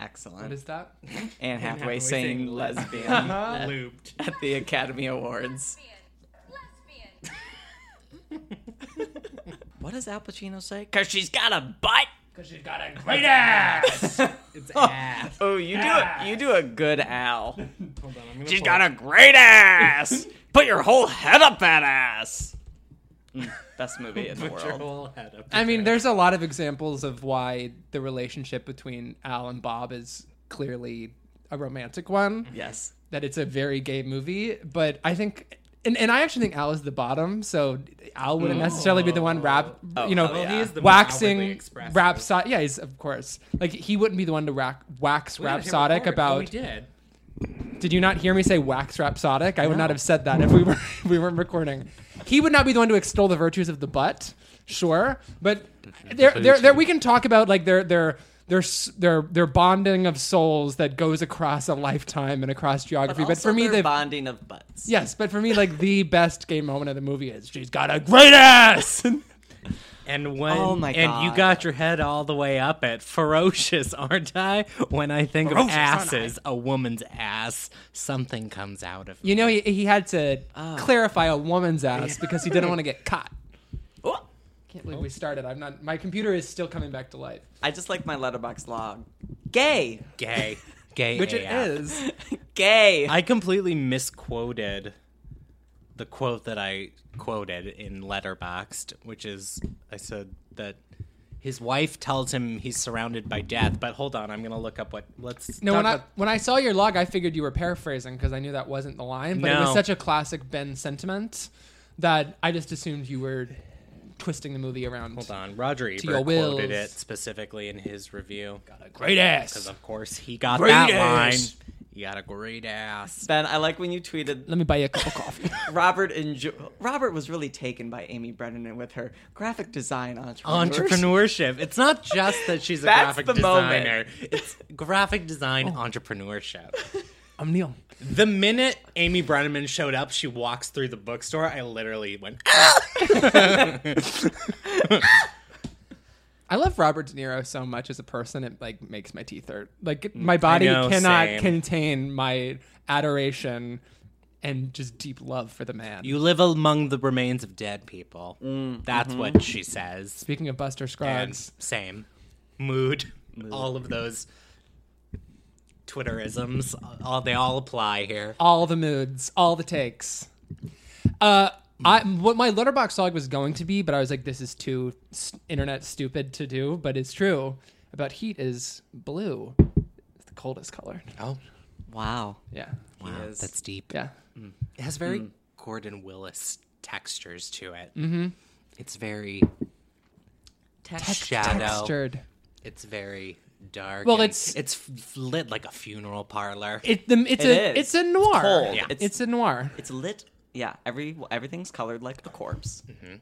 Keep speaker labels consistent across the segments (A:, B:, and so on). A: Excellent.
B: What is that?
A: Anne Hathaway
C: Hathaway
A: saying
C: saying
A: lesbian
B: Huh?
C: Looped.
A: at the Academy Awards. What does Al Pacino say? Cause she's got a butt.
C: Because she's got a great ass. it's ass.
A: Oh, you do a, you do a good Al.
C: Hold on, I'm gonna
A: She's
C: pull
A: got
C: it.
A: a great ass. Put your whole head up that ass. Mm, Best movie in the
C: Put your
A: world.
C: whole head up.
B: I mean, there's a lot of examples of why the relationship between Al and Bob is clearly a romantic one.
A: Yes.
B: That it's a very gay movie, but I think. And, and I actually think Al is the bottom, so Al wouldn't necessarily be the one rap, you know,
A: well, he is
C: the more outwardly
B: waxing
C: expressive.
B: rhapsod. Yeah, he's of course like he wouldn't be the one to rack, wax
C: We didn't hit
B: rhapsodic
C: record. Oh,
B: about.
C: we did.
B: Did you not hear me say wax rhapsodic? I would not have said that if we were if we weren't recording. He would not be the one to extol the virtues of the butt, sure, but there, there, there, we can talk about like their their their s- their their bonding of souls that goes across a lifetime and across geography. But, for me,
A: the
B: the
A: bonding of butts.
B: yes, but for me, like the best gay moment of the movie is she's got a great ass.
C: And when
A: Oh my
C: and you
A: God.
C: got your head all the way up at ferocious, aren't I? When I think of asses, a woman's ass, something comes out of me.
B: you know, he, he had to clarify a woman's ass because he didn't want to get caught.
A: Oh,
B: Can't believe we started. I'm not. My computer is still coming back to life.
A: I just like my letterbox log. Gay.
C: Gay, gay,
B: Which it
C: AF.
B: is.
A: Gay.
C: I completely misquoted the quote that I quoted in Letterboxed, which is I said that his wife tells him he's surrounded by death. But hold on, I'm gonna look up what. Let's
B: No,
C: talk
B: when I
C: about-
B: when I saw your log, I figured you were paraphrasing because I knew that wasn't the line. But it was
C: No.
B: such a classic Ben sentiment that I just assumed you were twisting the movie around.
C: Hold on, Roger Ebert
B: your
C: quoted
B: wills.
C: it specifically in his review.
B: Great
C: Because
B: ass.
C: of course he got
B: Great
C: that
B: ass.
C: line. He got a great ass.
A: ben, I like when you tweeted
B: Let me buy you a cup of coffee.
A: Robert enjo- Robert was really taken by Amy Brennan and with her graphic design entrepreneur.
C: Entrepreneurship. It's not just that she's a
A: That's
C: graphic
A: the moment.
C: designer. It's graphic design
B: Oh.
C: entrepreneurship.
B: I'm Neil.
C: The minute Amy Brenneman showed up, she walks through the bookstore. I literally went.
B: I love Robert De Niro so much as a person; it like makes my teeth hurt. Like my body
C: Mm, know,
B: cannot
C: same.
B: contain my adoration and just deep love for the man.
C: You live among the remains of dead people.
B: Mm,
C: That's
B: mm-hmm.
C: what she says.
B: Speaking of Buster
C: And
B: Scruggs,
C: same mood. All of those Twitterisms. All they all apply here.
B: all the moods, all the takes. Uh, I what my letterbox log was going to be, but I was like, this is too s- internet stupid to do, but it's true. About heat is blue. It's the coldest color.
C: Oh,
A: Wow.
B: Yeah,
C: wow, that's deep. Hmm.
B: yeah.
C: It has very Gordon Willis textures to it.
B: Mm-hmm.
C: It's very shadow.
B: Textured.
C: It's very dark.
B: Well,
C: and
B: it's-
C: it's f- lit like a funeral parlor.
B: It, the, it's
A: It
B: a
A: is.
B: it's a noir. It's,
A: cold.
C: Yeah.
A: It's-
B: a noir.
A: It's lit. Yeah, every everything's colored like a corpse, like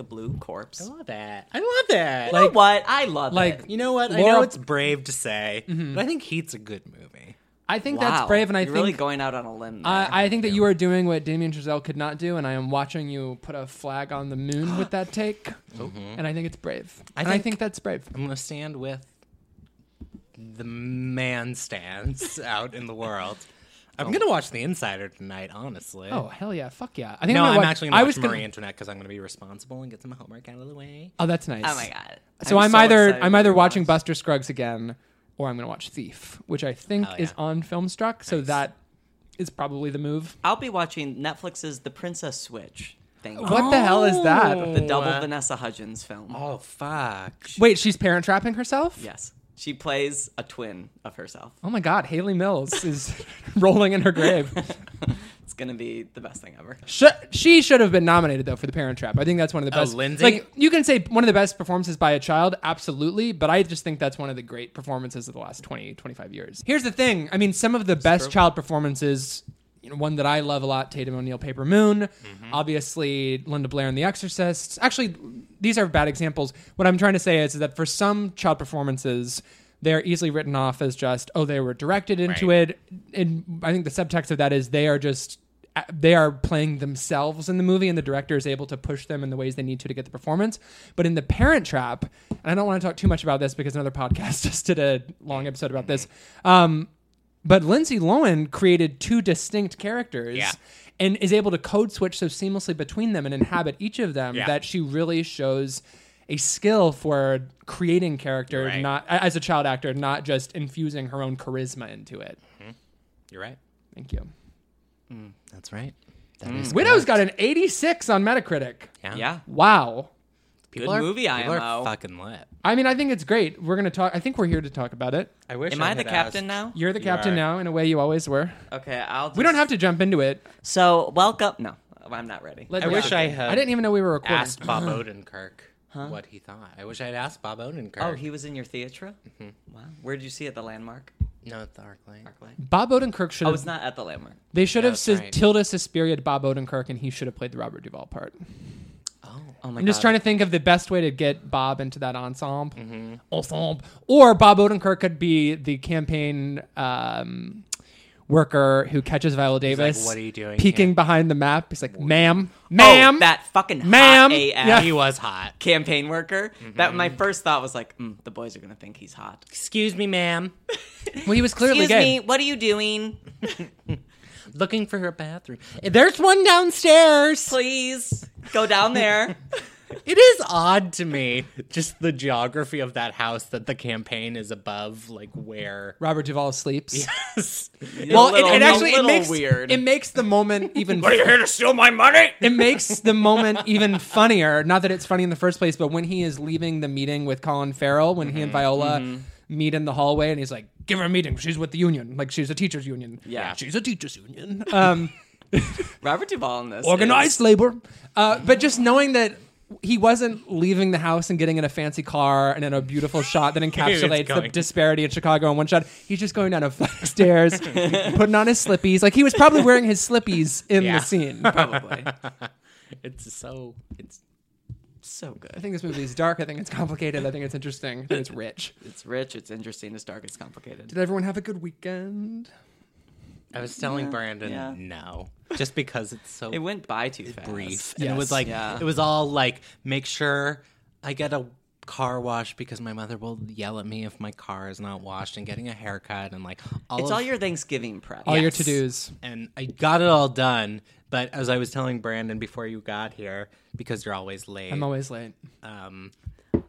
A: a blue corpse.
C: I love that. I love that.
A: you know what? I love
B: Oh. like-
A: it.
C: you know what? I know
B: Laura- Mm-hmm.
C: it's brave to say, but I think Heat's a good movie.
B: I think
A: Wow.
B: that's brave, and I
A: You're
B: think
A: really going out on a limb. There.
B: I, I think that you are doing what Damien Chazelle could not do, and I am watching you put a flag on the moon with that take,
A: Mm-hmm.
B: and I think it's brave.
C: I
B: and I
C: think-
B: think that's brave.
C: I'm gonna stand with the man stands out in the world. I'm gonna watch The Insider tonight, honestly.
B: Oh hell yeah, fuck yeah! I think
C: no,
B: I'm,
C: I'm
B: gonna watch-
C: actually gonna
B: I
C: watch
B: was gonna-
C: Marie Antoinette because I'm gonna be responsible and get some homework out of the way.
B: Oh, that's nice.
A: oh my god.
B: So I'm, either
A: excited
B: I'm
A: to
B: either
A: rewatch.
B: watching Buster Scruggs again, or I'm gonna watch Thief, which I think
C: Hell
B: is
C: yeah.
B: on Filmstruck. So that is probably the move.
A: I'll be watching Netflix's The Princess Switch. Thank you.
B: What the hell is that?
A: The double Vanessa Hudgens film.
C: Oh fuck!
B: Wait, she's parent trapping herself.
A: Yes, she plays a twin of herself.
B: Oh my god, Haley Mills is rolling in her grave.
A: It's gonna be the best thing ever.
B: Sh- she should have been nominated though for the Parent Trap. I think that's one of the
C: Oh,
B: best.
C: Lindsay?
B: Like you can say one of the best performances by a child, absolutely, but I just think that's one of the great performances of the last 20, 25 years. Here's the thing. I mean, some of the best child performances. You know, one that I love a lot: Tatum O'Neill, Paper Moon.
C: Mm-hmm.
B: Obviously, Linda Blair in The Exorcist. Actually, these are bad examples. What I'm trying to say is that for some child performances. They're easily written off as just, oh, they were directed into
C: Right.
B: it. And I think the subtext of that is they are just they are playing themselves in the movie and the director is able to push them in the ways they need to to get the performance but in the parent trap and i don't want to talk too much about this because another podcast just did a long episode about this um, but lindsay lohan created two distinct characters
C: Yeah.
B: and is able to code switch so seamlessly between them and inhabit each of them
C: Yeah.
B: that she really shows a skill for creating character
C: Right.
B: not as a child actor not just infusing her own charisma into it
C: You're right.
B: thank you
C: That's right. That is
B: widow's got an 86 on metacritic
C: Mm. yeah.
A: Yeah.
B: Wow.
C: People
A: Good
C: are,
A: movie,
C: people
A: IMO.
C: Are fucking lit.
B: I mean, I think it's great. We're going to talk. I think we're here to talk about it.
C: I wish.
A: Am I the captain now?
B: You're the
C: You
B: captain
C: are.
B: now, in a way you always were.
A: Okay, I'll. Just,
B: We don't have to jump into it.
A: So welcome. No, I'm not ready.
B: Let
C: I
B: me-
C: wish I had
B: I didn't even know we were recording.
C: Uh, Asked Bob Odenkirk what he thought. I wish I'd asked Bob Odenkirk.
A: oh, he was in your theater. Wow. Where did you see it? The Landmark.
C: no, at the ArcLight.
A: Arclight?
B: Bob Odenkirk should
A: Oh,
B: have.
A: it's not at the Landmark.
B: they should
C: Yeah,
B: have
C: that's
B: sus-
C: right.
B: Tilda Suspiria to Bob Odenkirk, and he should have played the Robert Duvall part.
C: Oh,
A: Oh my god.
B: I'm just trying to think of the best way to get Bob into that ensemble.
C: Mm-hmm.
B: Ensemble. Or Bob Odenkirk could be the campaign um, worker who catches Viola Davis.
C: "What are you doing
B: Peeking
C: here?"
B: behind the map. He's like, ma'am, ma'am.
A: Oh, that fucking ma'am.
B: Ma'am.
A: hot AF
B: Yeah.
C: he was hot.
A: campaign worker. That my first thought was like, mm, the boys are gonna think he's hot.
C: Excuse me, ma'am.
B: well, he was clearly
A: Excuse
B: gay.
A: me, what are you doing?
C: Looking for her bathroom. There's one downstairs.
A: Please go down there.
C: It is odd to me, just the geography of that house that the campaign is above, like where.
B: Robert Duvall sleeps.
A: A little-
B: it, it
A: a
B: actually it
A: little
B: makes
A: weird.
B: it makes the moment even
C: here to steal my money?
B: it makes the moment even funnier. Not that it's funny in the first place, but when he is leaving the meeting with Colin Farrell, when he
A: Mm-hmm.
B: and Viola meet in the hallway, and he's like, "Give her a meeting. She's with the union. Like she's a teachers union.
A: Yeah.
B: she's a teachers union. Um,
A: Robert Duvall in this.
B: organized labor." Uh, but just knowing that. He wasn't leaving the house and getting in a fancy car and in a beautiful shot that encapsulates the
C: going.
B: disparity in Chicago in one shot. He's just going down a flight of stairs, putting on his slippies. Like he was probably wearing his slippies in
C: Yeah.
B: the scene.
A: is probably
C: It's so. It's
A: so
B: I
A: good.
B: think this movie is dark. I think it's complicated. I think it's interesting. I think it's rich.
A: It's rich. It's interesting. It's dark. It's complicated.
B: Did everyone have a good weekend?
C: I was telling Brandon
A: yeah.
C: no, just because it's so
A: It went by too fast.
C: brief, and it was
B: Yes.
C: like
A: Yeah.
C: it was all like make sure I get a car wash because my mother will yell at me if my car is not washed, and getting a haircut, and like all
A: It's
C: of
A: all your Thanksgiving prep.
B: All your
C: Yes.
B: to dos.
C: and I got it all done. But as I was telling Brandon before you got here, because you're always late,
B: I'm always late.
C: um,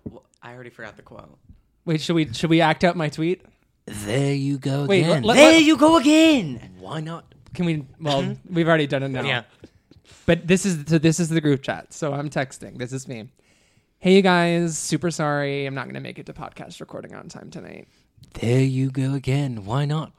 A: Well, I already forgot the quote.
B: Wait, should we should we act out my tweet?
C: there you go
B: Wait,
C: again.
B: let- let-
A: you go again.
C: Why not? Oh.
B: can we? Well, we've already done it now.
C: Mm-hmm. Yeah.
B: But this is so this is the group chat. So I'm texting. This is me. Hey you guys, super sorry. I'm not gonna make it to podcast recording on time tonight.
C: There you go again. Why not?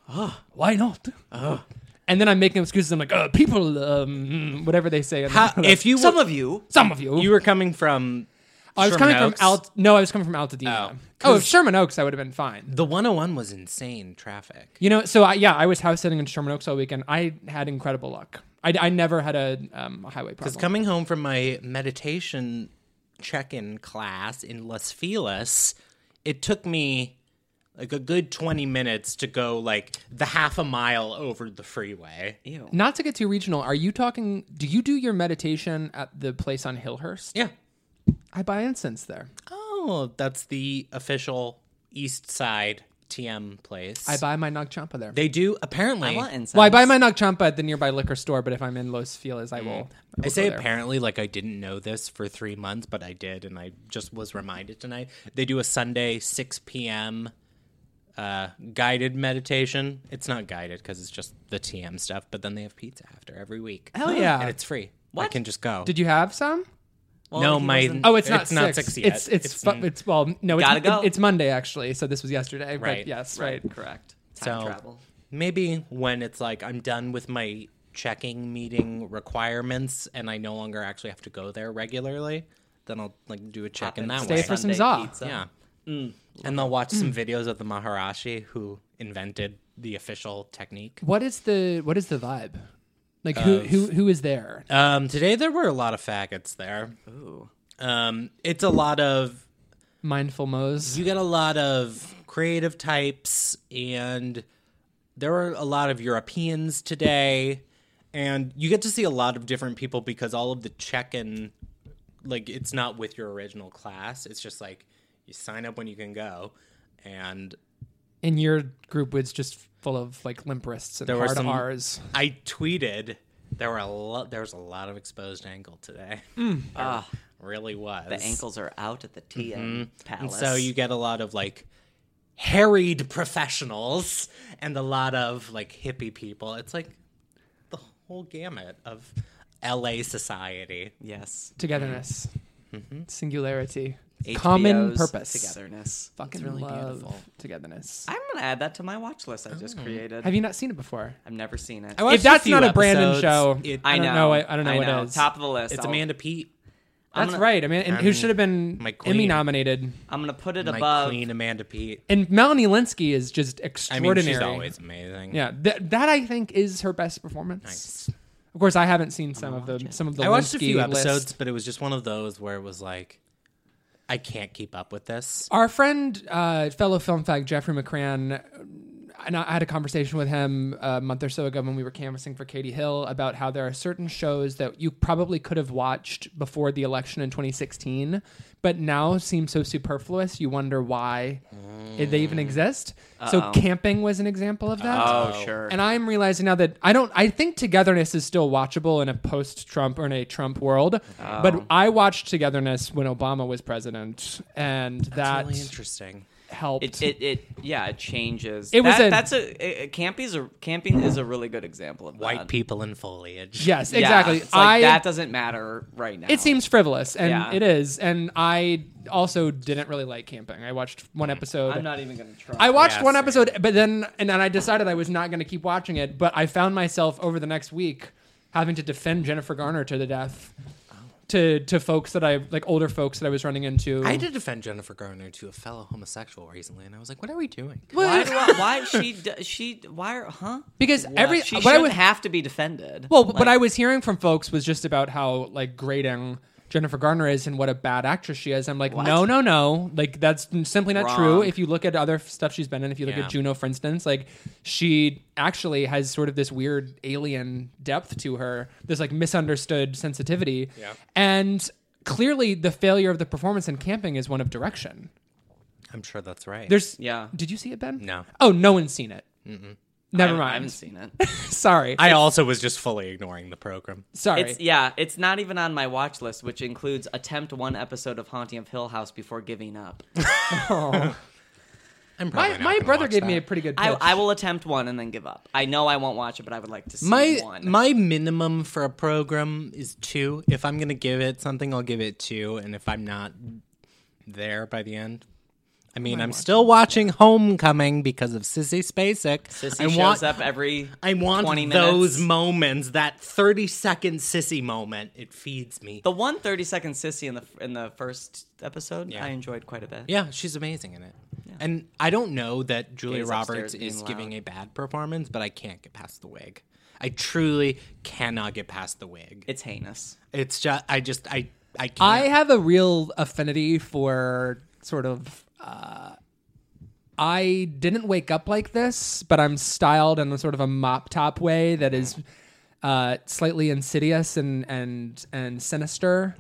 B: Why not? Uh-huh. And then I'm making excuses. I'm like, uh, people, um, whatever they say.
C: if you
A: Some
C: were,
A: of you.
B: some of you,
C: you were coming from,
B: I was
C: Sherman
B: coming
C: Oaks,
B: from Alt. No, I was coming from Altadena.
C: Oh.
B: oh, if Sherman Oaks, I would have been fine.
C: The 101 was insane traffic.
B: You know, so I, yeah, I was house sitting in Sherman Oaks all weekend. I had incredible luck. I, I never had a, um, a highway
C: I was
B: problem.
C: coming home from my meditation check-in class in Las Feliz. It took me like a good 20 minutes to go like the half a mile over the freeway.
A: Ew.
B: Not to get too regional, are you talking? Do you do your meditation at the place on Hillhurst?
C: Yeah.
B: I buy incense there.
C: Oh, that's the official East Side TM place.
B: I buy my Nag Champa there.
C: they do apparently.
A: I want
C: I,
A: incense.
B: well, I Eh. buy my Nag Champa at the nearby liquor store, but if I'm in Los Feliz, I will. I, will go
C: Mm. say
B: there.
C: apparently like I didn't know this for 3 months, but I did and I just was reminded tonight. They do a Sunday 6 p.m. uh guided meditation. It's not guided cuz it's just the TM stuff, but then they have pizza after every week.
B: Hell yeah.
C: And it's free. I
A: What?
C: can just go.
B: Did you have some?
A: Well,
C: no,
A: he
C: my
A: wasn't-
B: Oh, it's, not
C: it's not 6 yet.
B: It's it's it's, fu- it's well, no, it's,
A: Gotta go.
B: it- it's Monday actually, so this was yesterday. Right.
C: Right.
B: yes, right.
A: Correct. Time
C: So
A: travel.
C: maybe when it's like I'm done with my checking meeting requirements and I no longer actually have to go there regularly, then I'll like do a check in that
B: Stay
C: way.
B: for some
A: Sunday
B: za.
A: pizza.
C: Yeah. Mm. And they'll watch some videos of the Maharishi who invented the official technique.
B: What is the what is the vibe? Like who who who is there?
C: Um, today there were a lot of faggots there.
A: Ooh.
C: Um, it's a lot of
B: Mindful Mo's.
C: you get a lot of creative types and there were a lot of Europeans today and you get to see a lot of different people because all of the check-in like it's not with your original class. It's just like you sign up when you can go and
B: And your group was just full of like limp wrists and
C: There were
B: hard
C: some-
B: R's.
C: I tweeted there were a lot there was a lot of exposed ankle today.
A: Ah,
C: Really was.
A: the ankles are out at the TM
C: Mm-hmm. And
A: Palace.
C: so you get a lot of like harried professionals and a lot of like hippie people. It's like the whole gamut of LA society.
A: yes,
B: Togetherness.
C: Mm-hmm.
B: Singularity. Common
A: HBO's
B: purpose.
A: togetherness.
B: Fucking
A: It's really
B: love
A: beautiful.
B: togetherness.
A: I'm gonna add that to my watch list I
C: Oh.
A: just created.
B: Have you not seen it before?
A: I've never seen it.
C: I watched
B: if that's
C: few
B: not a Brandon
C: episodes.
B: show,
C: It-
B: I,
A: I
B: don't
A: know.
B: know. I, I don't know what it is.
A: Top of the list.
C: it's
A: I'll-
C: Amanda Pete,
B: that's
A: gonna-
B: right. I mean, and who
C: I'm
B: should have been
C: my queen.
B: Emmy nominated?
A: I'm gonna put it
C: my
A: above.
C: queen Amanda Pete.
B: And Melanie Linsky is just
C: I mean,
B: extraordinary.
C: she's always amazing.
B: Yeah, th- that I think is her best performance.
C: Nice.
B: Of course, I haven't seen some of the some of the.
C: I watched a
B: Linsky
C: few episodes,
B: list.
C: but it was just one of those where it was like, I can't keep up with this.
B: Our friend, uh, fellow film fag Jeffrey McCran, and I had a conversation with him a month or so ago when we were canvassing for Katie Hill about how there are certain shows that you probably could have watched before the election in 2016, but now seem so superfluous you wonder why they even exist. So, camping was an example of that.
A: oh sure.
B: And I'm realizing now that I don't. I think togetherness is still watchable in a post-Trump or in a Trump world.
A: Oh.
B: But I watched togetherness when Obama was president, and that
C: That's really interesting.
B: helped.
A: it, it it yeah it changes.
B: It was
A: That-
B: a-
A: that's a it, campy's a camping is a really good example of
C: White
A: that.
C: people in foliage.
B: yes,
A: Yeah,
B: exactly.
A: it's like,
B: I.
A: that doesn't matter right now.
B: it seems frivolous, and
A: Yeah.
B: it is. And I also didn't really like camping. I watched one
A: Mm.
B: episode.
A: I'm not even gonna try.
B: I watched
C: Yeah,
B: one
C: same.
B: episode, but then and then I decided I was not going to keep watching it. But I found myself over the next week having to defend Jennifer Garner to the death. To, to folks that I like older folks that I was running into.
C: I did defend Jennifer Garner to a fellow homosexual recently, and I was like, "What are we doing?"
A: Why, do I, why she d- she why are- huh?
B: Because every
A: she
B: what I
A: shouldn't
B: was
A: have to be defended.
B: well, what I was hearing from folks was just about how like grading Jennifer Garner is and what a bad actress she is. I'm like, no, no, no. Like that's simply not true.
A: Wrong.
B: If you look at other stuff she's been in, if you look
C: Yeah.
B: at Juno, for instance, like she actually has sort of this weird alien depth to her, this like misunderstood sensitivity,
C: Yeah.
B: and clearly the failure of the performance in Camping is one of direction.
C: I'm sure that's right.
B: There's
A: Yeah.
B: Did you see it, Ben?
C: No.
B: Oh, no one's seen it. Never
A: I
B: mind.
A: haven't seen it.
B: Sorry.
C: I also was just fully ignoring the program.
B: Sorry.
A: It's yeah, it's not even on my watch list, which includes attempt one episode of Haunting of Hill House before giving up. oh.
C: I'm probably
B: My,
C: not
B: my
C: gonna
B: brother
C: watch
B: gave me a
C: that.
B: pretty good pitch.
A: I, I will attempt one and then give up. I know I won't watch it, but I would like to see
C: my
A: one.
C: my minimum for a program is two. If I'm gonna give it something, I'll give it two, and if I'm not there by the end. I mean, I'm still watching Homecoming because of Sissy Spacek.
A: Sissy
C: I
A: shows
C: want,
A: up every
C: I want
A: 20 minutes.
C: those moments, that 30 second Sissy moment. It feeds me.
A: the one 30 second sissy in the in the first episode,
C: Yeah.
A: I enjoyed quite a bit.
C: Yeah, she's amazing in it. And I don't know that Julia
A: Gaze upstairs
C: Roberts
A: being
C: is
A: loud.
C: giving a bad performance, but I can't get past the wig. I truly cannot get past the wig.
A: It's heinous.
C: It's just I just I I can't.
B: I have a real affinity for sort of. Uh, I didn't wake up like this, but I'm styled in a sort of a mop top way that is uh, slightly insidious and and and sinister,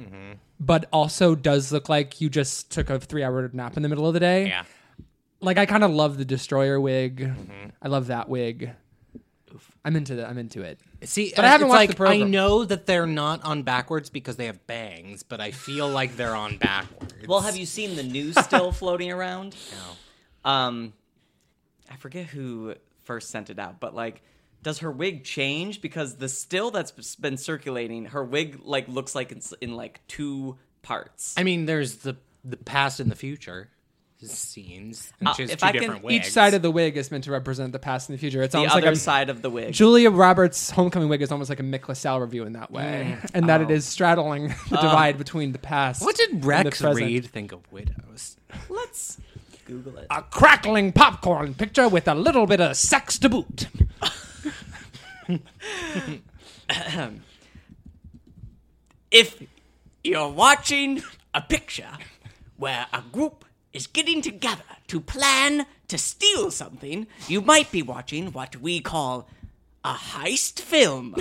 B: but also does look like you just took a three hour nap in the middle of the day.
C: yeah.
B: Like I kind of love the destroyer wig. I love that wig. I'm into the, I'm into it.
C: See,
B: But I
C: uh,
B: haven't
C: it's
B: watched
C: like,
B: the program.
C: I know that they're not on backwards because they have bangs, but I feel like they're on backwards.
A: Well, have you seen the news still floating around? No. Um, I forget who first sent it out, but like, does her wig change because the still that's been circulating, her wig like looks like it's in like two parts.
C: I mean, there's the the past and the future. scenes. And
A: Uh,
C: she has
A: if
C: two
A: I can-
C: different wigs.
B: Each side of the wig is meant to represent the past and the future. It's
A: The
B: almost
A: other
B: like a,
A: side of the wig.
B: Julia Roberts' homecoming wig is almost like a Mick LaSalle review in that way, and that it is straddling the divide between the past.
C: Mm. Oh. Uh. What did Rex
B: present.
C: Reed think of widows?
A: Let's Google it.
B: A crackling popcorn picture with a little bit of sex to boot.
A: if you're watching a picture where a group is getting together to plan to steal something, you might be watching what we call a heist film.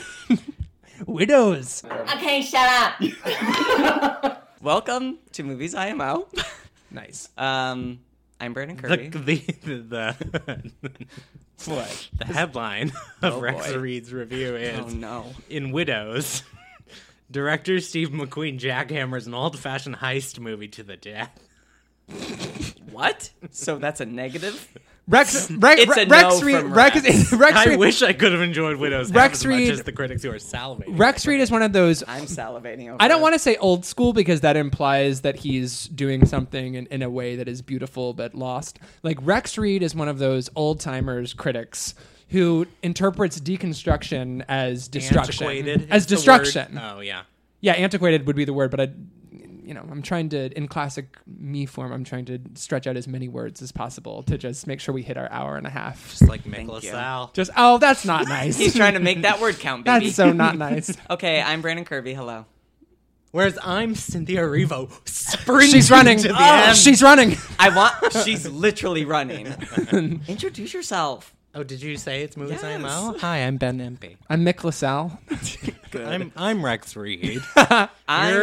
B: Widows.
D: Okay, shut up.
A: Welcome to Movies I Am Out.
B: Nice.
A: Um, I'm Brandon
C: The
A: Kirby.
C: the the, the, the headline of Rex
A: Oh, boy.
C: Reed's review is
A: oh no.
C: in Widows. Director Steve McQueen jackhammers an old-fashioned heist movie to the death.
A: What? So that's a negative?
B: Rex. Rex.
A: It's a
B: Rex,
A: no
B: Reed.
A: from
B: Rex.
A: Rex.
B: Is, Rex.
C: I
B: Reed,
C: wish I could have enjoyed Widows half
B: Rex
C: as much
B: Reed-
C: as the critics who are salivating.
B: Rex Reed is one of those
A: I'm salivating over
B: I don't want to say old school because that implies that he's doing something in, in a way that is beautiful but lost. Like Rex Reed is one of those old timers critics who interprets deconstruction as destruction,
C: Antiquated
B: as
C: is the
B: destruction.
C: word. Oh yeah,
B: Yeah, antiquated would be the word, but I, you know, I'm trying to in classic me form. I'm trying to stretch out as many words as possible to just make sure we hit our hour and a half.
C: it's like Mick
A: Thank you.
C: LaSalle.
B: Just oh, that's not nice.
A: He's trying to make that word count, baby.
B: that's so not nice.
A: okay, I'm Brandon Kirby. Hello.
C: Whereas I'm Cynthia Revo, sprinting
B: She's running.
C: to the
B: Oh,
C: end.
B: she's running.
A: I want. She's literally running. Introduce yourself.
C: Oh, did you say it's movies I am
A: Yes.
C: out? Hi, I'm Ben Empey.
B: I'm Mick LaSalle.
C: I'm I'm Rex Reed.
A: I'm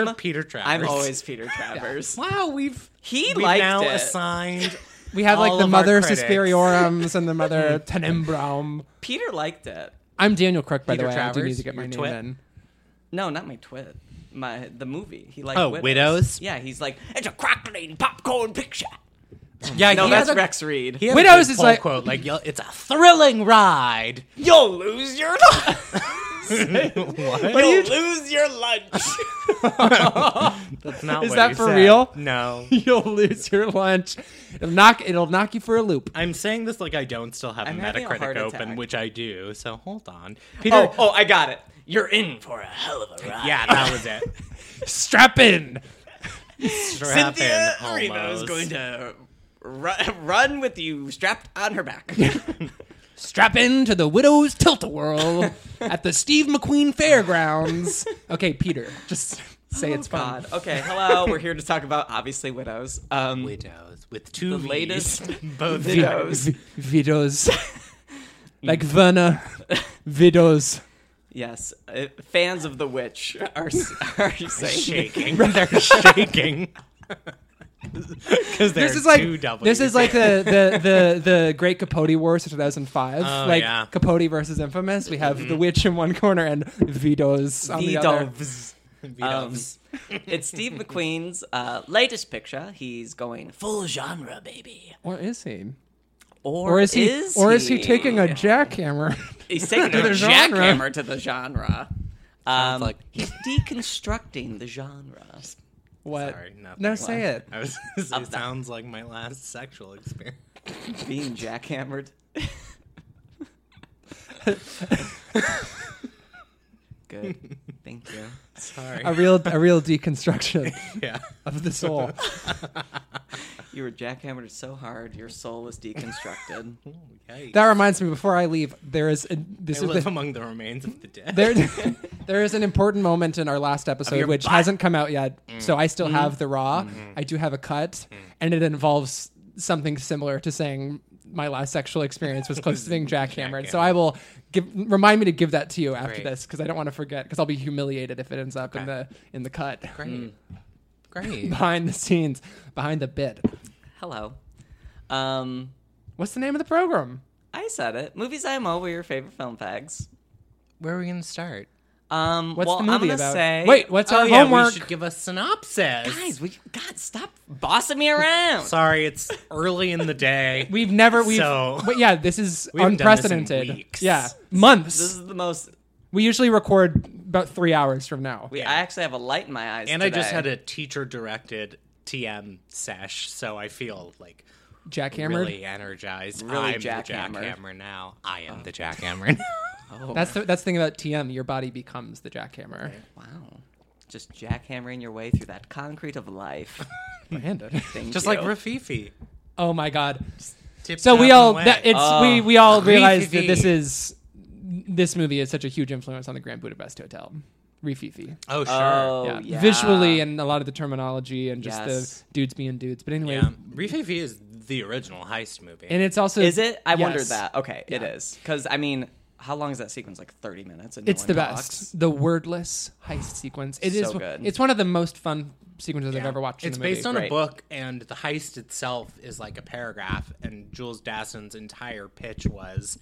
C: You're Peter Travers.
A: I'm always Peter Travers.
C: wow. We've
A: He
C: we've
A: liked
C: now
A: it.
C: assigned.
B: We have like
C: all
B: the
C: of our
B: mother
C: critics.
B: Suspiriorums and the mother Tenebraum.
A: Peter liked it.
B: I'm Daniel Crook, by the
C: Peter
B: way. I do
C: Travers,
B: need to get my
C: your
B: name
C: twit.
B: in.
A: No, not my twit. My the movie. He liked
C: Oh, Widows?
A: Yeah, he's like it's a crackling popcorn picture.
C: yeah,
A: No,
C: he
A: that's
C: had a-
A: Rex Reed.
C: he had a
B: Widows
C: good
B: is
C: pull
B: like-
C: quote like "Yo, it's a thrilling ride.
A: You'll lose your
C: what?
A: You'll lose your lunch.
C: That's not
B: Is
C: what
B: that
C: he
B: for
C: said.
B: real?
C: No.
B: You'll lose your lunch. It'll knock. It'll knock you for a loop.
C: I'm saying this like I don't still have
A: I'm
C: a
A: having a
C: Metacritic
A: heart
C: open,
A: attack.
C: which I do. So hold on, Peter.
A: oh, oh, I got it. You're in for a hell of a ride.
C: oh, Yeah, that was it.
B: Strap in.
C: Strap
A: Cynthia
C: in,
A: Revo is
C: almost.
A: going to ru- run with you strapped on her back.
B: Strap in to the widow's tilt-a-whirl at the Steve McQueen Fairgrounds. Okay, Peter, just say it's
C: Oh,
B: fun.
A: Oh, God. Okay. Hello. We're here to talk about obviously widows. Um,
C: Widows with two the
A: latest
C: both
A: widows.
B: V- Widows, like Verna, widows.
A: Yes, uh, fans of The Witch are, s- are saying
C: shaking. They're shaking. Because
B: this is like
C: two W's.
B: this is like the the the, the Great Capote Wars of 2005.
C: Oh,
B: like
C: yeah. Mm-hmm.
B: Capote versus Infamous, we have the witch in one corner and Vito's on the other.
A: Vidovs. Um, it's Steve McQueen's uh, latest picture. He's going full genre, baby.
B: Or is he?
A: Or,
B: Or is he? or is he
A: he?
B: taking a jackhammer?
A: He's taking a
B: the genre.
A: jackhammer to the genre. Um,
C: like-
A: he's deconstructing the genre.
B: what?
C: Sorry, nothing.
B: no, say it.
C: I was, it sounds like my last sexual experience.
A: Being jackhammered. Good. Thank you.
C: Sorry.
B: A real a real deconstruction
C: yeah.
B: of the soul.
A: You were jackhammered so hard, your soul was deconstructed.
C: Yikes.
B: That reminds me. Before I leave, there is a, this
C: I
B: is
C: live
B: the-
C: among the remains of the dead.
B: there, there is an important moment in our last episode
A: your
B: which
A: butt.
B: hasn't come out yet.
C: Mm.
B: So I still have the raw.
C: Mm-hmm.
B: I do have a cut, and it involves something similar to saying my last sexual experience was close to being jackhammered. So I will give remind me to give that to you after
C: Great.
B: this because I don't want to forget because I'll be humiliated if it ends up in the in the cut
C: Great. Great.
B: behind the scenes behind the bit.
A: Hello. Um,
B: What's the name of the program?
A: I said it. Movies IMO were your favorite film fags.
C: Where are we gonna start?
A: Um,
B: What's
A: well,
B: the movie
A: I'm gonna
B: about?
A: Say,
B: Wait, what's
C: oh
B: our
C: yeah,
B: homework?
C: we should give a synopsis.
A: guys? Will you God stop bossing me around?
C: Sorry, it's early in the day.
B: We've never we've
C: So-
B: but yeah, this is
C: We haven't done this in
B: unprecedented.
C: weeks.
B: Yeah, months.
A: This is the most.
B: We usually record about three hours from now.
A: We, I actually have a light in my eyes.
C: and I
A: today.
C: just had a teacher directed TM sesh, so I feel like
B: Jackhammer.
C: really energized.
A: Really
C: I'm
A: jackhammered.
C: the jackhammer now. I am the jackhammer. now.
B: That's the, that's the thing about TM. Your body becomes the jackhammer.
A: Wow. Just jackhammering your way through that concrete of life.
B: Brandon.
A: Thank
C: Just
A: you.
C: like Rafifi.
B: oh my god.
C: Tip
B: So we
C: tap
B: all
C: away.
B: that, it's we
A: Oh.
B: we all realize that
C: Rififi.
B: this is this movie is such a huge influence on the Grand Budapest Hotel. Rififi.
C: oh sure.
A: Oh, yeah.
B: Visually and a lot of the terminology and just
A: Yes.
B: the dudes being dudes. But anyway,
C: yeah. Rififi is the original heist movie.
B: and it's also
A: Is it? I
B: yes.
A: wondered that. Okay, it is. Because, I mean, how long is that sequence? Like 30 minutes? And no
B: It's
A: one
B: the
A: talks?
B: best. The wordless heist sequence. It is.
A: So good.
B: It's one of the most fun sequences I've
C: Yeah.
B: ever watched.
C: It's
B: in a movie.
C: based on
A: Right.
C: a book, and the heist itself is like a paragraph. And Jules Dassin's entire pitch was,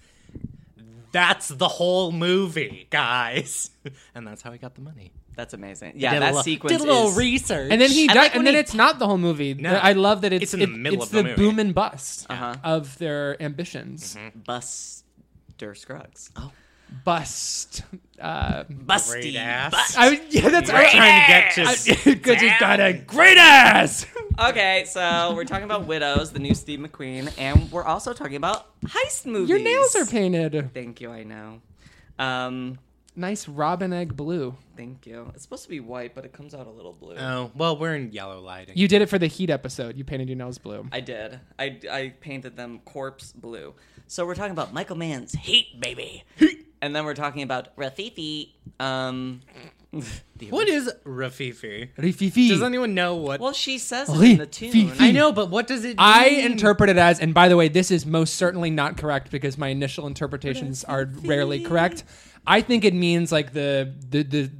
C: "That's the whole movie, guys," and that's how he got the money.
A: That's amazing. Yeah,
C: Did a
A: that
C: little-
A: sequence
C: did a little
A: is...
C: research,
B: And then he
A: I
B: di-
A: like when
B: and then
A: he-
B: it's not the whole movie. I love that it's
C: It's in the
B: it-
C: middle
B: it's
C: of the movie.
B: boom and bust
A: Uh-huh.
B: of their ambitions.
A: Buster Scruggs. Oh.
B: Bust. Uh,
C: Great
A: Busty.
C: ass.
A: bust.
B: I was- yeah, that's
C: We're
B: right.
C: trying to get to.
B: Because he's got a great ass.
A: Okay, so we're talking about Widows, the new Steve McQueen, and we're also talking about heist movies.
B: Your nails are painted
A: Thank you, I know. Um,
B: nice robin egg blue.
A: thank you. It's supposed to be white, but it comes out a little blue.
C: Oh well, we're in yellow lighting.
B: You did it for the heat episode. You painted your nails blue.
A: I did. I, I painted them corpse blue. So we're talking about Michael Mann's Heat, baby. And then we're talking about Rafifi. Um,
C: what is Rafifi?
B: Rififi.
C: Does anyone know what?
A: well, she says it in the tune.
B: Rafifi.
C: I know, but what does it?
B: I
C: mean?
B: interpret it as, and by the way, this is most certainly not correct because my initial interpretations are rarely correct. I think it means like the the the,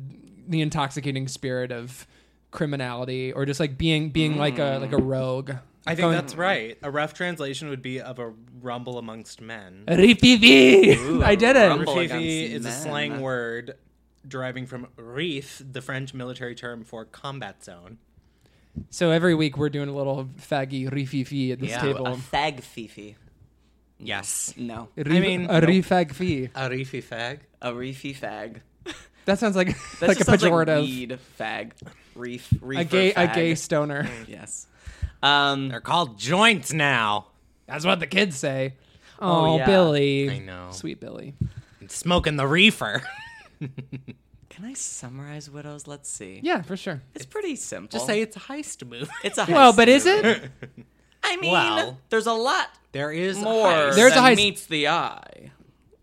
B: the intoxicating spirit of criminality, or just like being being like a like a rogue.
C: I think
B: Going-
C: that's right. A rough translation would be of a rumble amongst men.
B: Rififi. I did it.
A: rumble.
C: Rififi
A: against
C: is a
A: men.
C: slang word deriving from reef, the French military term for combat zone.
B: So every week we're doing a little faggy rififi at this
C: Yeah.
A: A
B: table.
A: fag fifi.
C: Yes.
A: No.
B: Rif-
C: mean-
B: a rifagfi.
C: A reefy fag.
A: A reefy fag.
B: That sounds like
A: That
B: like a
A: just sounds
B: pejorative.
A: Like weed, fag, reef, reefer,
B: a gay
A: fag.
B: a gay stoner.
A: Yes. Um,
C: They're called joints now.
B: That's what the kids say. Oh,
A: yeah.
B: Billy.
C: I know.
B: Sweet Billy.
C: Smoking the reefer.
A: can I summarize Widows? Let's see.
B: Yeah, for sure.
A: It's pretty simple.
C: Just say it's a heist movie.
A: it's a heist.
B: Well, but is
A: movie.
B: it?
A: I mean,
C: Well.
A: there's a lot
C: There is
A: more
C: A
B: There's a
C: heist.
A: than
B: heist.
A: meets the eye.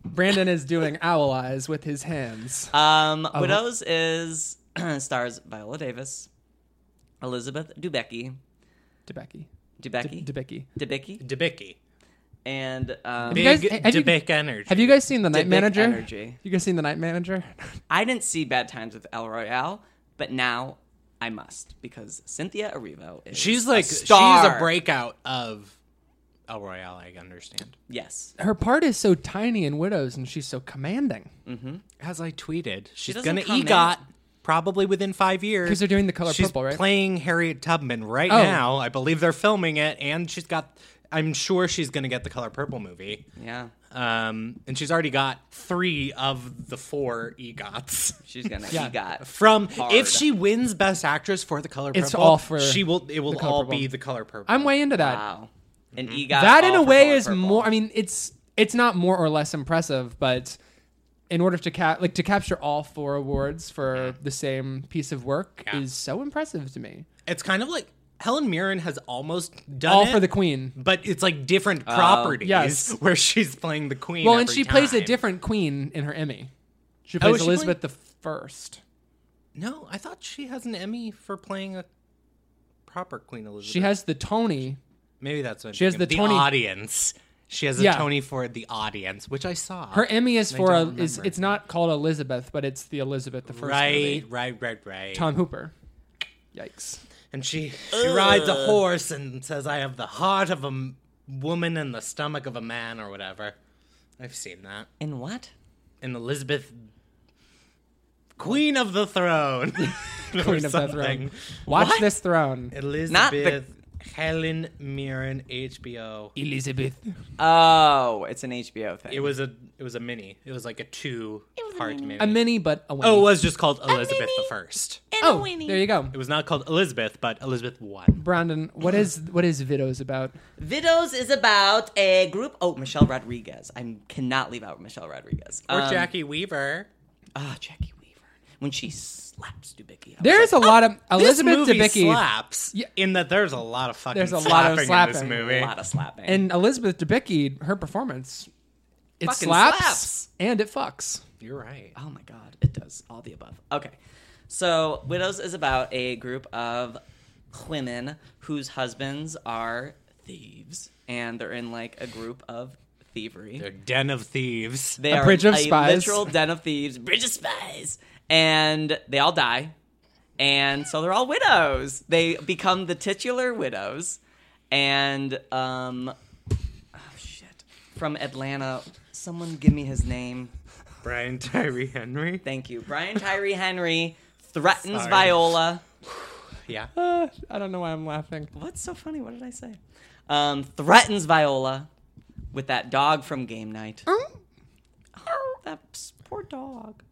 B: Brandon is doing owl eyes with his hands. Uh,
A: Um, Widows is stars Viola Davis, Elizabeth Debicki,
B: Debicki.
A: Debicki,
B: Debicki.
A: Debicki,
C: Debicki.
A: and um,
B: You
C: Big
B: guys- have you-
C: Debicki energy.
B: Have you guys seen The Night
A: Dybbuk
B: Manager?
A: Energy.
B: You guys seen The Night Manager?
A: I didn't see Bad Times with El Royale, but now I must because Cynthia Erivo is
C: She's like
A: a star.
C: she's a breakout of El Royale. I understand.
A: Yes,
B: Her part is so tiny in Widows and she's so commanding.
C: As I tweeted, she's
A: doesn't
C: gonna
A: come in.
C: EGOT probably within five years.
B: 'Cause they're doing The Color
C: she's
B: Purple, right?
C: Playing Harriet Tubman right
B: Oh.
C: now. I believe they're filming it, and she's got. I'm sure she's gonna get the Color Purple movie.
A: yeah,
C: Um, and she's already got three of the four EGOTs.
A: she's gonna.
B: Yeah.
A: She got
C: From
A: Hard.
C: if she wins Best Actress for the Color Purple,
B: It's all for
C: she will. It will
B: The Color
C: all
B: Purple.
C: be the Color Purple.
B: I'm way into that.
A: wow, and EGOT
B: That in
A: all
B: a
A: for
B: way
A: Color
B: is
A: Purple.
B: more I mean, it's it's not more or less impressive, but in order to cap like to capture all four awards for the same piece of work
C: Yeah.
B: is so impressive to me.
C: It's kind of like Helen Mirren has almost done
B: all
C: it,
B: for the Queen.
C: but it's like different
A: Oh.
C: properties
B: yes.
C: where she's playing the queen.
B: Well, and
C: every
B: she plays a
C: time.
B: different queen in her Emmy. She
C: Oh,
B: plays
C: is she playing-
B: Elizabeth the First.
C: No, I thought she has an Emmy for playing a proper Queen Elizabeth.
B: She has the Tony.
C: maybe that's what I'm
B: she has
C: thinking of.
B: the
C: the
B: Tony-
C: audience. She has a
B: Yeah.
C: Tony for the audience, which I saw.
B: Her Emmy is
C: I
B: for a,
C: don't
B: is
C: remember.
B: it's not called Elizabeth, but it's the Elizabeth the First.
C: right,
B: movie.
C: right, right, right.
B: Tom Hooper. Yikes.
C: and she she rides a horse and says, "I have the heart of a m- woman and the stomach of a man," or whatever. I've seen that.
A: in what?
C: And Elizabeth, Queen of the Throne,
B: Queen of the Throne. Watch this throne.
C: Elizabeth,
A: Not the
C: Helen Mirren HBO.
B: Elizabeth.
A: Oh, it's an HBO thing.
C: It was a it was a mini. It was like a two part mini.
B: A mini, but a winnie.
C: Oh, it was just called Elizabeth the First.
B: Oh, there you go.
C: It was not called Elizabeth, but Elizabeth One.
B: Brandon, what is what is Vidos about?
A: Vidos is about a group. Oh, Michelle Rodriguez. I cannot leave out Michelle Rodriguez.
C: Or
A: Um,
C: Jackie Weaver.
A: Ah, Jackie Weaver. When she slaps Dubicki. I was
B: There's a lot of
C: Oh, This
B: Elizabeth
C: movie
B: Debicki.
C: slaps. In that there's a lot of fucking
B: There's a
C: slapping
B: lot of
C: in
B: slapping.
C: this
A: like,
C: movie.
A: a lot of slapping.
B: And Elizabeth Debicki, her performance, it
A: Fucking
B: slaps,
A: slaps.
B: and it fucks.
C: You're right.
A: oh my god, it does all the above. Okay, so Widows is about a group of women whose husbands are thieves, and they're in like a group of thievery.
C: The Den of Thieves.
A: They
B: A
A: are
B: bridge of
A: a
B: spies.
A: literal den of thieves, bridge of spies, and they all die, and so they're all widows. They become the titular widows, and um, oh shit, from Atlanta. Someone give me his name.
C: Brian Tyree Henry.
A: Thank you, Brian Tyree Henry threatens
C: Sorry.
A: Viola.
C: Yeah.
B: Uh, I don't know why I'm laughing.
A: What's so funny? What did I say? Um, threatens Viola with that dog from game night. Oh, that poor dog.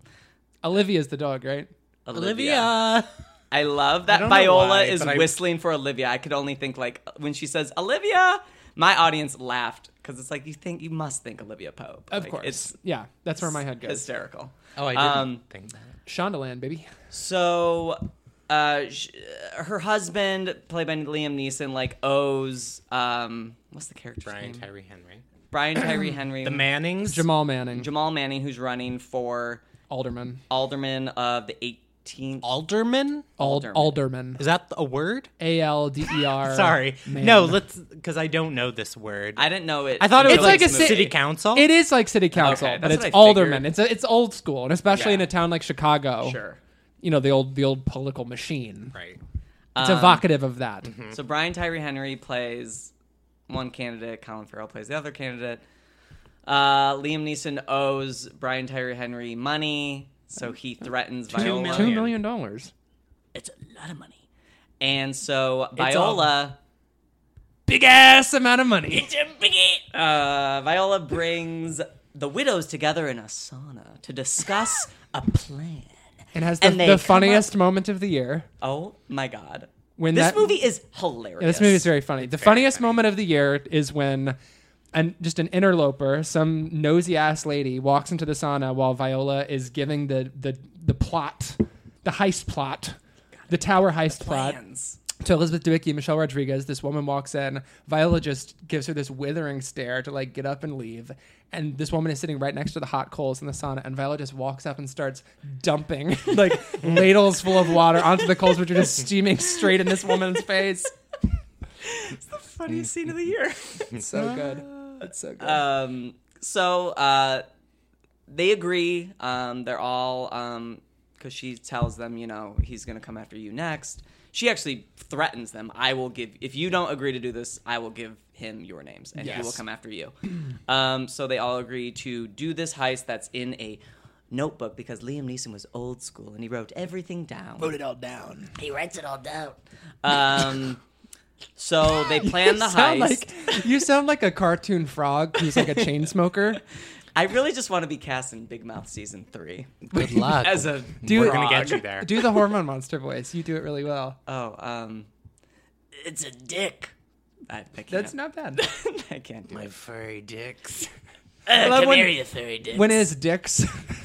B: Olivia's the dog, right?
C: Olivia.
A: I love
C: I
A: that
C: don't know
A: Viola
C: why,
A: is
C: but I-
A: whistling for Olivia. I could only think like when she says Olivia, my audience laughed because it's like you think you must think Olivia Pope.
B: Of
A: Like,
B: course.
A: it's
B: yeah, that's where my head goes.
A: hysterical.
C: Oh, I didn't
A: Um,
C: think that.
B: Shondaland, baby.
A: So, uh, sh- her husband, played by Liam Neeson, like owes um, what's the character's
C: Brian
A: name?
C: Tyree Henry.
A: Brian Tyree Henry,
C: The Mannings.
B: Jamal Manning,
A: Jamal Manning, who's running for
B: alderman.
A: alderman of the 18th.
C: Alderman.
B: Ald- alderman.
C: Is that a word?
B: A L D E R.
C: Uh, Sorry.
B: man.
C: No, let's because I don't know this word.
A: I didn't know it.
C: I thought it was
B: It's
C: like,
B: like
C: a
B: a
C: city,
B: ci-
C: council.
B: It is like city council,
A: Okay,
B: but
A: that's
B: it's
A: what I
B: alderman.
A: figured.
B: It's a, it's old school, and especially
A: Yeah.
B: in a town like Chicago.
A: sure.
B: You know the old the old political machine.
C: right.
B: It's
A: Um,
B: evocative of that.
A: So Brian Tyree Henry plays one candidate, Colin Farrell plays the other candidate. Uh, Liam Neeson owes Brian Tyree Henry money, so he threatens Viola.
C: million.
B: Two million dollars.
A: It's a lot of money. And so
B: a-
A: Viola
B: Big ass amount of money.
A: uh, Viola brings the widows together in a sauna to discuss a plan.
B: It has the,
A: And they
B: the
A: come
B: funniest moment of the year.
A: Oh my god.
B: When
A: this
B: that-
A: movie is hilarious.
B: Yeah, this movie is very funny. The funniest moment of the year is when and just an interloper, some nosy ass lady walks into the sauna while Viola is giving the the the plot, the heist plot, the tower heist plot
A: plans.
B: to Elizabeth Debicki and Michelle Rodriguez. This woman walks in. Viola just gives her this withering stare to like get up and leave. And this woman is sitting right next to the hot coals in the sauna, and Viola just walks up and starts dumping like ladles full of water onto the coals, which are just steaming straight in this woman's face.
A: Funniest scene of the year.
B: It's so good. It's so good.
A: um, so uh, they agree. Um, they're all because she tells them, you know, he's going to come after you next. She actually threatens them. I will give if you don't agree to do this, I will give him your names, and he will
C: Yes.
A: come after you. um, so they all agree to do this heist that's in a notebook because Liam Neeson was old school and he wrote everything down.
E: Oh,
A: Wrote it all down. He writes it all down. Um, so they plan the heist.
B: sound like you sound like a cartoon frog who's like a chain smoker.
A: I really just want to be cast in Big Mouth season three
C: Good luck.
A: as a
B: Do-
C: We're gonna get
A: frog.
C: you there.
B: Do the hormone monster voice. You do it really well.
A: Oh, um, it's a dick. I, I can't.
B: That's not bad.
A: I can't do it.
C: furry dicks.
B: love
A: Uh, come
B: when-
A: here, you furry dicks.
B: When his dicks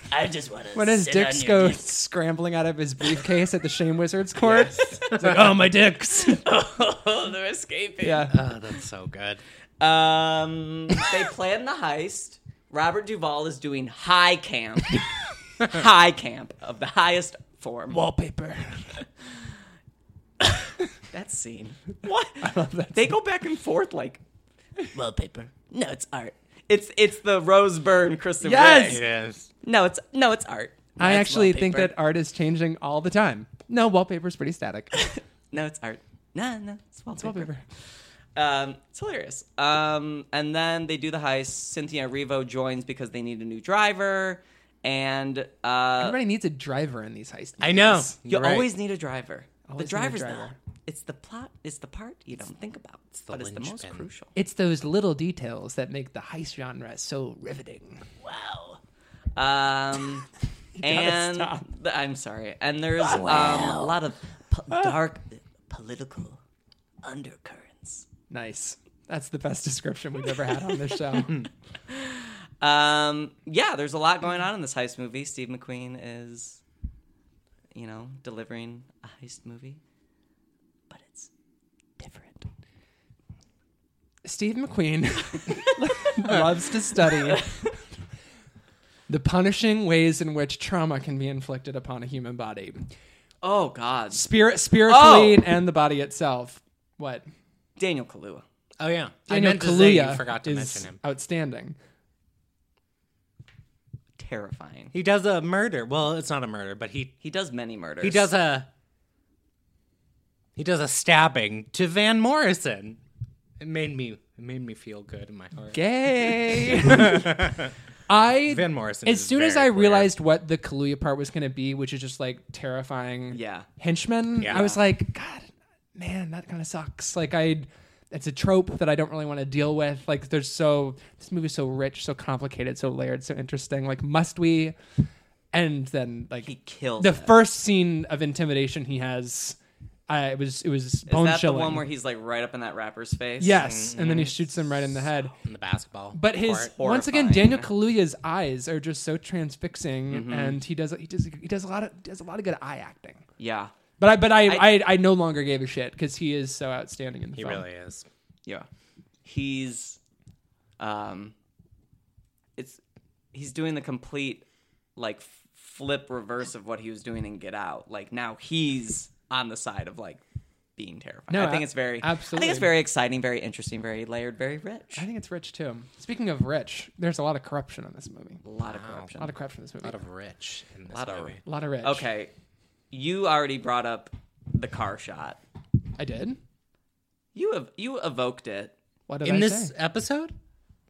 A: I just want to.
B: when his
A: sit
B: dicks
A: on your
B: go
A: dick.
B: scrambling out of his briefcase at the Shame Wizards court. It's like, oh my dicks.
A: Oh, they're escaping.
B: Yeah.
C: Oh, that's so good.
A: Um, they plan the heist. Robert Duvall is doing high camp, high camp of the highest form.
B: Wallpaper.
A: That scene. What? they go back and forth like wallpaper. No, it's art. It's it's the Rose Byrne Kristen
B: Yes!
A: Wiig.
C: Yes.
A: No, it's no, it's art. No,
B: I
A: it's
B: actually think
A: wallpaper.
B: that art is changing all the time. No, wallpaper's pretty static.
A: no, it's art. No, no, it's wallpaper.
B: Wallpaper.
A: Um, it's hilarious. Um, and then they do the heist. Cynthia Revo joins because they need a new driver, and uh,
B: Everybody needs a driver in these heists.
C: I know.
A: you
C: You're right.
A: always need a driver.
B: Always need
A: the
B: a
A: driver's
B: driver.
A: not. it's the plot, it's the part you don't think about,
C: the
A: but it's the most
C: linchpin.
A: crucial.
B: It's those little details that make the heist genre so riveting.
A: Wow. Um, and
B: stop.
A: th- I'm sorry. And there's um, a lot of po- dark political undercurrents.
B: Nice. That's the best description we've ever had on this show.
A: Um, yeah, there's a lot going on in this heist movie. Steve McQueen is, you know, delivering a heist movie, but it's different.
B: Steve McQueen loves to study the punishing ways in which trauma can be inflicted upon a human body,
A: Oh God,
B: spirit, spiritually,
A: Oh!
B: and the body itself. What
A: Daniel Kaluuya.
C: Oh yeah,
B: Daniel
C: I meant to say
B: Kaluuya
C: you forgot to
B: is
C: mention him.
B: outstanding.
A: Terrifying.
C: He does a murder. Well, it's not a murder, but he
A: He does many murders.
C: he does a he does a stabbing to Van Morrison. It made me it made me feel good in my heart.
B: Gay. I
C: Van Morrison.
B: As
C: is
B: soon as
C: very
B: I
C: queer.
B: realized what the Kaluuya part was going to be, which is just like terrifying
A: Yeah.
B: henchmen,
C: Yeah.
B: I was like, God, man, that kind of sucks. Like, I, it's a trope that I don't really want to deal with. Like, there's so, this movie's so rich, so complicated, so layered, so interesting. Like, must we? And then, like,
A: He kills.
B: the
A: it.
B: first scene of intimidation he has, uh, it was, it was
A: Is
B: bone
A: that
B: chilling.
A: the one where he's like right up in that rapper's face? Mm,
B: yes. And then
A: Mm-hmm.
B: he shoots him right in the head.
C: in the basketball.
B: But his
C: court.
B: once
A: horrifying. Mm-hmm.
B: again, Daniel Kaluuya's eyes are just so transfixing, and he does he does he does a lot of does a lot of good eye acting.
A: Yeah.
B: But I but I I,
A: I-
B: I, no longer gave a shit because he is so outstanding in the
C: he
B: film.
C: really is.
A: Yeah. He's um it's he's doing the complete like f- flip reverse of what he was doing in Get Out. Like now he's on the side of like being terrified.
B: No,
A: I think
B: a-
A: it's very I
B: absolutely.
A: think it's very exciting, very interesting, very layered, very rich.
B: I think it's rich too. Speaking of rich, there's a lot of corruption in this movie.
A: A lot of
B: A
A: corruption.
B: lot of corruption in this movie.
C: A lot of rich in this
A: Lot of-
C: movie.
B: a lot of rich.
A: okay. You already brought up the car shot.
B: I did.
A: You ev- you evoked it.
B: What did
C: in
B: I
C: this
B: say?
C: episode?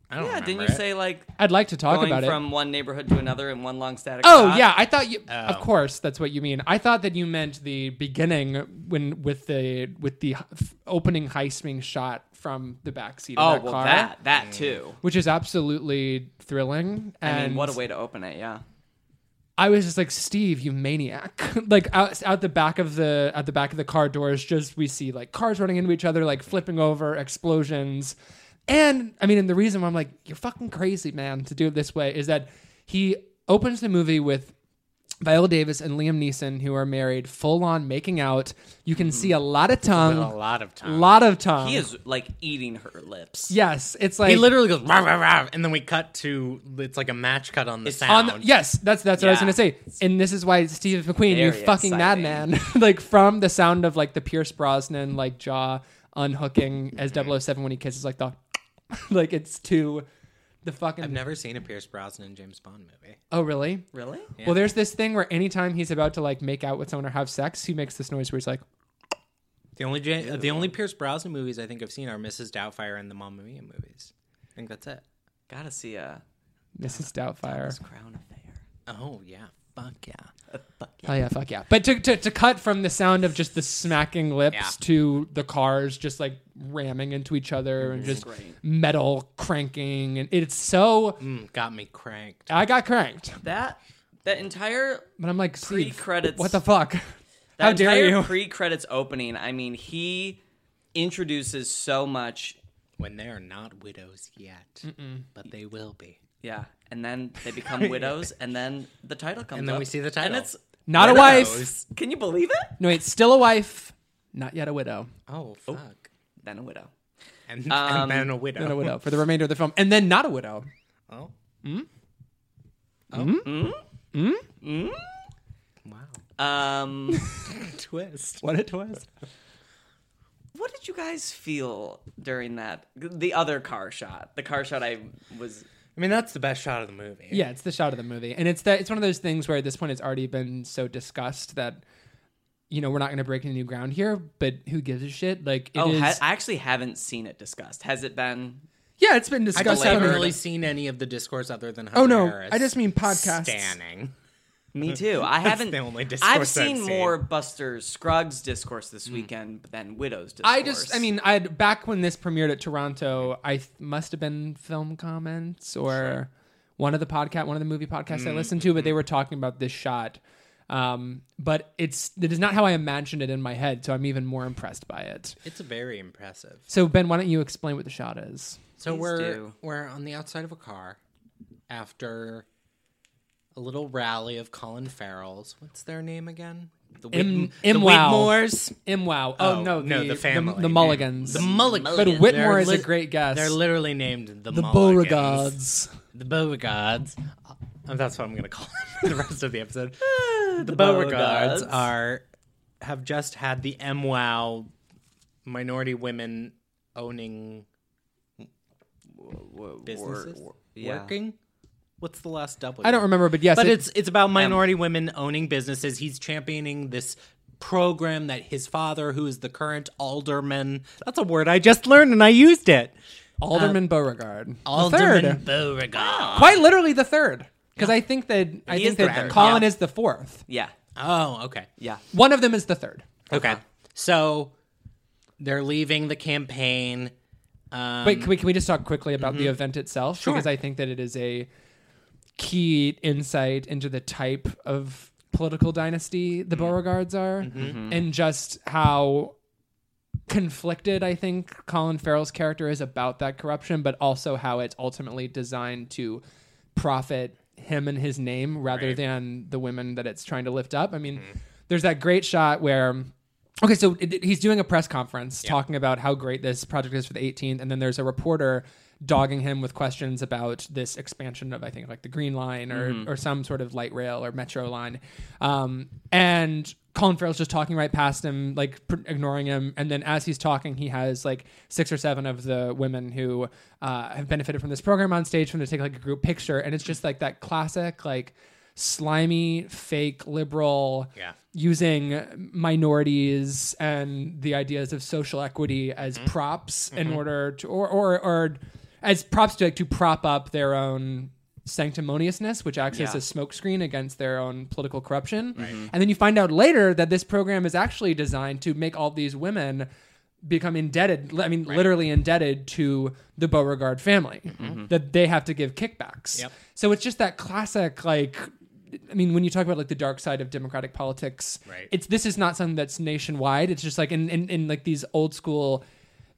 C: I don't
A: Yeah,
C: remember
A: didn't you
C: it.
A: say like
B: I'd like to talk
A: going
B: about it.
A: from one neighborhood to another in one long static
B: Oh
A: shot?
B: yeah, I thought you.
A: Oh.
B: Of course, that's what you mean. I thought that you meant the beginning when with the with the h- opening heist being shot from the backseat of
A: Oh,
B: that
A: well
B: car, Mm.
A: that that too.
B: which is absolutely thrilling. And
A: I mean, what a way to open it, yeah.
B: I was just like, Steve, you maniac! like out out the back of the at the back of the car doors, just we see like cars running into each other, like flipping over, explosions, and I mean, and the reason why I'm like, you're fucking crazy, man, to do it this way is that he opens the movie with Viola Davis and Liam Neeson, who are married, full on making out. You can see a lot of
C: With a
B: tongue,
C: lot of time.
B: lot of tongue.
A: He is like eating her lips.
B: Yes, it's like
C: He literally goes rah, rah, rah, and then we cut to it's like a match cut on the
B: on
C: sound.
B: the, yes, that's that's what I was
A: Yeah.
B: gonna say, and this is why Steve McQueen, you
A: Very
B: fucking
A: exciting.
B: madman, like from the sound of like the Pierce Brosnan like jaw unhooking as 007 when he kisses like the, like it's to the fucking.
C: I've never seen a Pierce Brosnan James Bond movie.
B: oh really?
A: Really?
B: Well, there's this thing where anytime he's about to like make out with someone or have sex, he makes this noise where he's like,
C: The only Ja- the only Pierce Brosnan movies I think I've seen are Mrs. Doubtfire and the Mamma Mia movies. I think that's it.
A: Gotta see a
B: "Mrs. Doubtfire."
A: crown affair.
C: Oh yeah, fuck yeah.
B: Oh yeah, fuck yeah! But to, to to cut from the sound of just the smacking lips
C: Yeah.
B: to the cars just like ramming into each other and just
A: Great.
C: Hmm, Oh, Um, Oh. Hmm? Hmm?
A: Um, Oh,
B: Oh,
A: Me too. I haven't.
C: the only
A: I've
C: discourse I've
A: seen
C: seen. Hmm.
A: more Buster Scruggs discourse this weekend than Widow's discourse.
B: I just, I mean, I had back when this premiered at Toronto, I th- must have been film comments or one of the podcast, one of the movie podcasts
C: Mm,
B: I listened to, but
C: mm-hmm.
B: they were talking about this shot. Um, but it's it is not how I imagined it in my head, so I'm even more impressed by it.
C: It's very impressive.
B: So Ben, why don't you explain what the shot is?
C: So
A: Please
C: we're
A: do.
C: we're on the outside of a car after a little rally of Colin Farrell's. What's their name again? The
B: Im-
C: Whit- the
B: Imwow.
C: Whitmores.
B: Imwow. Oh,
C: Oh,
B: no,
C: no, the family
B: the,
C: name.
B: Mulligans,
C: The Mulligans.
B: But Whitmore
C: They're
B: is a
C: lit-
B: great guess.
C: They're literally named the
B: the
C: Mulligans.
B: Beauregards.
C: The Beauregards. Uh, that's what I'm going to call them for the rest of the episode. Ah, the,
A: Beauregards.
C: Beauregards are have just had the MWOW minority women owning businesses
A: yeah.
C: working. What's the last W?
B: I don't remember, but yes,
C: But
B: it-
C: it's it's about minority women owning businesses. He's championing this program that his father, who is the current alderman, that's a word I just learned and I used it. Uh,
B: Alderman Beauregard. the
C: Alderman
B: third.
A: Ah.
C: Beauregard.
B: quite literally the third, because I think that I
A: He is
B: think
A: the
B: that
A: third,
B: Colin
A: yeah.
B: is the fourth.
A: yeah,
C: Oh, okay.
A: yeah.
B: One of them is the third.
C: Okay. So they're leaving the campaign. Um,
A: Mm-hmm.
B: Wait, can we, can we just talk quickly about the event itself? Because I think that it is a key insight into the type of political dynasty
A: Mm-hmm.
B: the Beauregards are and just how conflicted I think Colin Farrell's character is about that corruption, but also how it's ultimately designed to profit him and his name rather than the women that it's trying to lift up. I mean, there's that great shot where. Okay, so it- it- he's doing a press conference talking about how great this project is for the 18th, and then there's a reporter dogging him with questions about this expansion of I think like the Green Line or or some sort of light rail or metro line, um, and Colin Farrell's just talking right past him, like pr- ignoring him, and then as he's talking, he has like six or seven of the women who uh, have benefited from this program on stage for him to take like a group picture, and it's just like that classic like slimy fake liberal
C: Yeah.
B: using minorities and the ideas of social equity as props in order to or, or or as props to like, to prop up their own sanctimoniousness which acts as a
A: Yeah.
B: smokescreen against their own political corruption and then you find out later that this program is actually designed to make all these women become indebted i mean literally indebted to the beauregard family that they have to give kickbacks
C: Mm-hmm. Yep.
B: so it's just that classic like I mean, when you talk about like the dark side of democratic politics,
C: Right.
B: it's this is not something that's nationwide. It's just like in in, in like these old school,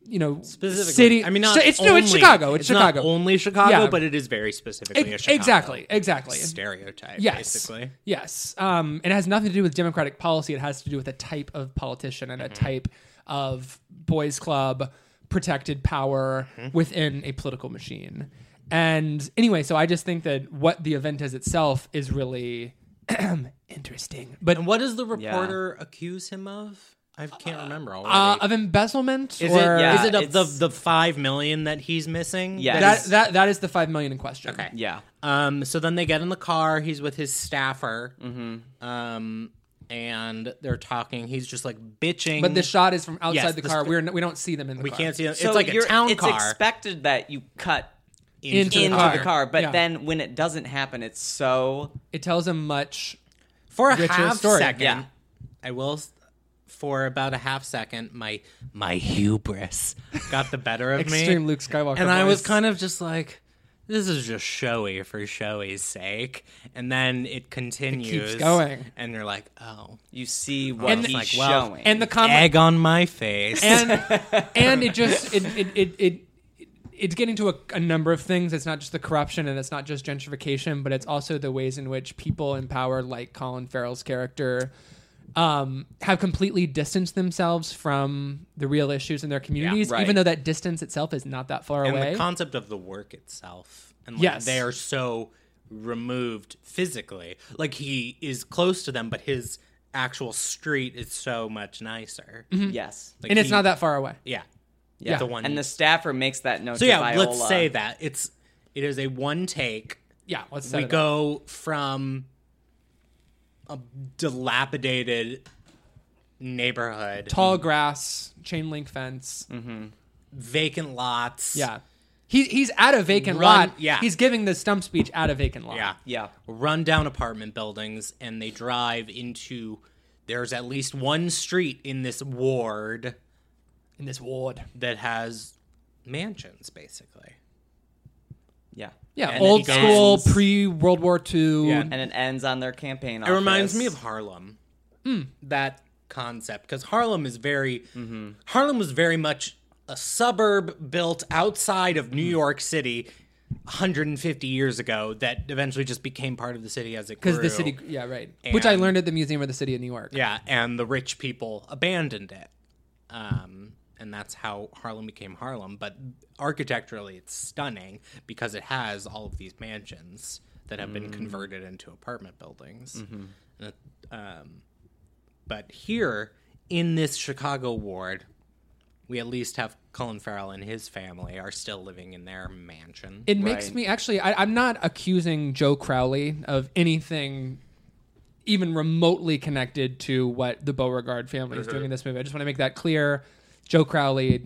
B: you know,
C: specifically,
B: city.
C: I mean, not
B: so it's no,
C: only,
B: it's Chicago. It's,
C: not
B: Chicago.
C: only Chicago,
B: Yeah.
C: but it is very specifically a
B: Ex-
C: Chicago
B: exactly, exactly.
C: stereotype.
B: Yes.
C: basically.
B: Yes. Um, it has nothing to do with democratic policy. It has to do with a type of politician and a
C: Mm-hmm.
B: type of boys' club protected power
C: Mm-hmm.
B: within a political machine. And anyway, so I just think that what the event is itself is really interesting. But
C: And what does the reporter accuse him of? I can't remember already.
B: uh, of embezzlement
C: is,
B: or
C: it,
A: yeah,
C: is it of the
A: it's-
C: the five million that he's missing?
A: Yes.
C: That-
B: that that that is the five million in question.
C: Okay.
A: Yeah.
C: Um, so then they get in the car. He's with his staffer.
A: Mm-hmm.
C: Um, and they're talking. He's just like bitching.
B: But the shot is from outside
C: Yes,
B: the
C: the
B: car.
C: sc-
B: We're n- we don't see them in the
C: we
B: car.
C: can't see. Him.
A: So
C: it's like a
A: you're-
C: town
A: it's
C: car.
A: expected that you cut
B: Into the
A: into
B: car.
A: the car, but
B: Yeah.
A: then when it doesn't happen, it's so
B: It tells them much.
C: for a
B: Richer
C: half
B: story.
C: second.
A: Yeah.
C: I will. s- For about a half second, my my hubris got the better of
B: Extreme
C: me,
B: Luke Skywalker
C: and I was
B: voice.
C: kind of just like, "This is just showy for showy's sake." And then it continues,
B: going.
C: and you're like, "Oh,
A: you see what
C: And-
A: he's
C: Like, well,
A: showing.
B: And the comment
C: egg on my face."
B: and and it just it it it, it it's getting to a, a number of things. It's not just the corruption and it's not just gentrification, but it's also the ways in which people in power, like Colin Farrell's character, um, have completely distanced themselves from the real issues in their communities,
A: right.
B: even though that distance itself is not that far
C: and
B: away.
C: the concept of the work itself and like,
B: Yes.
C: they are so removed physically like he is close to them but his actual street is so much nicer
B: Mm-hmm.
A: yes,
C: Like,
B: and it's
C: he-
B: not that far away.
C: yeah
A: yeah.
C: the one-
A: and the staffer makes that note. to
C: so yeah
A: Viola.
C: let's say that it's it is a one take
B: Yeah, let's set
C: we
B: it up.
C: go from a dilapidated neighborhood Mm.
B: tall grass, chain link fence.
C: vacant lots
B: Yeah. He, he's at a vacant
C: Run-
B: lot.
C: yeah.
B: He's giving the stump speech at a vacant lot.
C: Yeah.
A: Yeah.
C: Run down apartment buildings and they drive into there's at least one street in this ward
B: In this ward.
C: that has mansions basically.
A: Yeah.
B: Yeah.
C: And
B: old
C: it goes-
B: school, pre World War II.
C: Yeah.
A: And it ends on their campaign.
C: It reminds me of Harlem.
B: Hmm.
C: That concept cuz Harlem is very
B: Mm-hmm.
C: Harlem was very much a suburb built outside of New
B: Mm-hmm.
C: York City 150 years ago that eventually just became part of the city as it grew.
B: Because the city, yeah, right. Which I
C: And-
B: learned at the Museum of the City of New York.
C: Yeah, and the rich people abandoned it. Um, and that's how Harlem became Harlem. But architecturally, it's stunning because it has all of these mansions that have
B: Mm.
C: been converted into apartment buildings.
B: Mm-hmm.
C: And it- um, but here in this Chicago ward, we at least have Colin Farrell and his family are still living in their mansion.
B: It makes
A: Right.
B: me actually. I, I'm not accusing Joe Crowley of anything even remotely connected to what the Beauregard family is doing in this movie. I just want to make that clear. Joe Crowley,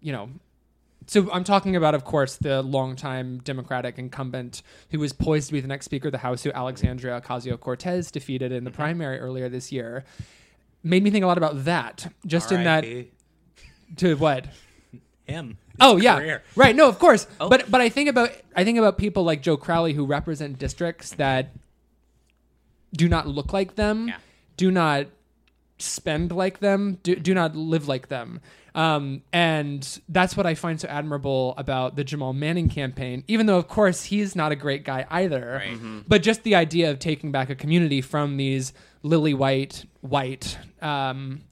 B: you know. So I'm talking about, of course, the longtime Democratic incumbent who was poised to be the next Speaker of the House, who Alexandria Ocasio Cortez defeated in the primary earlier this year. Made me think a lot about that. Just in that,
C: R.I.P.
B: to what?
C: him. his
B: Oh yeah,
C: career. Oh.
B: right. No, of course. But but I think about I think about people like Joe Crowley who represent districts that do not look like them,
C: Yeah.
B: do not spend like them, do, do not live like them. Um, and that's what I find so admirable about the Jamal Manning campaign. Even though, of course, he's not a great guy either, Mm-hmm.
C: Right. Mm-hmm.
B: but just the idea of taking back a community from these lily white, white. Um,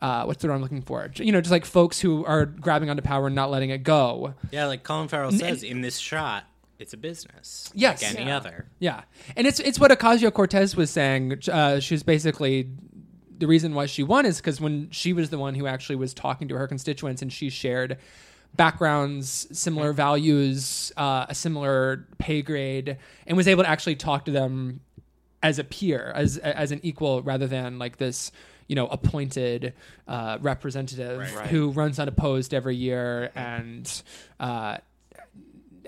B: uh, what's the word I'm looking for? J- You know, just like folks who are grabbing onto power and not letting it go.
C: Yeah, like Colin Farrell says in this shot, it's a business.
B: Yes.
C: Like any
B: Yeah.
C: other.
B: Yeah, and it's it's what Ocasio Cortez was saying. Uh, she was basically the reason why she won is because when she was the one who actually was talking to her constituents and she shared backgrounds, similar values, uh, a similar pay grade, and was able to actually talk to them as a peer, as as an equal, rather than like this. You know, appointed uh, representative who runs unopposed every year and uh,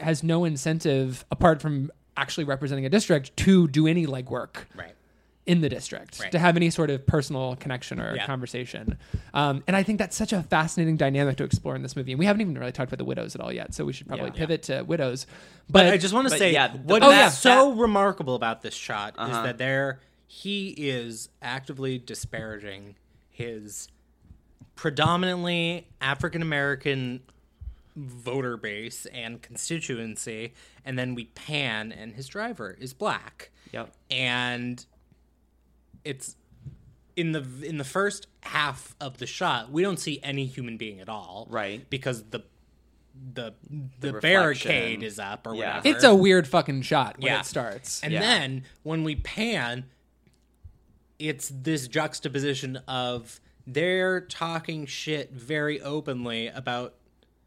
B: has no incentive apart from actually representing a district to do any legwork
C: Right.
B: in the district
C: Right.
B: to have any sort of personal connection or
C: Yeah.
B: conversation. Um, and I think that's such a fascinating dynamic to explore in this movie. And we haven't even really talked about the widows at all yet, so we should probably
A: Yeah.
B: pivot to widows. But,
C: But, I just want to
A: but
C: say,
A: yeah, the-
C: what
A: Oh,
C: is
A: yeah.
C: so remarkable about this shot
A: Uh-huh.
C: is that there he is actively disparaging his predominantly African American voter base and constituency, and then we pan, and his driver is black.
A: Yep.
C: and it's in the in the first half of the shot we don't see any human being at all
A: Right.
C: because the the the,
A: reflection.
C: barricade is up or
A: Yeah.
C: whatever
B: it's a weird fucking shot when
C: Yeah.
B: it starts.
C: and
A: Yeah.
C: then when we pan it's this juxtaposition of they're talking shit very openly about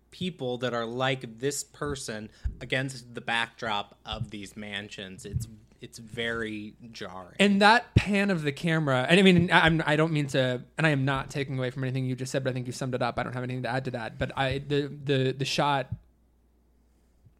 C: people that are like this person against the backdrop of these mansions it's it's very jarring
B: And that pan of the camera, and I mean, I- I'm, I don't mean to, and I am not taking away from anything you just said, but I think you summed it up. I don't have anything to add to that. But I, the, the, the shot,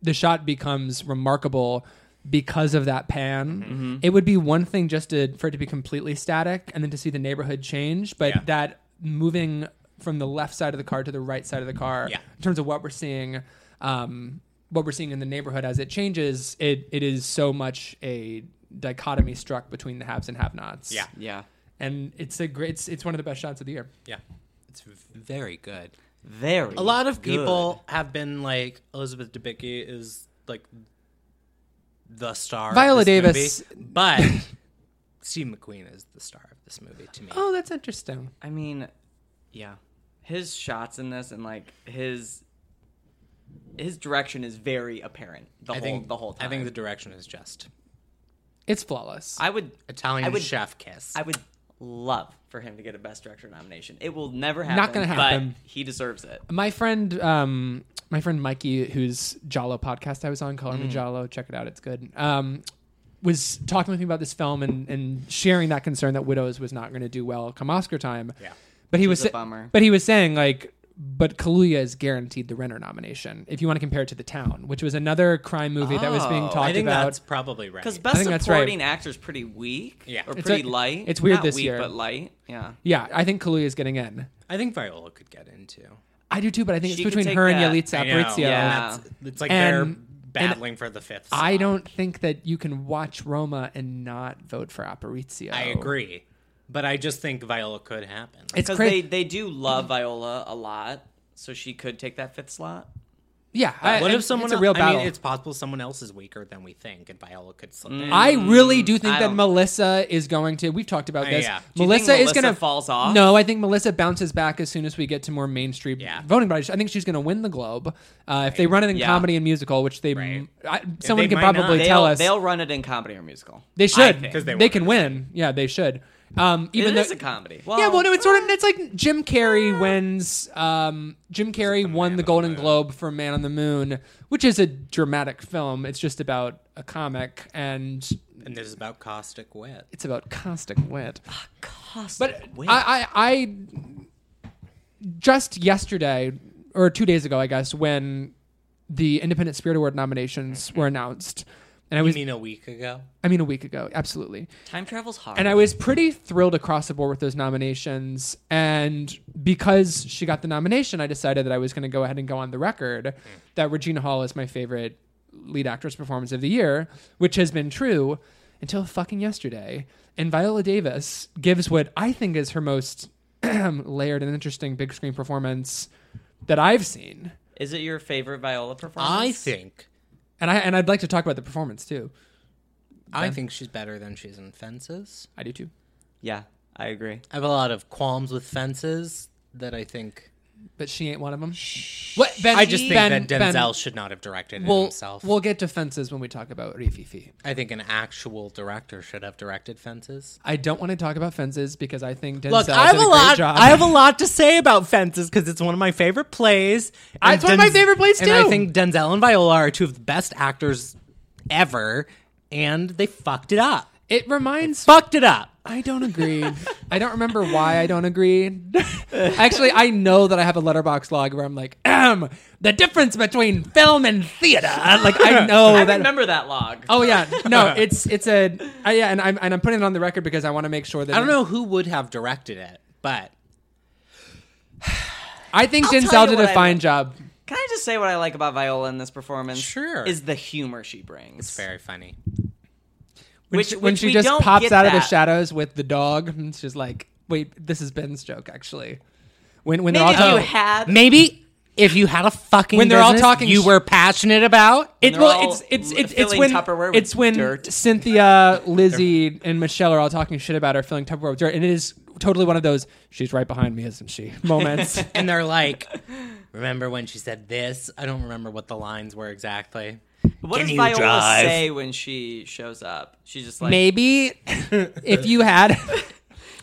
B: the shot becomes remarkable because of that pan.
C: Mm-hmm.
B: It would be one thing just to, for it to be completely static and then to see the neighborhood change, but
C: Yeah.
B: that moving from the left side of the car to the right side of the car,
C: Yeah.
B: in terms of what we're seeing, um, what we're seeing in the neighborhood as it changes, it it is so much a dichotomy struck between the haves and have-nots.
C: Yeah.
A: Yeah.
B: and it's a great. It's, it's one of the best shots of the year.
C: Yeah. It's v- very good.
A: Very.
C: A lot of people have been like Elizabeth Debicki is like the star. of
B: Viola
C: this
B: Davis-
C: movie, but Steve McQueen is the star of this movie to me.
B: Oh, that's interesting.
A: I mean, yeah, his shots in this and like his his direction is very apparent the
C: I
A: whole
C: think
A: the whole time.
C: I think the direction is just
B: It's flawless. Uh,
A: I would
C: Italian
A: I would-
C: chef kiss.
A: I would love for him to get a best director nomination. It will never happen.
B: gonna
A: but
B: happen.
A: he deserves it.
B: my friend, um, my friend Mikey, whose Jalo podcast I was on, Color
C: Mm-hmm.
B: Me Jalo, check it out, it's good. Um, was talking with me about this film and, and sharing that concern that Widows was not going to do well come Oscar time.
C: Yeah.
B: but he
A: Which
B: was
A: is a
B: sa-
A: bummer.
B: But he was saying like but Kaluuya is guaranteed the Renner nomination if you want to compare it to The Town, which was another crime movie that was being
A: Oh, I
B: talked
C: I think
B: about.
C: that's probably right.
A: Because best
B: think that's right.
A: supporting actor is pretty weak.
C: Yeah.
A: Or
C: It's
A: pretty
B: like-
A: light.
B: it's weird
A: Not
B: this
A: weak,
B: year.
A: But light. Yeah.
B: Yeah, I think Kaluuya is getting in.
C: I think Viola could get into.
B: I do too, but I think
A: She could
B: it's between
A: take
B: her
A: that.
B: and Yalitza
C: I know.
B: Aparicio.
A: Yeah.
C: And that's- it's like
B: And-
C: they're battling for the fifth.
B: I
C: spot.
B: don't think that you can watch Roma and not vote for Aparicio.
C: I agree, but I just think Viola could happen.
B: It's
A: Because
B: crazy.
A: they, they do love Viola a lot, so she could take that fifth slot.
B: yeah, I-
C: what
B: I-
C: if someone?
B: It's a real
C: I
B: battle.
C: mean, it's possible someone else is weaker than we think, and Viola could slip in.
B: Mm. I really do think
A: I
B: that
A: don't-
B: Melissa is going to. We've talked about
C: Uh,
B: this.
C: yeah. Do
A: you think
B: Melissa is
A: Melissa
B: going to
A: falls off?
B: No, I think Melissa bounces back as soon as we get to more mainstream
C: Yeah.
B: voting bodies. I think she's going to win the Globe uh, if they run it in
A: Yeah.
B: comedy and musical, which they
C: Right.
B: I, someone
C: they
B: can
C: might not.
B: probably
C: They
B: tell
A: They'll,
B: us
A: they'll run it in comedy or musical.
B: they should
C: think. 'Cause they
B: they
C: won't.
B: can win. Yeah, they should. Um,
A: It is
B: even though
A: a comedy.
B: yeah, well, no, it's sort of it's like Jim Carrey wins. Um, Jim Carrey won the Golden Globe for Man on the Moon, which is a dramatic film. It's just about a comic, and
C: and this is about caustic wit.
B: it's about caustic wit.
C: Ah,
A: but
B: I, I, I just yesterday or two days ago, I guess, when the Independent Spirit Award nominations were announced, and I
C: You
B: was,
C: mean a week ago?
B: I mean, a week ago, absolutely.
A: time travel's hard.
B: And I was pretty thrilled across the board with those nominations. And because she got the nomination, I decided that I was going to go ahead and go on the record that Regina Hall is my favorite lead actress performance of the year, which has been true until fucking yesterday. And Viola Davis gives what I think is her most layered and interesting big screen performance that I've seen.
A: is it your favorite Viola performance?
C: I think.
B: And I and I'd like to talk about the performance too.
C: I think she's better than she's in Fences.
B: I do too.
A: Yeah, I agree.
C: I have a lot of qualms with Fences that I think.
B: But she ain't one of them. What ben,
C: I just think
B: Ben-
C: that Denzel
B: Ben-
C: should not have directed it
B: we'll,
C: himself.
B: We'll get to fences when we talk about Rififi.
C: I think an actual director should have directed Fences.
B: I don't want to talk about fences because I think Denzel
C: Look,
B: did
C: I have
B: a
C: a
B: great
C: lot.
B: job.
C: I have a lot to say about Fences because it's one of my favorite plays.
B: I-
C: And
B: it's one of my
C: Denz-
B: favorite plays,
C: And I
B: too.
C: think Denzel and Viola are two of the best actors ever, and they fucked it up.
B: it reminds.
C: Fucked it up.
B: I don't agree. I don't remember why I don't agree. Actually, I know that I have a letterbox log where I'm like, um, the difference between film and theater. Like I know
A: I
B: that.
A: remember that log.
B: Oh yeah, no, it's it's a I, yeah, and I'm and I'm putting it on the record because I want to make sure that
C: I don't know who would have directed it, but
B: I think
A: tell
B: Denzel
A: you
B: did
A: what
B: a
A: I
B: fine
A: like.
B: job.
A: Can I just say what I like about Viola in this performance?
C: Sure.
A: Is the humor she brings. It's
C: very funny.
A: Which,
B: when
A: which
B: she
A: we
B: just
A: don't
B: pops
A: get
B: out of the
A: that.
B: shadows with the dog, and she's like, "Wait, this is Ben's joke, actually." When when
A: Maybe
B: they're all
A: if you
B: talking,
A: had
C: Oh, Maybe if you had a fucking
B: When they're all
C: business
B: talking
C: you
B: sh-
C: were passionate about. It,
B: it,
A: they're
B: well,
A: all
B: it's it's
A: l-
B: it's, it's
A: filling
B: when
A: Tupperware with
B: it's when
A: dirt.
B: Cynthia, Lizzie, and Michelle are all talking shit about her filling Tupperware with dirt, and it is totally one of those "she's right behind me, isn't she?" moments.
C: and they're like, remember when she said this? I don't remember what the lines were exactly.
A: What
C: Can
A: does
C: you
A: Viola
C: drive?
A: say when she shows up? She's just like
B: Maybe if you had,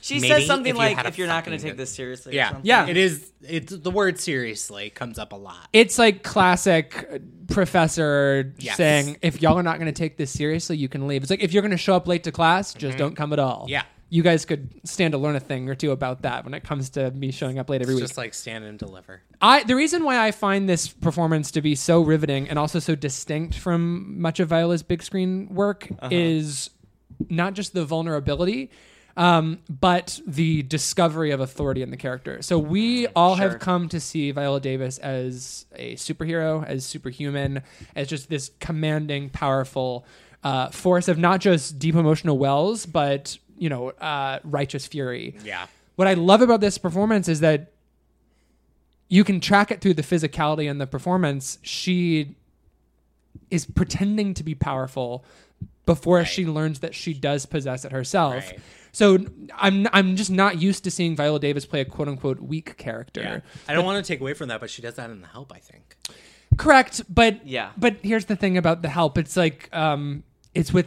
A: she
C: maybe
A: says something
C: if you
A: like,
C: had a
A: "If you're not going to
C: fucking
A: take this seriously, or
C: Yeah,
A: something.
B: Yeah.
C: It is. It's the word seriously comes up a lot.
B: it's like classic professor
C: Yes.
B: saying, "If y'all are not going to take this seriously, you can leave." It's like if you're going to show up late to class, just don't come at all.
C: Mm-hmm. Yeah.
B: you guys could stand to learn a thing or two about that when it comes to me showing up late every
C: It's
B: week.
C: just like stand and deliver.
B: I the reason why I find this performance to be so riveting and also so distinct from much of Viola's big screen work is not just the vulnerability, um, but the discovery of authority in the character. So we all have come to see Viola Davis as a superhero, as superhuman, as just this commanding, powerful uh, force of not just deep emotional wells, but you know, uh, righteous fury
C: Yeah.
B: what I love about this performance is that you can track it through the physicality and the performance. She is pretending to be powerful before she learns that she does possess it herself.
C: Right.
B: So I'm I'm just not used to seeing Viola Davis play a quote unquote weak character.
C: I don't want to take away from that, but she does that in the help. I think.
B: Correct, but
A: Yeah.
B: But here's the thing about the help. It's like um, it's with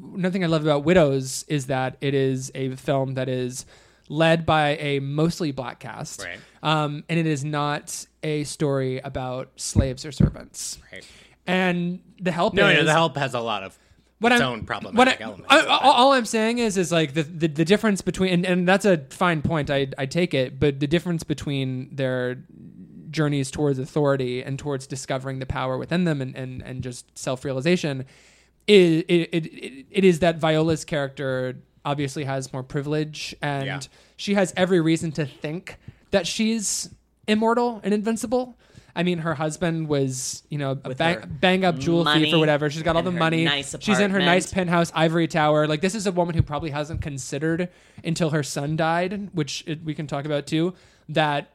B: nothing I love about Widows is that it is a film that is led by a mostly black cast,
C: Right.
B: um, and it is not a story about slaves or servants.
C: Right.
B: And the help
C: No,
B: is
C: no, the help has a lot of
B: what
C: its
B: I'm-
C: own problematic
B: what I-
C: elements.
B: I- all, all I'm saying is, is like the, the, the difference between, and, and that's a fine point. I, I take it, but the difference between their journeys towards authority and towards discovering the power within them and, and, and just self realization, it, it, it, it, it is that Viola's character obviously has more privilege and
C: Yeah.
B: she has every reason to think that she's immortal and invincible. I mean, her husband was, you know, a bang,
A: her
B: bang up jewel thief
A: money
B: or whatever. She's got all
A: and
B: the
A: her
B: money.
A: nice
B: She's in her nice
A: apartment.
B: penthouse ivory tower. Like this is a woman who probably hasn't considered until her son died, which it, we can talk about too, that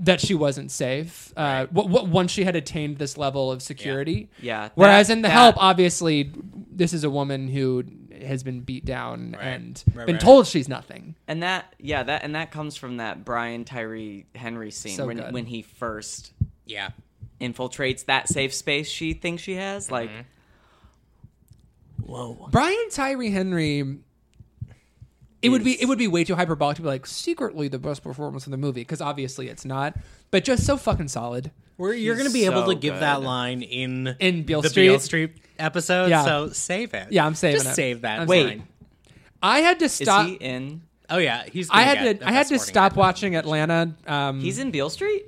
B: that she wasn't safe. Uh, what, what once she had attained this level of security.
A: Yeah. Yeah,
B: Whereas
A: that-
B: in the
A: that-
B: help, obviously, this is a woman who has been beat down and
C: Right,
B: been
C: right.
B: told she's nothing.
A: And that, yeah, that and that comes from that Brian Tyree Henry scene
B: So
A: when
B: good.
A: when he first
C: Yeah.
A: infiltrates that safe space she thinks she has. Like,
B: Mm-hmm.
A: whoa,
B: Brian Tyree Henry. It would be
A: Is-
B: it would be way too hyperbolic to be like secretly the best performance in the movie because obviously it's not, but just so fucking solid.
C: We're, you're
A: He's
C: going to be able
A: so
C: to give that
A: good.
C: line in
B: In Beale
C: the
B: Street?
C: Beale Street episode.
B: Yeah.
C: So save it.
B: Yeah, I'm saving
C: Just
B: it.
C: save that.
B: I'm
A: wait,
C: line.
B: I had to
A: is
B: stop.
A: he in?
C: Oh yeah, he's.
B: I
C: gonna
B: had
C: get
B: to
C: the
B: I had
C: best
B: to
C: supporting
B: stop
C: actor.
B: watching Atlanta. Um,
A: He's in Beale Street.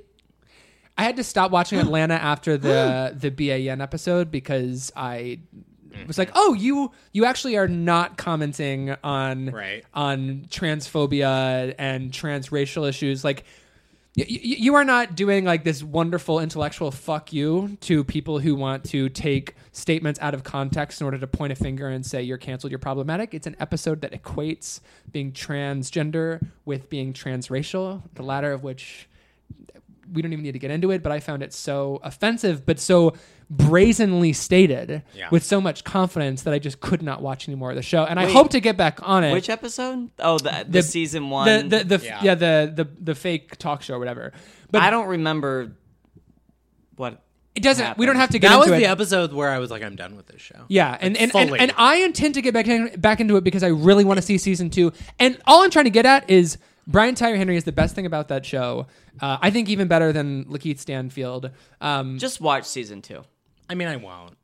B: I had to stop watching Atlanta after the the BAN episode because I was like, "Oh, you you actually are not commenting on
C: Right.
B: on transphobia and transracial issues like y- y- you are not doing like this wonderful intellectual fuck you to people who want to take statements out of context in order to point a finger and say you're canceled, you're problematic. It's an episode that equates being transgender with being transracial, the latter of which we don't even need to get into it, but I found it so offensive, but so brazenly stated
C: Yeah.
B: with so much confidence that I just could not watch any more of the show. And I hope to get back on it
A: Which episode? Oh, the, the, season one.
B: the the, the
C: Yeah.
B: yeah. the the the fake talk show or whatever. But
A: I don't remember what.
B: it doesn't. We don't have to get
C: That was
B: into it.
C: the episode where I was like, I'm done with this show.
B: yeah, and and, and
C: fully.
B: and I intend to get back in, back into it because I really want to see season two. And all I'm trying to get at is Brian Tyree Henry is the best thing about that show. Uh, I think even better than Lakeith Stanfield. Um,
A: Just watch season two.
C: I mean, I won't.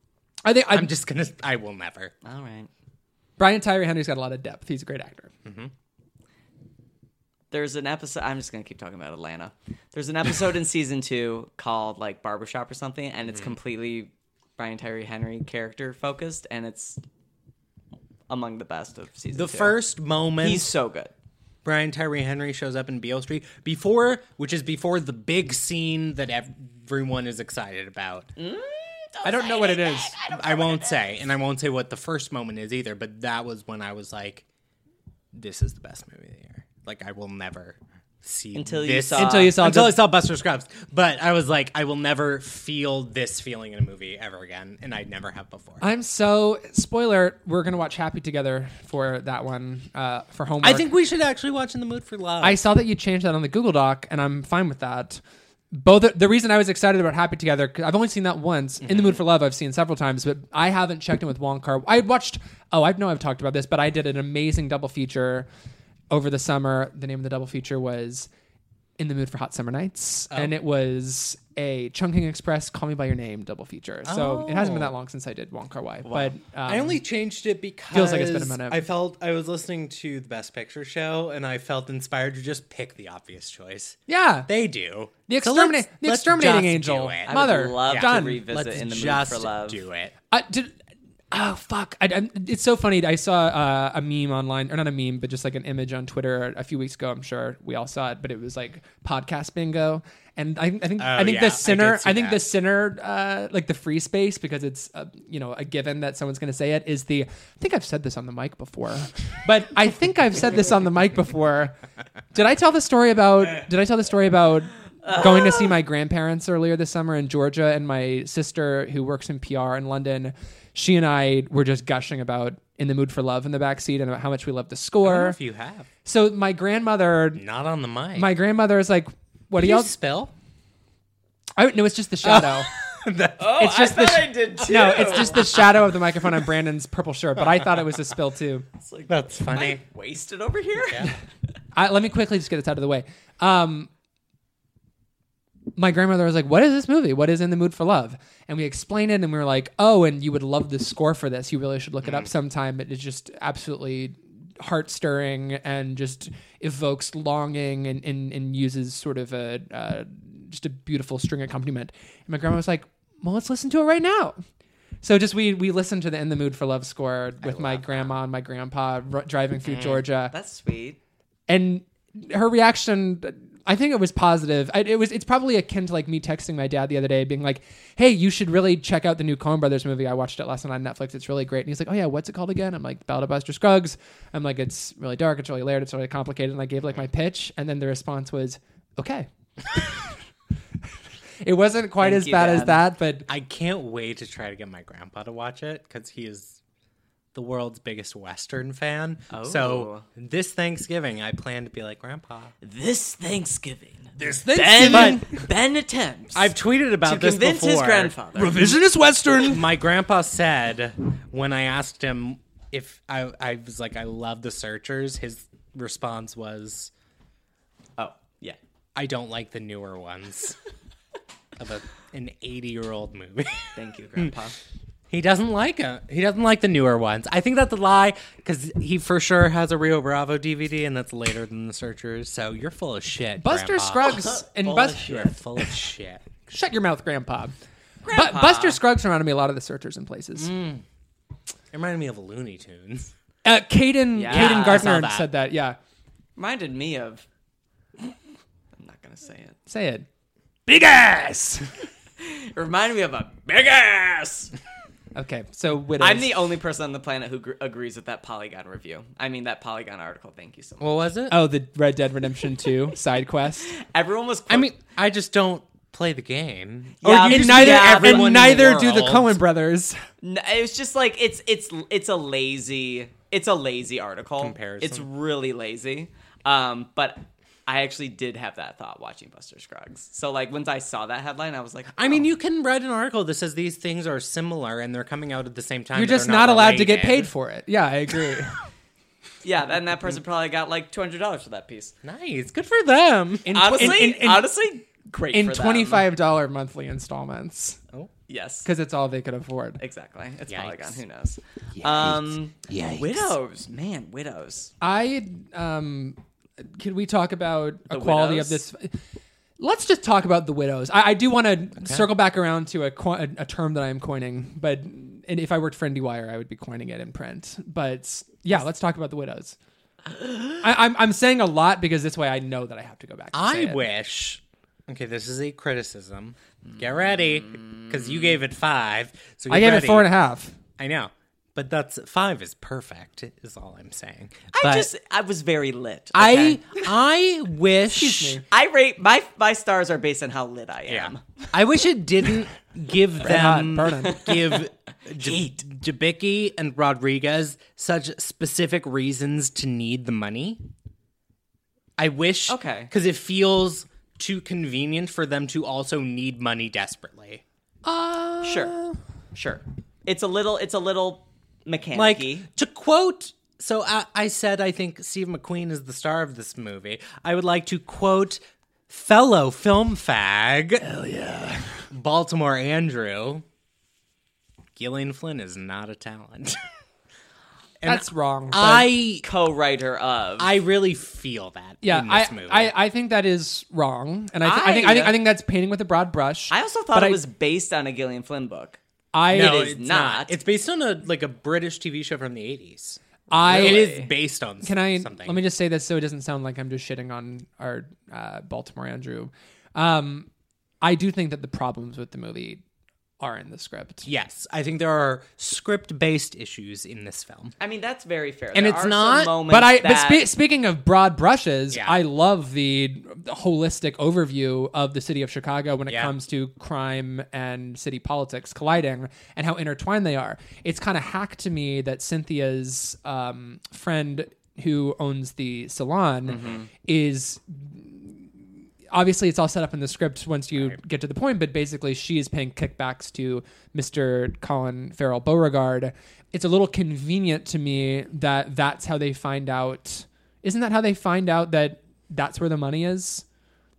B: I think I,
C: I'm just gonna. I will never.
A: All right.
B: Brian Tyree Henry's got a lot of depth. He's a great actor.
A: There's an episode. I'm just gonna keep talking about Atlanta. There's an episode in season two called like Barbershop or something, and
C: Mm-hmm.
A: it's completely Brian Tyree Henry character focused, and it's among the best of season.
C: The
A: two.
C: first moment
A: He's so good.
C: Brian Tyree Henry shows up in Beale Street before, which is before the big scene that everyone is excited about.
B: I Mm, don't know what it is.
C: I, won't say, and I won't say what the first moment is either. But that was when I was like, "This is the best movie of the year." Like I will never see
A: Until you
C: this.
A: saw-
B: Until you saw
C: until I
B: the,
C: saw Buster Scruggs. But I was like, I will never feel this feeling in a movie ever again, and I never have before. I,
B: I'm so spoiler. We're gonna watch Happy together for that one uh, for homework.
C: think we should actually watch In the Mood for Love.
B: I saw that you changed that on the Google Doc, and I'm fine with that. Both the reason I was excited about Happy Together, 'cause I've only seen that once.
C: Mm-hmm.
B: In the Mood for Love, I've seen several times, but I haven't checked in with Wong Kar. I watched. Oh, I know I've talked about this, but I did an amazing double feature over the summer. The name of the double feature was "In the Mood for Hot Summer
C: Oh.
B: Nights," and it was a Chunking Express "Call Me by Your Name" double feature. So it hasn't been that long since I did Wong Kar Wai, but um,
C: Oh. I only changed it because
B: Feels like it's been a minute.
C: I felt I was listening to the Best Picture show, and I felt inspired to just pick the obvious choice.
B: yeah,
C: They do
B: The
C: So let's-
B: extermina- the
C: let's
B: exterminating
C: just
B: angel.
C: do it.
A: I
B: Mother,
A: would love
B: done.
A: to revisit
C: Let's
A: in the
C: just
A: mood for love.
C: do it.
B: I did. Oh fuck! I, I'm- it's so funny. I saw uh, a meme online, or not a meme, but just like an image on Twitter a few weeks ago. I'm sure we all saw it, but it was like podcast bingo, and I, I think I think
C: Oh, yeah, I
B: the
C: did
B: sinner,
C: see
B: I, think the
C: that.
B: sinner, uh, like the free space because it's uh, you know a given that someone's going to say it is the. I think I've said this on the mic before, but I think I've said this on the mic before. Did I tell the story about? Did I tell the story about? Going to see my grandparents earlier this summer in Georgia, and my sister, who works in PR in London, she and I were just gushing about "In the Mood for Love" in the back seat and about how much we love the
C: Or
B: score.
C: if you have
B: So my grandmother,
C: not on the mic,
B: my grandmother is like, "What do
C: Did you
B: y'all?"
C: spill?
B: I, no, it's just the shadow.
A: Oh,
B: It's just
A: I thought
B: the sh-
A: I did too.
B: no, it's just the shadow of the microphone on Brandon's purple shirt. But I thought it was a spill too.
A: It's like,
C: That's
A: am
C: funny.
A: I wasted over here.
B: I, let me quickly just get this out of the way. Um, my grandmother was like, "What is this movie? What is In the Mood for Love?" And we explained it, and we were like, "Oh, and you would love the score for this. You really should look it up sometime. It is just absolutely heart stirring and just evokes longing and, and and uses sort of a." Uh, just a beautiful string accompaniment. And my grandma was like, "Well, let's listen to it right now." So just we we listened to the "In the Mood for Love" score with my grandma and my grandpa r- driving through Georgia,
A: That's sweet.
B: and her reaction i think it was positive I, it was it's probably akin to like me texting my dad the other day being like hey you should really check out the new coen brothers movie i watched it last night on netflix it's really great and he's like oh yeah what's it called again i'm like ballad of buster scruggs i'm like it's really dark it's really layered it's really complicated and i gave like my pitch and then the response was okay it wasn't quite
A: Thank
B: as
A: you,
B: bad as
A: Dad.
B: that but
C: I can't wait to try to get my grandpa to watch it because he is the world's biggest Western fan. So
A: Oh.
C: this Thanksgiving, I plan to be like Grandpa.
A: This Thanksgiving,
F: This
A: Ben Ben attempts
C: I've tweeted about
A: to
C: this
A: convince
C: before.
A: his grandfather.
F: revisionist Western.
C: My grandpa said when I asked him if I, I was like, I love the Searchers. His response was,
A: Oh yeah,
C: I don't like the newer ones of a, an 80 year old movie.
A: thank you,
C: Hmm.
A: Grandpa.
C: He doesn't like it. He doesn't like the newer ones. I think that's a lie because he for sure has a Rio Bravo DVD, and that's later than the Searchers. So you're full of shit,
B: buster
C: Grandpa.
B: scruggs and
A: Full
B: Bus-
A: of
C: You're
A: shit.
C: full of shit.
B: shut your mouth grandpa,
A: Grandpa.
B: But Buster Scruggs reminded me a lot of the Searchers in places.
C: It reminded me of Looney Tunes.
B: Uh, Caden,
A: Yeah, I
B: Caden
A: saw
B: Gardner
C: that.
B: said that. Yeah,
A: Reminded me of. I'm not gonna say it.
B: say it.
F: Big ass.
A: It reminded me of a big ass.
B: Okay, so widows.
A: I'm the only person on the planet who gr- agrees with that Polygon review. I mean that Polygon article. Thank you so much.
C: What was it?
B: oh the Red Dead Redemption Two side quest.
A: Everyone was.
C: I mean, I just don't play the game.
A: Yeah,
B: or you
A: just-
B: neither
A: yeah,
B: and
A: everyone
C: in the
B: neither do the
C: world.
B: Cohen brothers.
A: N- It was just like it's it's it's a lazy it's a lazy article.
C: Comparison.
A: It's really lazy. Um, but I actually did have that thought watching Buster Scruggs. So like once I saw that headline, I was like, oh,
C: I mean, you can write an article that says these things are similar and they're coming out at the same time.
B: You're
C: but they're
B: just not, allowed to get
C: related.
B: paid for it. Yeah, I agree.
A: yeah, and that person probably got like two hundred dollars for that piece.
C: Nice, good for them.
B: In,
A: Honestly,
B: in, in,
A: honestly, great
B: in
A: for them.
B: twenty five dollar monthly installments
A: Yes,
B: because it's all they could afford.
A: exactly. It's
C: Yikes.
A: Polygon. Who knows? Um, widows, man, widows.
B: I um, could we talk about
A: The
B: a quality
A: widows?
B: of this? Let's just talk about the widows. I, I do want to circle back around to a, co- a, a term that I am coining, but and if I worked for IndieWire, I would be coining it in print. But yeah, let's talk about the widows. I, I'm I'm saying a lot because this way I know that I have to go back. And say
C: I
B: it.
C: wish. Okay, this is a criticism. Get ready, because you gave it five. So
B: I
C: get
B: gave it
C: ready.
B: four and a half.
C: I know, but that's five is perfect. Is all I'm saying.
A: I
C: But
A: just, I was very lit. okay?
C: I, I wish.
A: I rate my my stars are based on how lit I
C: Yeah.
A: am.
C: I wish it didn't give
B: hot,
C: them
B: burn 'em.
C: give J- Jabicki and Rodriguez such specific reasons to need the money. I wish
A: Okay.
C: because it feels too convenient for them to also need money desperately. Uh.
A: Sure, sure. It's a little, it's a little mechanic
C: like to quote so I, I said i think steve mcqueen is the star of this movie i would like to quote fellow film fag Hell yeah. baltimore andrew gillian flynn is not a talent And
B: That's wrong. but-
C: i
A: co-writer of.
C: i really feel that
B: yeah,
C: in
B: I,
C: this movie
B: I I think that is wrong, and I, th- I, think I think I think that's painting with a broad brush.
A: I also thought
B: But
A: it
B: I-
A: was based on a Gillian Flynn book.
B: I
C: no,
A: it is
C: it's
A: not.
C: It's based on a like a British TV show from the eighties.
B: I
C: It is based on.
B: Oh, eh, Can I
C: Something.
B: let me just say this so it doesn't sound like I'm just shitting on our uh, Baltimore Andrew? Um, I do think that the problems with the movie are in the script.
C: Yes, I think there are script-based issues in this film.
A: I mean, that's very fair.
C: And
A: There
C: it's
A: are some
C: not-
A: moments
B: But I
A: that,
B: but spe- speaking of broad brushes,
C: Yeah.
B: I love the holistic overview of the city of Chicago when it
C: Yeah.
B: comes to crime and city politics colliding and how intertwined they are. It's kind of hack to me that Cynthia's um, friend who owns the salon
A: Mm-hmm.
B: is obviously it's all set up in the script once you get to the point, but basically she is paying kickbacks to Mr. Colin Farrell Beauregard. It's a little convenient to me that that's how they find out. Isn't that how they find out that that's where the money is?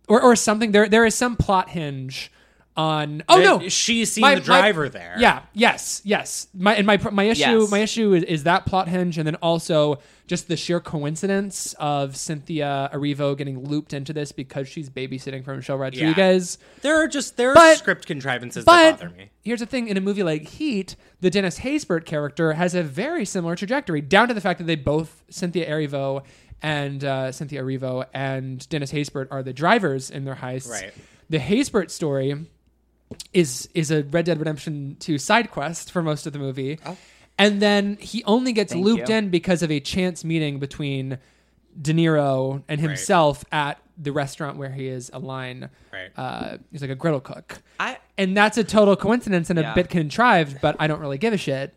B: Or, or something there there is some plot hinge on. Oh no,
C: she's seen
B: My-
C: the
B: my-
C: driver there.
B: Yeah. Yes. Yes. My and my pr- my issue
A: Yes.
B: my issue is, is that plot hinge, and then also just the sheer coincidence of Cynthia Erivo getting looped into this because she's babysitting for Michelle Rodriguez.
C: there are just there are
B: But-
C: script contrivances that
B: But
C: bother me.
B: here's the thing: in a movie like Heat, the Dennis Haysbert character has a very similar trajectory, down to the fact that they both Cynthia Erivo and uh, Cynthia Erivo and Dennis Haysbert are the drivers in their heists.
C: Right.
B: The Haysbert story is is a Red Dead Redemption 2 side quest for most of the movie.
C: Oh.
B: And then he only gets looped
A: you.
B: in because of a chance meeting between De Niro and himself at the restaurant where he is a line.
C: Right.
B: Uh, he's like a griddle cook.
A: I
B: and that's a total coincidence and a
A: Yeah.
B: bit contrived, but I don't really give a shit.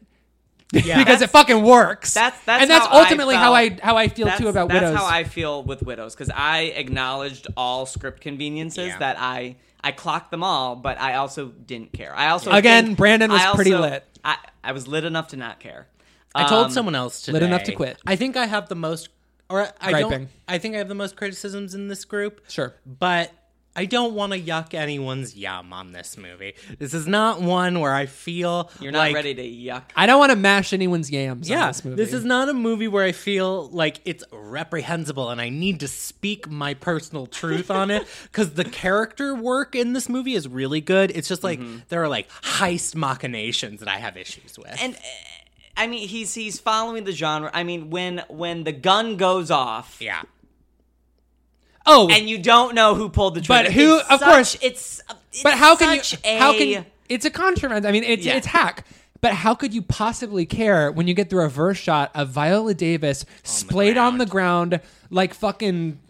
C: Yeah,
B: because it fucking works.
A: that's- that's
B: and that's
A: how I
B: ultimately
A: felt.
B: how I how I feel
A: that's,
B: too about
A: that's
B: widows.
A: how I feel with widows because I acknowledged all script conveniences
C: Yeah.
A: that I I clocked them all, but I also didn't care. I also
B: Again,
A: think-
B: Brandon was
A: I
B: pretty
A: also-
B: lit.
A: I, I was lit enough to not care.
C: I told
A: Um,
C: someone else today.
B: lit enough to quit.
C: I think I have the most, or I
B: Griping.
C: don't. I think I have the most criticisms in this group.
B: Sure.
C: but I don't want to yuck anyone's yum on this movie. This is not one where I feel
A: You're not
C: like-
A: ready to yuck.
B: I don't want to mash anyone's yams. on
C: Yeah,
B: this movie.
C: is not a movie where I feel like it's reprehensible and I need to speak my personal truth on it because the character work in this movie is really good. It's just like
B: Mm-hmm.
C: there are like heist machinations that I have issues with.
A: and uh, I mean he's he's following the genre. I mean when when the gun goes off
C: yeah,
B: oh,
A: and you don't know who pulled the trigger.
B: But who-
A: it's
B: of
A: such-
B: course.
A: it's, it's
B: but how can you?
A: such a,
B: How can it's a contraband? I mean, it's
A: Yeah.
B: it's hack. But how could you possibly care when you get the reverse shot of Viola Davis splayed on the ground like fucking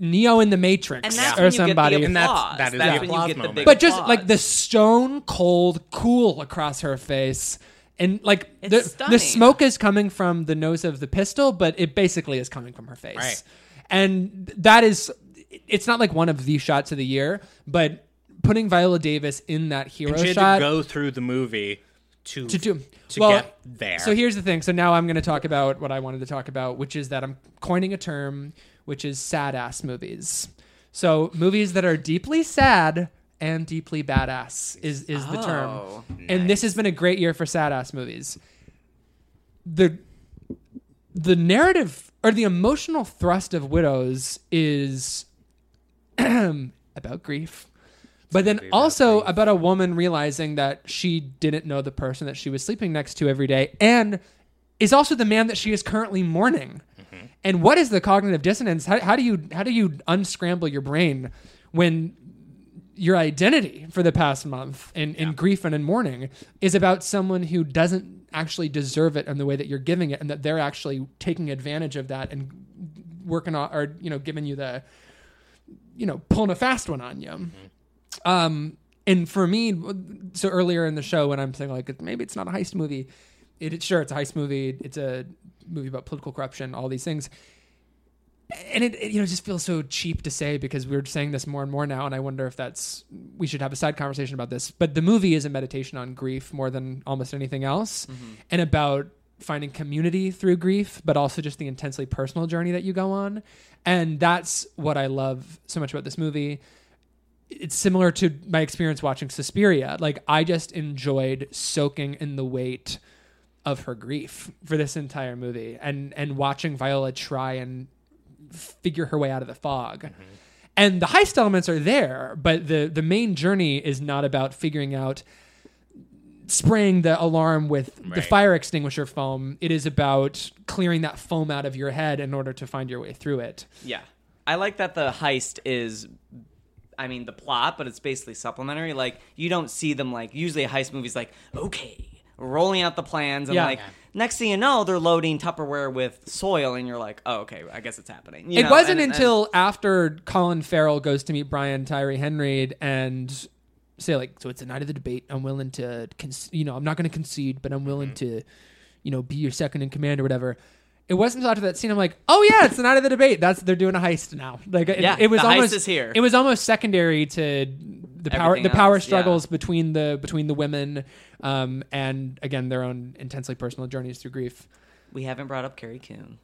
B: Neo in the Matrix
A: and that's
B: or
A: when you
B: somebody?
A: get the
C: And that's-
A: applause.
C: that is the
A: when
C: applause
A: you get the
C: moment.
A: big
B: but just
A: applause.
B: like the stone cold cool across her face and like
A: It's
B: the, the
A: stunning.
B: smoke is coming from the nose of the pistol but it basically is coming from her face
C: Right.
B: and that is it's not like one of the shots of the year but putting viola davis in that hero
C: she had
B: shot
C: to go through the movie to
B: to do
C: to
B: well
C: get there.
B: so here's the thing so now i'm going to talk about what i wanted to talk about which is that i'm coining a term which is sad ass movies so movies that are deeply sad and deeply badass is is the
A: Oh,
B: term and this has been a great year for sad ass movies the the narrative or the emotional thrust of widows is about grief but then also about a woman realizing that she didn't know the person that she was sleeping next to every day and is also the man that she is currently mourning and what is the cognitive dissonance how, how do you how do you unscramble your brain when your identity for the past month in, in grief and in mourning is about someone who doesn't actually deserve it in the way that you're giving it and that they're actually taking advantage of that and working on or you know giving you the you know pulling a fast one on you um and for me so earlier in the show when i'm saying like maybe it's not a heist movie it, it sure it's a heist movie it's a movie about political corruption all these things and it, it, you know just feels so cheap to say because we're saying this more and more now and i wonder if that's we should have a side conversation about this but the movie is a meditation on grief more than almost anything else and about finding community through grief but also just the intensely personal journey that you go on and that's what i love so much about this movie it's similar to my experience watching Suspiria. Like I just enjoyed soaking in the weight of her grief for this entire movie and and watching Viola try and figure her way out of the fog. And the heist elements are there, but the the main journey is not about figuring out spraying the alarm with the
C: Right.
B: fire extinguisher foam. It is about clearing that foam out of your head in order to find your way through it.
A: Yeah. I like that the heist is I mean the plot, but it's basically supplementary. Like you don't see them like usually a heist movie's like, okay, rolling out the plans and
B: Yeah.
A: like
B: Yeah.
A: next thing you know, they're loading Tupperware with soil and you're like, Oh, okay, I guess it's happening. You
B: It
A: know, and-
B: wasn't
A: and-
B: until after Colin Farrell goes to meet Brian Tyree Henry and say like, "So it's the night of the debate. I'm willing to, con- you know, I'm not going to concede, but I'm willing
A: Mm-hmm.
B: to, you know, be your second in command or whatever." It wasn't until after that scene I'm like, "Oh yeah, it's the night of the debate. That's they're doing a heist now." Like, it,
A: Yeah,
B: it was
A: the heist
B: almost
A: is here.
B: It was almost secondary to the power,
A: Everything
B: the power
A: else, yeah.
B: struggles between the between the women, um, and again their own intensely personal journeys through grief.
A: we haven't brought up Carrie Coon.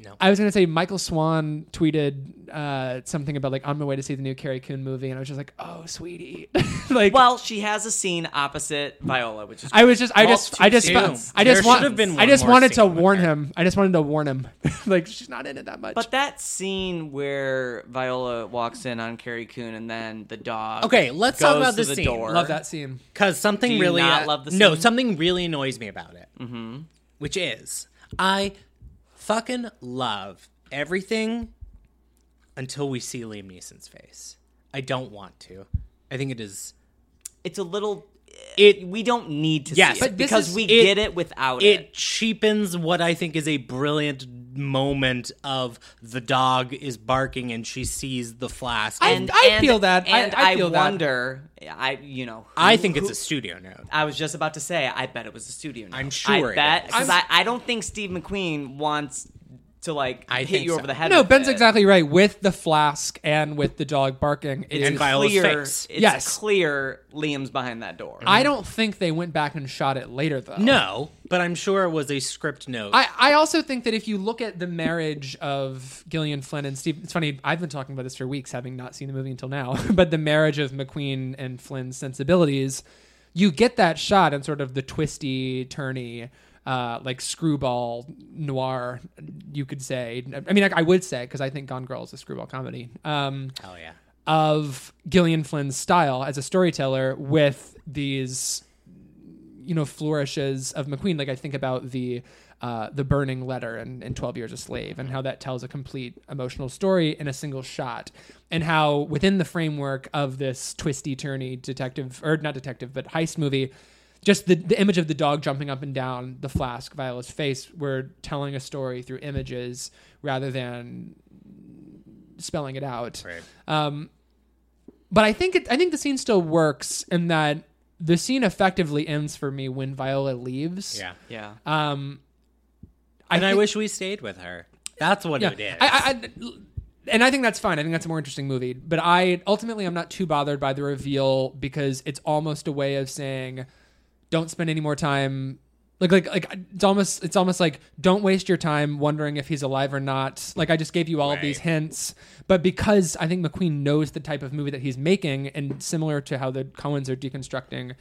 C: No.
B: I was gonna say Michael Swan tweeted uh, something about like on my way to see the new Carrie Coon movie, and I was just like, oh, sweetie, like.
A: Well, she has a scene opposite Viola, which is
B: I was just, I
C: Well,
B: just, I just,
C: too
B: I
C: soon.
B: just, I
C: There
B: just,
C: should have been
B: want, I
C: one
B: just
C: more
B: wanted to
C: scene with
B: warn
C: her.
B: him. I just wanted to warn him. like she's not in it that much.
A: But that scene where Viola walks in on Carrie Coon and then the dog.
C: Okay, let's talk
A: goes
C: about
A: to
C: this
A: the
C: scene.
A: door.
B: love that scene.
C: Because something
A: Do you
C: really
A: not love the
C: no,
A: scene?
C: something really annoys me about it, mm-hmm. which is I fucking love everything until we see Liam Neeson's face. I don't want to. I think it is.
A: It's a little.
C: It-
A: we don't need to
C: Yes,
A: see
C: but
A: it
C: this
A: because
C: is-
A: we
C: it-
A: get it without it.
C: It cheapens what I think is a brilliant moment of the dog is barking and she sees the flask.
B: I-
C: and
B: feel that. I-
A: And
B: I feel that.
A: wonder. I you know.
C: I
A: who-
C: think it's
A: who-
C: a studio note.
A: I was just about to say. I bet it was a studio. Note.
C: I'm sure
A: I
C: it
A: bet
C: is.
A: because I,
B: I'm-
A: I don't think Steve McQueen wants to like
C: I
A: hit
C: think
A: you
C: so.
A: over the head.
B: No,
A: with
B: Ben's
A: it.
B: exactly right. With the flask and with the dog barking, it
C: And
B: is-
C: by- Viola's
A: clear.
C: face.
A: It's
B: Yes.
A: clear. Liam's behind that door.
B: I don't think they went back and shot it later though.
C: No, but I'm sure it was a script note.
B: I, I also think that if you look at the marriage of Gillian Flynn and Steve, it's funny, I've been talking about this for weeks, having not seen the movie until now, but the marriage of McQueen and Flynn's sensibilities, you get that shot in sort of the twisty, turny, uh, like screwball noir, you could say. I mean, like, I would say, because I think Gone Girl is a screwball comedy. Um,
C: Hell yeah.
B: of Gillian Flynn's style as a storyteller with these you know flourishes of McQueen. Like I think about the uh, the burning letter and, and Twelve Years a Slave and how that tells a complete emotional story in a single shot, and how within the framework of this twisty turny detective or not detective but heist movie. Just the, the image of the dog jumping up and down the flask, Viola's face. We're telling a story through images rather than spelling it out Um,
C: Right.
B: but I think it, I think the scene still works in that the scene effectively ends for me when Viola leaves.
C: Yeah.
A: Yeah.
C: and I
B: think-
C: wish we stayed with her. That's what it is.
B: I, I, I, and I think that's fine. I think that's a more interesting movie. But I ultimately I'm not too bothered by the reveal because it's almost a way of saying, don't spend any more time. Like like like it's almost it's almost like don't waste your time wondering if he's alive or not. Like I just gave you all of these
C: Right.
B: hints, but because I think McQueen knows the type of movie that he's making, and similar to how the Coens are deconstructing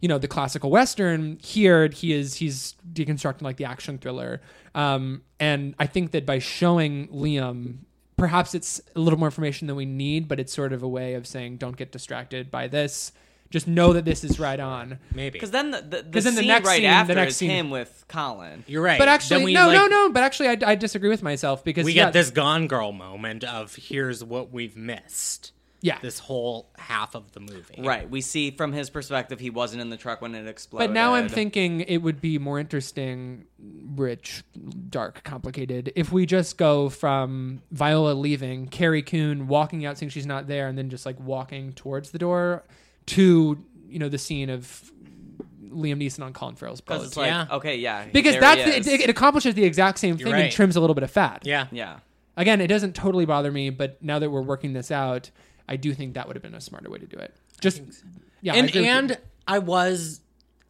B: you know the classical western here he is he's deconstructing like the action thriller um and i think that by showing liam perhaps it's a little more information than we need but it's sort of a way of saying don't get distracted by this just know that this is right on
C: Maybe.
A: Because then the, the, the
B: 'Cause
A: scene
B: then the next
A: right
B: scene- the
A: after
B: next
A: is
B: scene-
A: him with Colin.
C: You're right.
B: but
C: Then
B: actually
C: we,
B: no
C: like,
B: no no but actually I, I disagree with myself because
C: We
B: yeah,
C: get this Gone Girl moment of here's what we've missed.
B: yeah
C: This whole half of the movie.
A: Right. We see from his perspective he wasn't in the truck when it exploded.
B: but now I'm thinking it would be more interesting, rich, dark, complicated, if we just go from Viola leaving, Carrie Coon walking out, saying she's not there, and then just like walking towards the door to, you know, the scene of Liam Neeson on Colin Farrell's
A: because
B: boat.
A: it's like
C: Yeah.
A: okay, yeah,
B: because
A: there
B: that's
A: he
B: the,
A: is.
B: it, it accomplishes the exact same thing
C: right.
B: and trims a little bit of fat.
C: Yeah.
A: yeah.
B: Again, it doesn't totally bother me, but now that we're working this out, I do think that would have been a smarter way to do it. Just yeah, I
C: And
B: agree with you.
C: and I was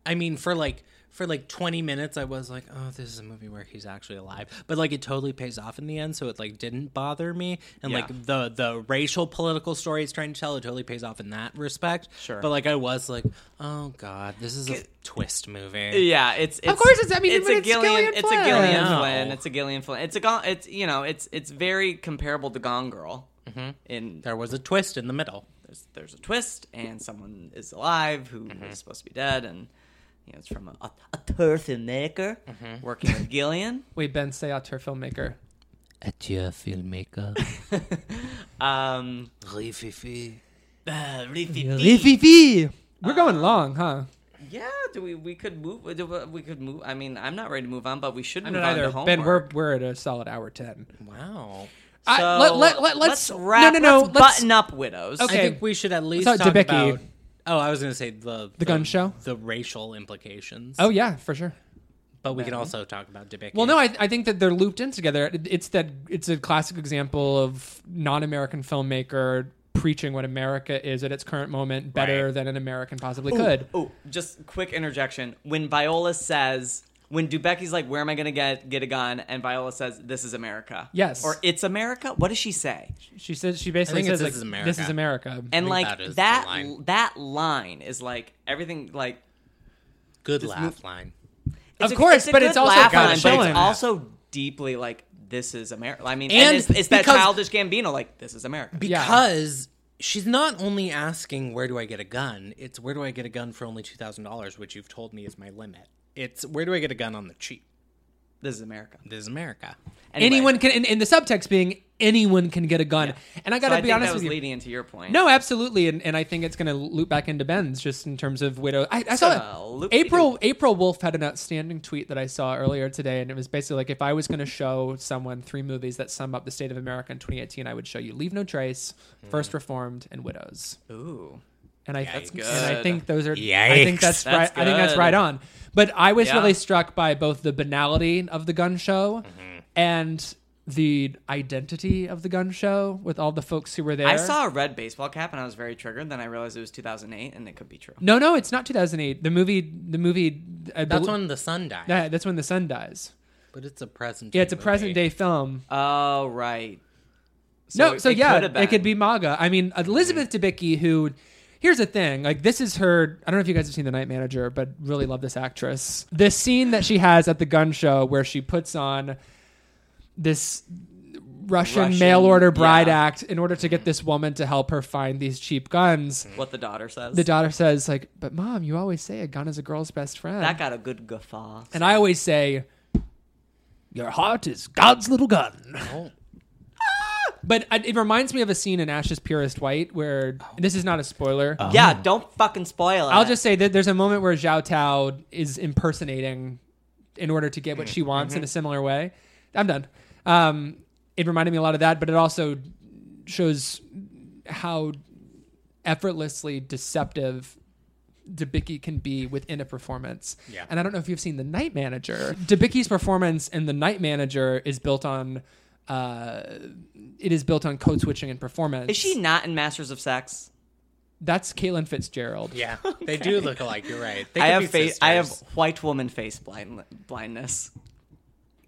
C: I mean for like for like 20 minutes I was like, "Oh, this is a movie where he's actually alive." But like it totally pays off in the end, so it like didn't bother me. And
A: Yeah.
C: like the the racial political story it's trying to tell, it totally pays off in that respect.
A: Sure.
C: But like I was like, "Oh god, this is a twist movie."
A: Yeah, it's, it's
B: course it's- I mean,
A: it's
B: but
A: a
B: it's
A: Gillian,
B: Gillian
A: it's a
B: Flynn.
A: Gillian
C: No.
A: Flynn, it's a Gillian Flynn, it's a Gon- it's you know, it's it's very comparable to Gone Girl. Mm-hmm. In
C: There was a twist in the middle.
A: there's, there's a twist, and someone is alive who is
B: Mm-hmm.
A: supposed to be dead, and you know it's from a, a, a turf maker
B: Mm-hmm.
A: working with Gillian.
B: wait, Ben, say out to our filmmaker.
C: Adieu, filmmaker.
A: Um,
C: Rififi.
A: uh, Riffy Dee.
B: We're going long, huh?
A: Yeah, do we? We could move. do we- We could move. I mean, I'm not ready to move on, but we should
B: I'm
A: move
B: not
A: on to
B: either.
A: homework.
B: Ben, we're we're at a solid hour ten.
C: Wow.
B: I, let, let, let, let's,
A: wrap.
B: No, no, no.
A: let's button up, widows.
B: Okay.
C: I think we should at least
B: talk
C: talk
B: to Becky.
C: about. Oh, I was going to say the, the
B: gun show?
C: the racial implications.
B: Oh yeah, for sure.
C: but we can also talk about Debicki.
B: Well, no, I, I think that they're looped in together. It- It's that it's a classic example of non-American filmmaker preaching what America is at its current moment better
C: Right.
B: than an American possibly could.
A: Oh, just quick interjection. When Viola says when Dubecki's like, "Where am I going to get get a gun?" and Viola says, "This is America."
B: Yes.
A: Or "It's America." What does she say?
B: She says she basically
C: think
B: says
C: it's
B: like,
C: This is
B: "This is America."
A: And like
C: that is the
A: that
C: line.
A: that line is like everything like
C: Good laugh line.
A: It's
B: Of course, but
A: good
B: it's also
A: laugh
B: kinda
A: line, but
B: chilling.
A: it's also deeply like this is America. I mean,
C: And
A: and, it's, it's that
C: because-
A: childish Gambino like this is America.
B: Yeah.
C: Because she's not only asking where do I get a gun, it's where do I get a gun for only two thousand dollars, which you've told me is my limit. It's where do I get a gun on the cheap?
A: This is America.
C: This is America.
A: Anyway,
B: anyone can, and, and the subtext being anyone can get a gun. And I
A: so
B: gotta
A: I
B: be
A: think
B: honest
A: that was
B: with you.
A: leading into your point.
B: No, absolutely, and, and I think it's going to loop back into Ben's just in terms of widow. I, I saw
A: gonna
B: that
A: loop-
B: April April Wolf had an outstanding tweet that I saw earlier today, and it was basically like if I was going to show someone three movies that sum up the state of America in 2018, I would show you Leave No Trace,
A: Hmm.
B: First Reformed, and Widows.
A: Ooh.
B: And I, that's
A: Yikes.
B: and I think those are. I
C: Yikes.
B: think that's,
A: That's
B: right. I think that's
A: good.
B: right on. But I was
A: Yeah.
B: really struck by both the banality of the gun show
A: Mm-hmm.
B: and the identity of the gun show with all the folks who were there.
A: I saw a red baseball cap and I was very triggered. Then I realized it was 2008 and it could be true.
B: No, no, it's not 2008. The movie, the movie. I
C: That's
B: bel-
C: when the sun died.
B: Yeah, that's when the sun dies.
C: but it's a present.
B: Yeah, it's a present day film.
A: Oh right.
B: no, so yeah,
A: coulda
B: it Mm-hmm. could
A: been.
B: be MAGA. I mean, Elizabeth Debicki, who here's the thing, like this is her. I don't know if you guys have seen The Night Manager, but really love this actress. The scene that she has at the gun show where she puts on this. Russian,
A: Russian,
B: mail order bride
A: yeah.
B: act in order to get this woman to help her find these cheap guns.
A: what the daughter says.
B: The daughter says, like, but mom, you always say a gun is a girl's best friend.
A: that got a good guffaw.
B: And I always say, Your heart is God's little gun. Ah! But I, it reminds me of a scene in Ash's Purest White where this is not a spoiler.
A: yeah, don't fucking spoil it.
B: oh. I'll just say that there's a moment where Zhao Tao is impersonating in order to get what she wants
A: Mm-hmm.
B: in a similar way. I'm done. Um, it reminded me a lot of that, but it also shows how effortlessly deceptive Debicki can be within a performance.
C: Yeah.
B: And I don't know if you've seen The Night Manager. Debicki's performance in The Night Manager is built on uh, it is built on code switching and performance.
A: is she not in Masters of Sex?
B: That's Caitlin Fitzgerald.
C: Yeah, they do look alike. You're right. They
A: I
C: could
A: have
C: be
A: face. I have
C: sisters.
A: white woman face blind blindness.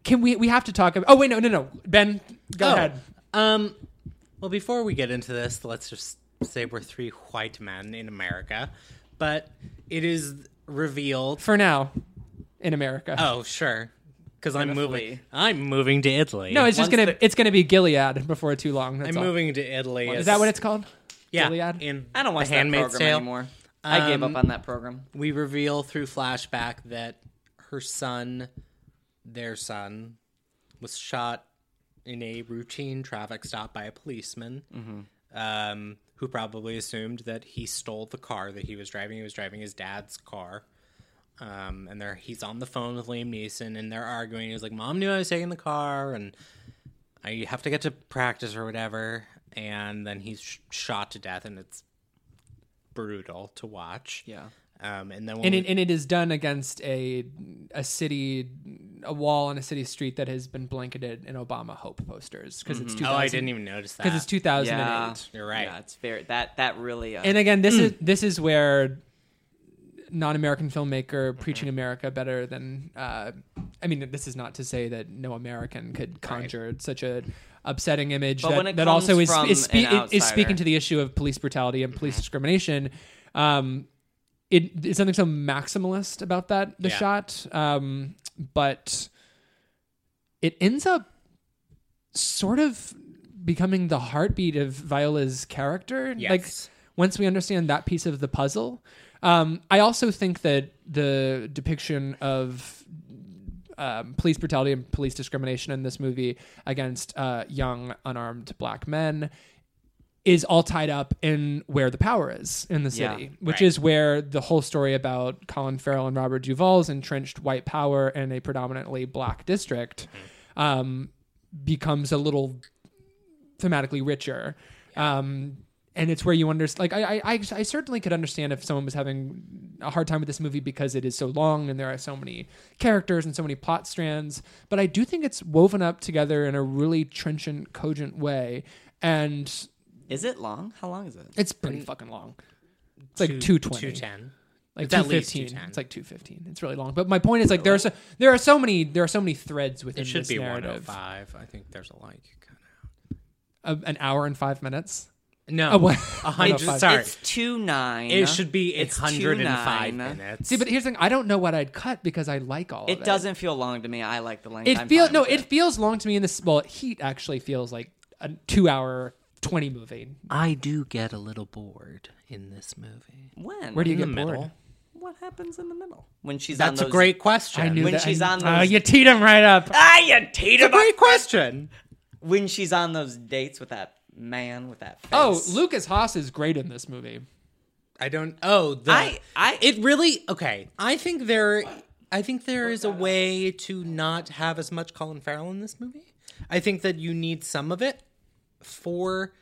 B: Can we we have to talk about Oh wait, no, no, no. Ben, go
C: Oh,
B: ahead.
C: Um, well, before we get into this, let's just say we're three white men in America, but it is revealed.
B: For now in America.
C: Oh, sure, because I'm moving.
A: flee.
C: I'm moving to Italy.
B: no, it's just
A: Once
B: going to
A: the-
B: it's going to be Gilead before too long. That's
C: I'm
B: all.
C: moving to Italy.
B: Is that what it's called?
C: Yeah,
B: Gilead?
C: in
A: I don't watch
C: The
A: that program
C: Handmaid's Tale. Um,
A: anymore. I gave up on that program.
C: We reveal through flashback that her son, their son, was shot in a routine traffic stop by a policeman um, who probably assumed that he stole the car that he was driving. He was driving his dad's car. Um, and there he's on the phone with Liam Neeson and they're arguing. He was like, Mom knew I was taking the car and I have to get to practice or whatever. And then he's sh- shot to death and it's brutal to watch.
A: Yeah.
C: Um, and then when
B: And
C: we-
B: it, and it is done against a a city a wall on a city street that has been blanketed in Obama hope posters because it's 2000,
C: oh, I didn't even notice that.
B: because it's 2008.
A: Yeah,
C: You're right.
A: Yeah, it's very that that really. Uh,
B: And again,
C: Hmm.
B: this is this is where non-American
A: Mm-hmm.
B: filmmaker preaching America better than. Uh, I mean, this is not to say that no American could conjure such a upsetting image
A: But when
B: that,
A: it
B: that also
A: comes
B: is
A: from
B: is,
A: an
B: spe- is speaking
A: outsider. Mm-hmm.
B: to the issue of police brutality and police discrimination. Um, it is something so maximalist about that the
C: Yeah.
B: shot, um, but it ends up sort of becoming the heartbeat of Viola's character.
C: Yes.
B: Like once we understand that piece of the puzzle, um, I also think that the depiction of um, police brutality and police discrimination in this movie against uh, young unarmed black men is all tied up in where the power is in the
A: Yeah,
B: city, which
C: right.
B: is where the whole story about Colin Farrell and Robert Duvall's entrenched white power in a predominantly black district um, becomes a little thematically richer. Um, and it's where you understand. Like I, I, I, I certainly could understand if someone was having a hard time with this movie because it is so long and there are so many characters and so many plot strands. But I do think it's woven up together in a really trenchant, cogent way, and
A: is it long? How long is it?
B: it's pretty fucking long. It's like two twenty.
C: Mm. Two ten.
B: Like
C: It's at least
B: 215.
C: 210.
B: It's like 215. It's really long. But my point is like there are so, there are so many there are so many threads within
C: It should
B: this
C: be
B: narrative.
C: 105. I think there's a like kind
B: A- an hour and 5 minutes.
C: of no.
B: Oh, what?
C: a hundred.
B: 105.
C: Sorry,
A: It's two nine.
C: it should be
A: It's
C: 105
A: 2:09.
C: minutes.
B: See, but here's the thing, I don't know what I'd cut because I like all of
A: It
B: it.
A: doesn't feel long to me. I like the length.
B: It
A: I'm
B: feels
A: fine
B: no,
A: with
B: it feels long to me in this well, Heat actually feels like a 2 hour 20 movie.
C: I do get a little bored in this movie.
A: When?
B: Where do you
C: the
B: get bored?
C: middle.
A: What happens in the middle when she's on
C: That's
A: those?
C: a great question.
B: I knew
A: When
B: that
A: she's
B: I,
A: on
B: Oh,
A: those-
B: you teed him right up.
A: Ah, you teed
C: It's a
A: him up.
C: great question.
A: When she's on those dates with that man with that face.
B: Oh, Lucas Haas is great in this movie.
C: I don't. Oh, the,
A: I- I-
C: It really okay. I think there. I think there is a way to not have as much Colin Farrell in this movie. I think that you need some of it for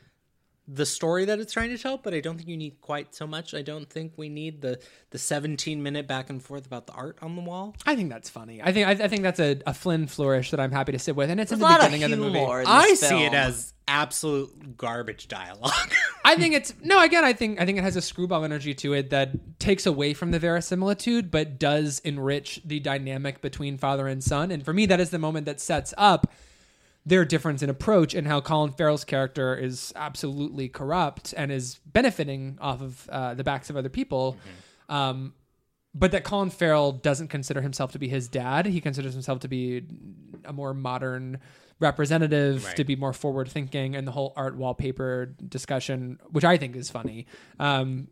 C: the story that it's trying to tell, but I don't think you need quite so much. I don't think we need the the seventeen minute back and forth about the art on the wall.
B: I think that's funny. I think I, I think that's a, a Flynn flourish that I'm happy to sit with, and it's in the
A: There's a lot of
B: beginning of, the
A: humor
B: movie.
A: in
C: I
A: this
C: see it
A: film.
C: as absolute garbage dialogue.
B: I think it's no. Again, I think I think it has a screwball energy to it that takes away from the verisimilitude, but does enrich the dynamic between father and son. And for me, that is the moment that sets up their difference in approach and how Colin Farrell's character is absolutely corrupt and is benefiting off of uh, the backs of other people. Um, but that Colin Farrell doesn't consider himself to be his dad. He considers himself to be a more modern representative, to be more forward thinking, and the whole art wallpaper discussion, which I think is funny, um,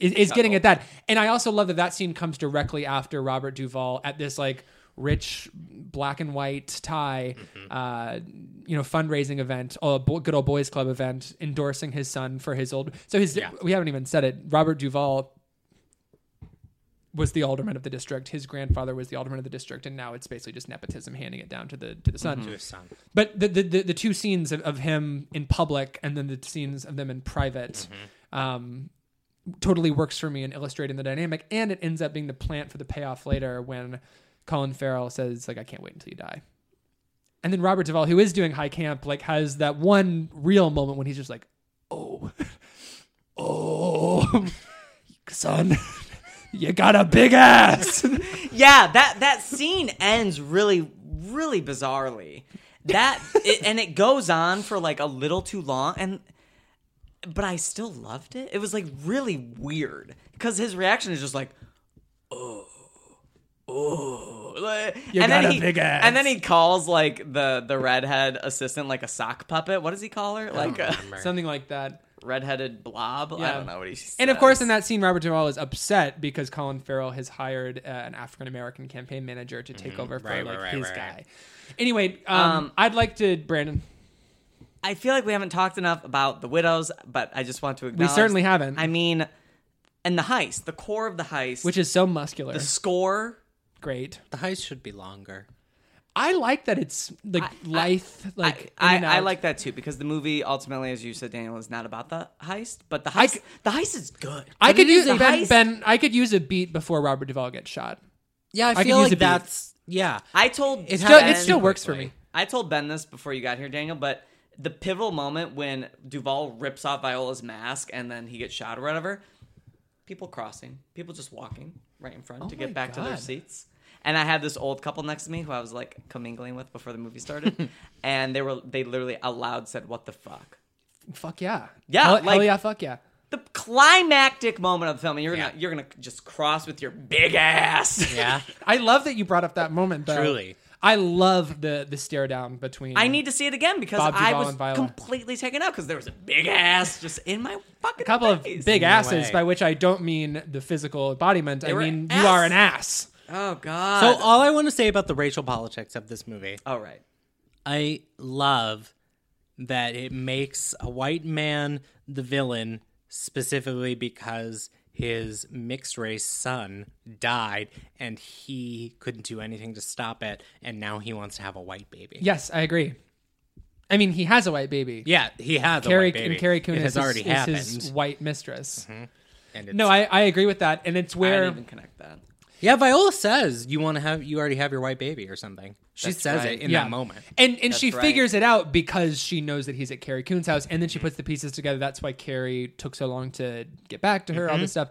B: is, is getting at that. And I also love that that scene comes directly after Robert Duvall at this like rich black and white tie, uh, you know, fundraising event, a bo- good old boys club event, endorsing his son for his old. So his we haven't even said it. Robert Duvall was the alderman of the district. His grandfather was the alderman of the district, and now it's basically just nepotism handing it down to the to the son.
C: Mm-hmm.
B: But the, the the the two scenes of, of him in public and then the scenes of them in private. Um, totally works for me in illustrating the dynamic and it ends up being the plant for the payoff later when colin farrell says like i can't wait until you die and then robert duvall who is doing high camp like has that one real moment when he's just like oh oh son you got a big ass
A: Yeah, that that scene ends really really bizarrely. That it, and it goes on for like a little too long and but I still loved it. It was like really weird cuz his reaction is just like oh oh like-
B: You
A: and then
B: got a
A: he,
B: big ass.
A: And then he calls like the the redhead assistant like a sock puppet. What does he call her? Like a
B: something like that
A: redheaded blob. I
B: Oh. Yeah.
A: don't know what he
B: And of
A: says.
B: course, in that scene, Robert Duvall is upset because Colin Farrell has hired uh, an African American campaign manager to take over for
C: Mm-hmm. Right,
B: like
C: right, right,
B: his
C: right,
B: guy.
C: right.
B: Anyway, um, I'd like to Brandon.
A: I feel like we haven't talked enough about the widows, but I just want to acknowledge
B: certainly haven't.
A: I mean, and the heist, the core of the heist,
B: which is so muscular.
A: the score.
B: Great.
C: The heist should be longer.
B: I like that it's like lithe, like in
A: I,
B: and
A: I
B: out.
A: like that too because the movie ultimately, as you said, Daniel, is not about the heist, but the heist,
B: c-
A: the heist is good.
B: I
A: But
B: could
A: it
B: use
A: is a
B: ben,
A: heist.
B: ben. I could use a beat before Robert Duvall gets shot.
C: Yeah, I
B: could
C: feel
B: use a
C: like
B: beat.
C: that's yeah.
A: I told
C: It
B: Still,
A: Ben-
B: it still works for me.
C: quickly.
A: I told Ben this before you got here, Daniel, but the pivotal moment when Duval rips off Viola's mask and then he gets shot or whatever, people crossing, people just walking right in front to
B: Oh my
A: get back to their
B: God.
A: seats. And I had this old couple next to me who I was like commingling with before the movie started, and they were they literally aloud said, "What the fuck."
B: Fuck yeah.
A: Yeah,
B: Hell, hell
A: like-
B: yeah. Fuck yeah.
A: The climactic moment of the film, and you're
C: Yeah.
A: gonna you're gonna just cross with your big ass.
C: Yeah.
B: I love that you brought up that moment. Though.
C: Truly.
B: I love the the stare down between.
A: I need to see it again because
B: Bob
A: I
B: Duvall
A: was
B: and Viola.
A: completely taken out because there was a big ass just in my fucking
B: a couple of
A: face.
B: big asses,
C: way.
B: by which I don't mean the physical embodiment. I
A: were
B: mean
A: ass-
B: you are an ass.
A: Oh god.
C: So all I want to say about the racial politics of this movie
A: all right.
C: I love that it makes a white man the villain specifically because his mixed race son died and he couldn't do anything to stop it and now he wants to have a white baby.
B: Yes, I agree. I mean, he has a white baby.
C: Yeah, he has a
B: Carrie
C: white baby.
B: and Carrie Coon
C: it has
B: is,
C: already
B: is
C: happened.
B: his white mistress.
C: and it's,
B: No, I, I agree with that, and it's
A: I
B: where
A: didn't even connect that.
C: Yeah, Viola says you want to have you already have your white baby or something. She
A: That's
C: says
A: right.
C: it in that moment.
B: And and she
A: right.
B: figures it out because she knows that he's at Carrie
A: Mm-hmm.
B: Coon's house, and then she puts the pieces together. That's why Carrie took so long to get back to her, all this stuff.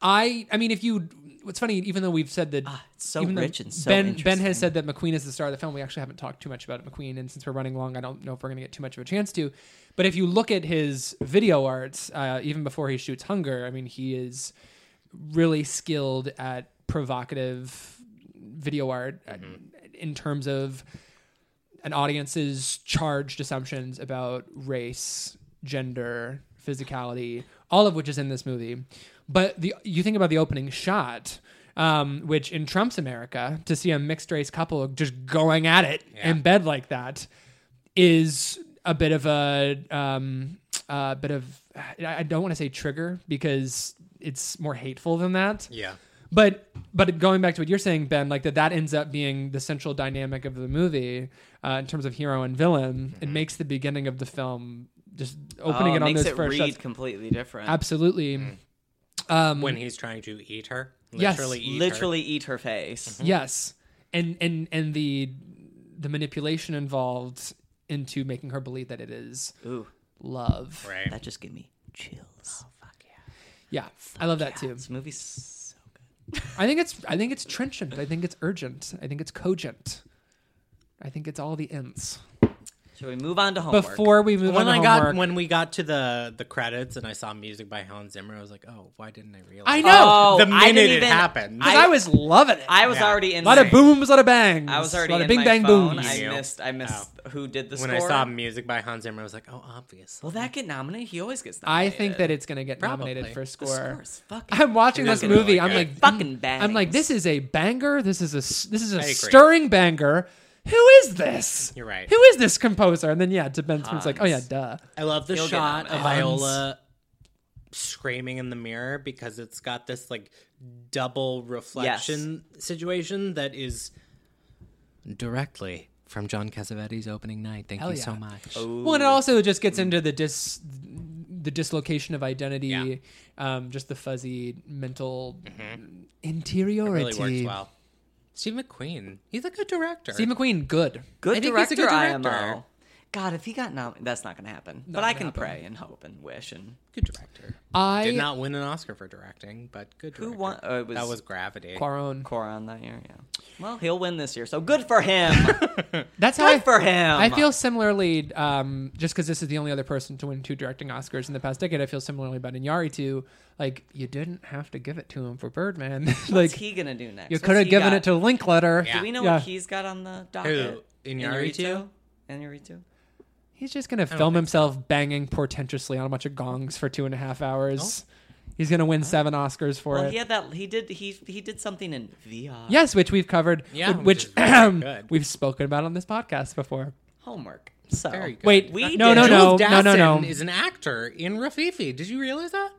B: I I mean, if you, what's funny, even though we've said that
A: Ah, it's so
B: even though
A: rich and so
B: Ben Ben
A: interesting.
B: has said that McQueen is the star of the film. We actually haven't talked too much about McQueen, and since we're running long, I don't know if we're going to get too much of a chance to. But if you look at his video arts, uh, even before he shoots Hunger, I mean, he is really skilled at provocative video art uh,
A: Mm-hmm.
B: in terms of an audience's charged assumptions about race, gender, physicality, all of which is in this movie. But the you think about the opening shot, um, which in Trump's America, to see a mixed race couple just going at it in bed like that is a bit of a um, a bit of I I don't want to say trigger because it's more hateful than that.
C: Yeah.
B: But but going back to what you're saying, Ben, like that that ends up being the central dynamic of the movie uh, in terms of hero and villain. It makes the beginning of the film just opening
A: Mm-hmm. Oh,
B: it on
A: makes
B: those
A: it
B: first
A: read Mm-hmm.
B: shots.
A: completely different.
B: Absolutely.
C: when he's trying to eat her.
B: Yes.
C: Literally eat her.
A: Literally eat her face.
B: Yes. And and and the the manipulation involved into making her believe that it is
A: Ooh,
B: love.
C: Right.
A: Mhm. that just gave me chills. Oh fuck yeah!
B: Yeah. I love that too.
A: This movie's so good.
B: I think it's I think it's trenchant. I think it's urgent. I think it's cogent. I think it's all the ends.
A: Shall we move on to homework?
B: Before we move
C: when
B: on
C: I
B: to
C: got
B: homework,
C: when we got to the the credits and I saw music by Hans Zimmer, I was like, oh, why didn't I realize?
B: I
C: that?
B: know.
A: Oh,
C: the
A: I
C: minute
A: didn't
C: it
A: even,
C: happened.
B: I, was loving it.
A: I was
C: Yeah.
A: already in.
B: a lot of
A: my-
B: booms, a lot of bangs.
A: I was
B: a lot
A: already
B: of
A: in
B: bing
A: my
B: bang
A: phone.
B: booms.
A: I
C: You.
A: missed. I missed who did the
C: When I
A: score.
C: saw music by Hans Zimmer, I was like, oh, obvious.
A: Will that get nominated? He always gets
B: I
A: nominated.
B: think that it's going to get nominated
C: Probably.
B: for
A: the
B: score.
A: score is fucking.
B: I'm watching
C: It is
B: this
C: gonna be
B: movie.
C: like
B: I'm
C: a-
B: like
A: fucking
B: mm, I'm like
A: bangs.
B: this is a banger. This is a s- this is a
C: agree.
B: stirring banger. Who is this?
C: You're right.
B: Who is this composer? And then yeah, to Ben's it's like, oh yeah,
A: Hans.
B: duh.
C: I love the
A: He'll get
C: shot of
A: nominated.
C: Viola screaming in the mirror because it's got this like double reflection situation that is directly from John Cassavetes' opening night. Thank
B: Hell
C: you
B: yeah.
C: so much.
B: Well, and it also just gets into the dis the dislocation of identity,
C: Yeah.
B: um, just the fuzzy mental
A: Mm-hmm.
B: interiority.
C: really works well. Steve McQueen, he's a good director.
B: Steve McQueen, good.
A: good
C: I think he's
A: director,
C: a good director.
A: IMO. God, if he got nominated, that's not going to happen. but I can pray and hope and wish. And
C: good director.
B: I
C: Did not win an Oscar for directing, but good. Director.
A: who won? Oh, it was
C: That was Gravity.
B: Quaron.
A: Coron that year. Yeah. Well, he'll win this year, so good for him.
B: That's how
A: Good
B: I,
A: for him.
B: I feel similarly, um, just because this is the only other person to win two directing Oscars in the past decade. I feel similarly about Inyari too. Like you didn't have to give it to him for Birdman. like
A: What's he gonna do next?
B: you
A: What's
B: could have
A: he
B: given
A: got?
B: it to Linkletter.
A: Do we know
B: Yeah.
A: what he's got on the docket?
C: Inarritu?
A: Inarritu.
B: He's just gonna film himself banging portentously on a bunch of gongs for two and a half hours.
C: Oh.
B: He's gonna win seven Oscars for
A: Well,
B: it.
A: he had that. He did. He he did something in VR.
B: Yes, which we've covered.
C: Yeah, which
B: which
C: is really good.
B: we've spoken about on this podcast before.
A: Homework. So
C: Very good.
B: Wait,
A: We
B: no, no,
A: did.
B: no,
C: Joseph
B: no, no,
C: Dassin
B: no,
C: Is an actor in Rafifi. Did you realize that?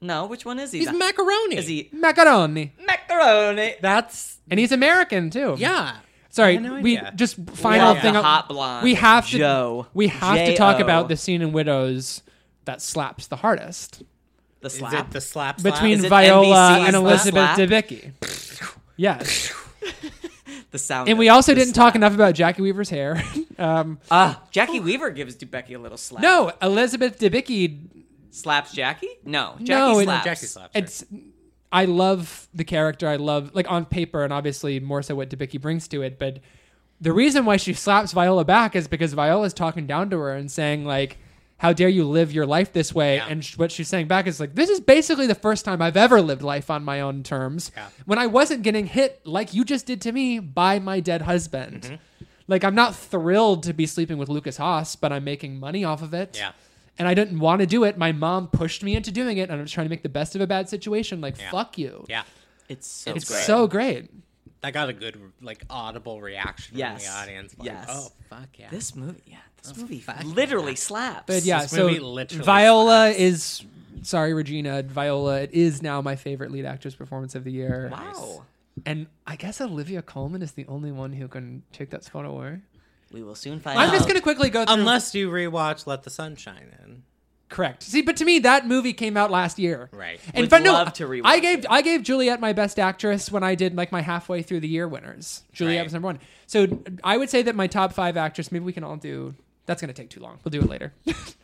A: no. Which one is he?
C: He's
A: then?
C: macaroni.
A: Is he
B: Macaroni,
A: macaroni?
C: That's
B: and he's American too.
C: yeah. I
B: Sorry,
C: had no
B: we
C: idea.
B: just final
A: Love
B: thing.
A: the
B: I-
A: hot blonde,
B: We have to.
A: Joe.
B: We have to talk
A: J.O..
B: about the scene in Widows that slaps the hardest
A: The
C: Is
A: slap.
C: it the slap slap?
B: between
A: Is it
B: Viola
A: NBC's
B: and Elizabeth
A: slap?
B: Debicki. yes,
A: The sound.
B: and we
A: of
B: also
A: the
B: didn't talk
A: slap.
B: enough about Jackie Weaver's hair. um,
A: Ah, Jackie Weaver gives Becky a little slap.
B: no, Elizabeth Debicki.
A: slaps Jackie. No, Jackie
B: No, it-
A: slaps.
C: Jackie slaps. her.
B: It's. I love the character. I love like on paper, and obviously more so what Debicki brings to it. But the reason why she slaps Viola back is because Viola's talking down to her and saying like. How dare you live your life this way?
C: Yeah.
B: And sh- what she's saying back is like, this is basically the first time I've ever lived life on my own terms.
C: Yeah.
B: When I wasn't getting hit like you just did to me by my dead husband.
C: Mm-hmm.
B: Like, I'm not thrilled to be sleeping with Lucas Haas, but I'm making money off of it.
C: Yeah.
B: And I didn't want to do it. My mom pushed me into doing it, and I'm just trying to make the best of a bad situation. Like, fuck you.
C: yeah.
A: It's so.
B: It's
A: great.
B: so great.
C: That got a good like audible reaction
A: Yes.
C: from the audience. Like,
A: Yes.
C: Oh fuck yeah.
A: This movie, yeah, this movie
C: fuck
A: literally slaps.
B: But yeah,
C: This
B: so
C: movie literally
B: Viola
C: slaps.
B: is sorry, Regina. Viola it is now my favorite lead actress performance of the year.
A: Wow.
B: And I guess Olivia Coleman is the only one who can take that spot away.
A: We will soon find
B: I'm
A: out.
B: just gonna quickly go through.
C: Unless you rewatch Let the Sun Shine In.
B: correct. See, but to me, that movie came out last year.
C: Right.
B: And
A: Would
B: but no,
A: love to rewatch
B: I gave
A: it.
B: I gave Juliet my best actress when I did like my halfway through the year winners. Juliet
C: Right.
B: was number one. So I would say that my top five actress. Maybe we can all do. That's gonna take too long. We'll do it later.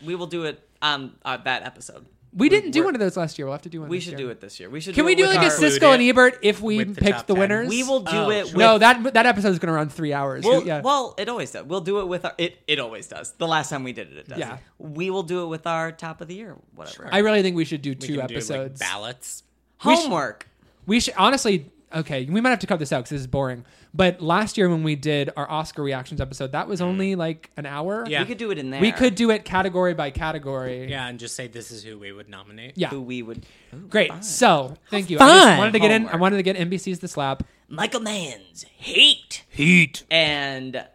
A: We will do it on um, uh, that episode.
B: We didn't do
A: we're-
B: one of those last year. We'll have to do one.
A: We
B: this
A: should
B: year.
A: do it this year. We should.
B: Can we do
A: it with
B: like a
A: our-
C: Include
B: Cisco and
C: it
B: Ebert if we
C: with the
B: picked
C: top
B: the
C: 10.
B: winners?
A: We will do
C: Oh,
A: it. With,
C: sure.
B: No, that that episode's going to run three hours.
A: Well,
B: yeah.
A: well, it always does. We'll do it with our. It, it always does. The last time we did it, it does.
B: Yeah.
A: We will do it with our top of the year, whatever.
B: I really think we should do
C: We
B: two
C: can do, like,
B: episodes.
C: ballots.
B: we should-
A: Homework.
B: We should honestly. Okay, we might have to cut this out because this is boring. But last year when we did our Oscar reactions episode, that was only like an hour.
C: Mm. Yeah.
A: We could do it in there.
B: we could do it category by category.
C: Yeah, and just say this is who we would nominate.
B: Yeah.
A: Who we would.
B: Great. So thank you. I just
C: fun.
B: wanted to get in. I
A: Homework.
B: wanted to get NBC's The Slap.
A: Michael Mann's Heat
C: Heat.
A: and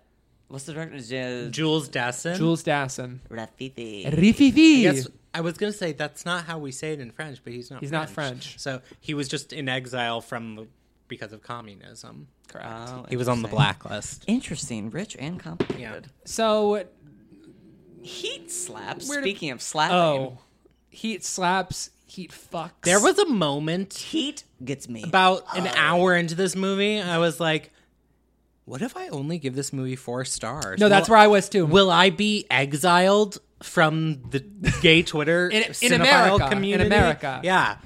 A: what's the director's name?
C: Jules Dassin.
B: Jules Dassin.
A: Rafifi.
B: Rififi.
C: Yes, I was gonna say that's not how we say it in French, but he's not.
B: He's not
C: French.
B: French.
C: So he was just in exile from the, because of communism.
B: Correct.
A: Oh,
C: He was on the
A: interesting.
C: blacklist.
A: Interesting, rich and complicated.
B: so
A: Heat slaps.
B: Where do-
A: Speaking of slapping,
B: oh, heat slaps. Heat fucks.
C: There was a moment
A: heat Oh. gets me.
C: about an hour into this movie, I was like, "What if I only give this movie four stars?"
B: no. That's
C: Will-
B: where I was too.
C: Will I be exiled from the gay Twitter
B: In- in
C: cinephile
B: America, in
C: community?
B: America.
C: yeah.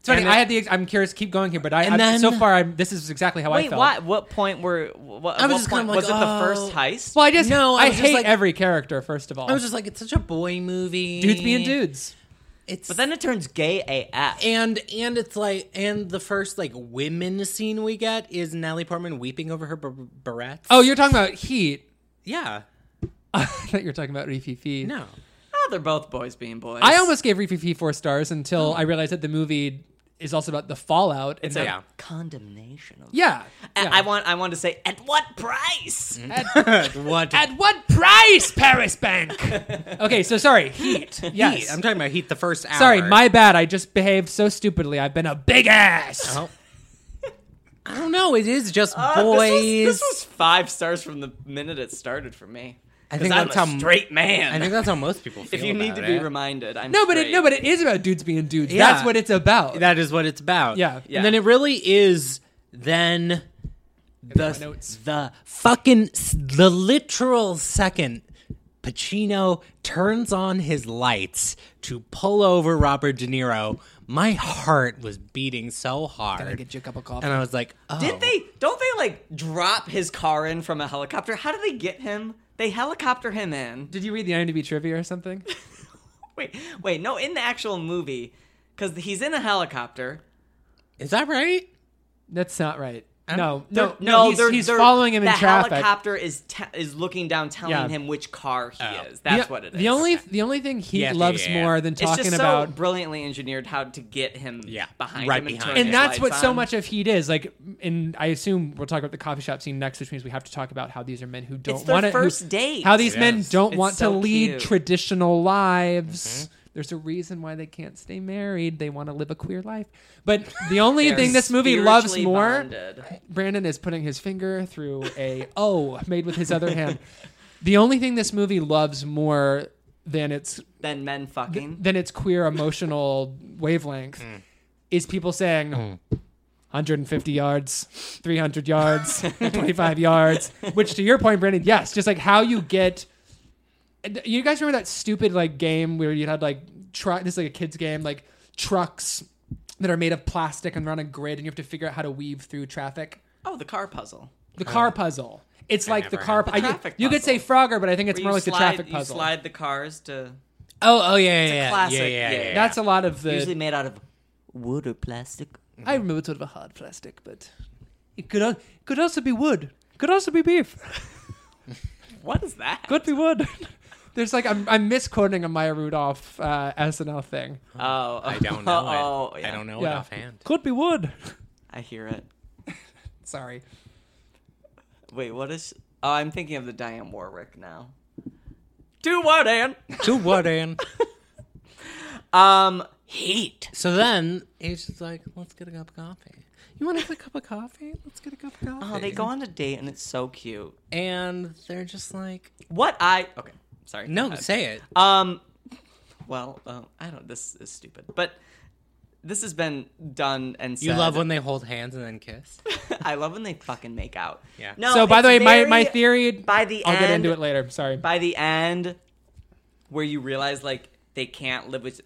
B: It's funny.
C: And
B: I
C: it-
B: had the. ex- I'm curious. Keep going here, but I.
C: And
B: I
C: then-
B: so far, I'm, this is exactly how I
A: Wait,
B: felt.
A: what? What point were? What,
C: I was
A: what
C: just kinda
A: point,
C: like,
A: was it the
C: oh.
A: first heist?
B: Well, I just.
C: No,
B: I,
C: I was just
B: hate
C: like-
B: every character. First of all,
C: I was just like, it's such a boy movie.
B: dudes being dudes.
C: It's
A: but then it turns gay AF.
C: and and it's like and the first like women scene we get is Natalie Portman weeping over her bar- barrettes.
B: Oh, you're talking about heat.
C: yeah,
B: I thought you were talking about Rififi.
C: no,
A: Ah, they're both boys being boys.
B: I almost gave Rififi four stars until I realized that the movie is also about the fallout. And
C: so
B: that-
C: yeah.
A: condemnation of
B: Yeah.
A: A-
B: yeah.
A: I want I want to say at what price?
C: Mm-hmm. What?
B: At what price, Paris Bank? okay, so sorry, heat. Yes.
C: Heat. I'm talking about Heat. The first hour.
B: sorry, my bad. I just behaved so stupidly. I've been a big ass.
C: Oh. I don't know. It is just
A: Uh, This
C: boys.
A: was, this was five stars from the minute it started for me.
C: I
A: I
C: think
A: think I'm
C: that's
A: a
C: how-
A: straight man.
C: I think that's how most people feel.
A: if you need
C: about
A: to
C: it.
A: be reminded, I'm
B: No, but it,
A: straight.
B: no, but it is about dudes being dudes.
C: Yeah.
B: That's what it's about.
C: That is what it's about.
B: Yeah. Yeah.
C: And then it really is then the
B: my notes.
C: the fucking s- the literal second Pacino turns on his lights to pull over Robert De Niro. My heart was beating so
B: I
C: hard,
B: get you a cup of coffee.
C: and I was like, oh.
A: did they don't they like drop his car in from a helicopter? How do they get him? They helicopter him in.
B: Did you read the IMDb trivia or something?
A: Wait, wait, no, in the actual movie, because he's in a helicopter.
C: Is that right?
B: That's not right. No,
C: they're-
B: no, no. He's,
A: they're-
B: he's
A: they're-
B: following him in
A: the
B: traffic.
A: helicopter is te- is looking down, telling
B: Yeah.
A: him which car he
C: Oh.
A: is. That's
B: the,
A: what it is.
B: The only the only thing he
C: Yeah, yeah,
B: loves
C: yeah.
B: more than
A: it's
B: talking
A: just so
B: about
A: brilliantly engineered how to get him
C: Yeah,
A: behind
C: right
A: him and,
C: behind
A: turn
C: him.
A: his
B: and that's
A: lights
B: what so
A: on.
B: much of heat is like and i assume we'll talk about the coffee shop scene next which means we have to talk about how these are men who don't
A: their
B: want to
A: first date.
B: how these men
C: Yes.
B: don't
A: It's
B: want
A: so
B: to lead
A: cute. Mm-hmm.
B: traditional lives there's a reason why they can't stay married they want to live a queer life but the only thing this movie loves
A: Spiritually
B: more
A: bonded.
B: brandon is putting his finger through a o made with his other hand the only thing this movie loves more than its
A: than men fucking.
B: than its queer emotional wavelength
A: Hmm.
B: is people saying 150 yards, 300 yards, 25 yards, which to your point, Brandon, yes, just like how you get. and You guys remember that stupid like game where you had like truck? This is like a kids game, like trucks that are made of plastic and they're on a grid, and you have to figure out how to weave through traffic.
A: oh, the car puzzle.
B: The car puzzle. It's like the
C: never
B: car.
C: had
B: I-
A: traffic
B: you could say
A: puzzle.
B: Frogger, but I think it's
A: Where
B: more
A: you
B: like the
A: slide-
B: traffic
A: You
B: puzzle.
A: slide the cars to
C: Oh, oh yeah, yeah, yeah,
A: classic,
C: yeah, yeah,
A: yeah.
C: yeah.
B: That's a lot of the.
A: usually made out of wood or plastic.
B: I remember sort of a hard plastic, but it could al- could also be wood. Could also be beef.
A: What is that?
B: Could be wood. There's like I'm, I'm misquoting a Maya Rudolph uh, SNL thing.
A: Oh,
C: I don't know.
A: Oh,
C: it.
A: yeah.
C: I don't know it
B: Yeah.
C: offhand.
B: Could be wood.
A: I hear it.
B: Sorry.
A: Wait, what is? Oh, I'm thinking of the Diane Warwick now. Do what, Anne?
C: To what end?
A: Um, heat.
C: So then he's just like, let's get a cup of coffee. You want to get a cup of coffee? Let's get a cup of coffee.
A: Oh, they go on a date and it's so cute.
C: and they're just like,
A: What I okay, sorry. go
C: no,
A: ahead.
C: say it.
A: Um, well, uh, I don't. This is stupid, but this has been done and said.
C: you love when they hold hands and then kiss.
A: I love when they fucking make out.
C: Yeah.
A: No.
B: so by the way,
A: it's
B: my,
A: very-
B: my theory.
A: by the
B: I'll
A: end,
B: get into it later. Sorry.
A: By the end, where you realize like they can't live with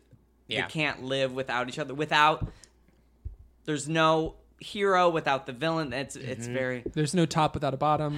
C: Yeah.
A: They can't live without each other. Without there's no hero without the villain. It's it's
B: Mm-hmm.
A: very
B: There's no top without a bottom.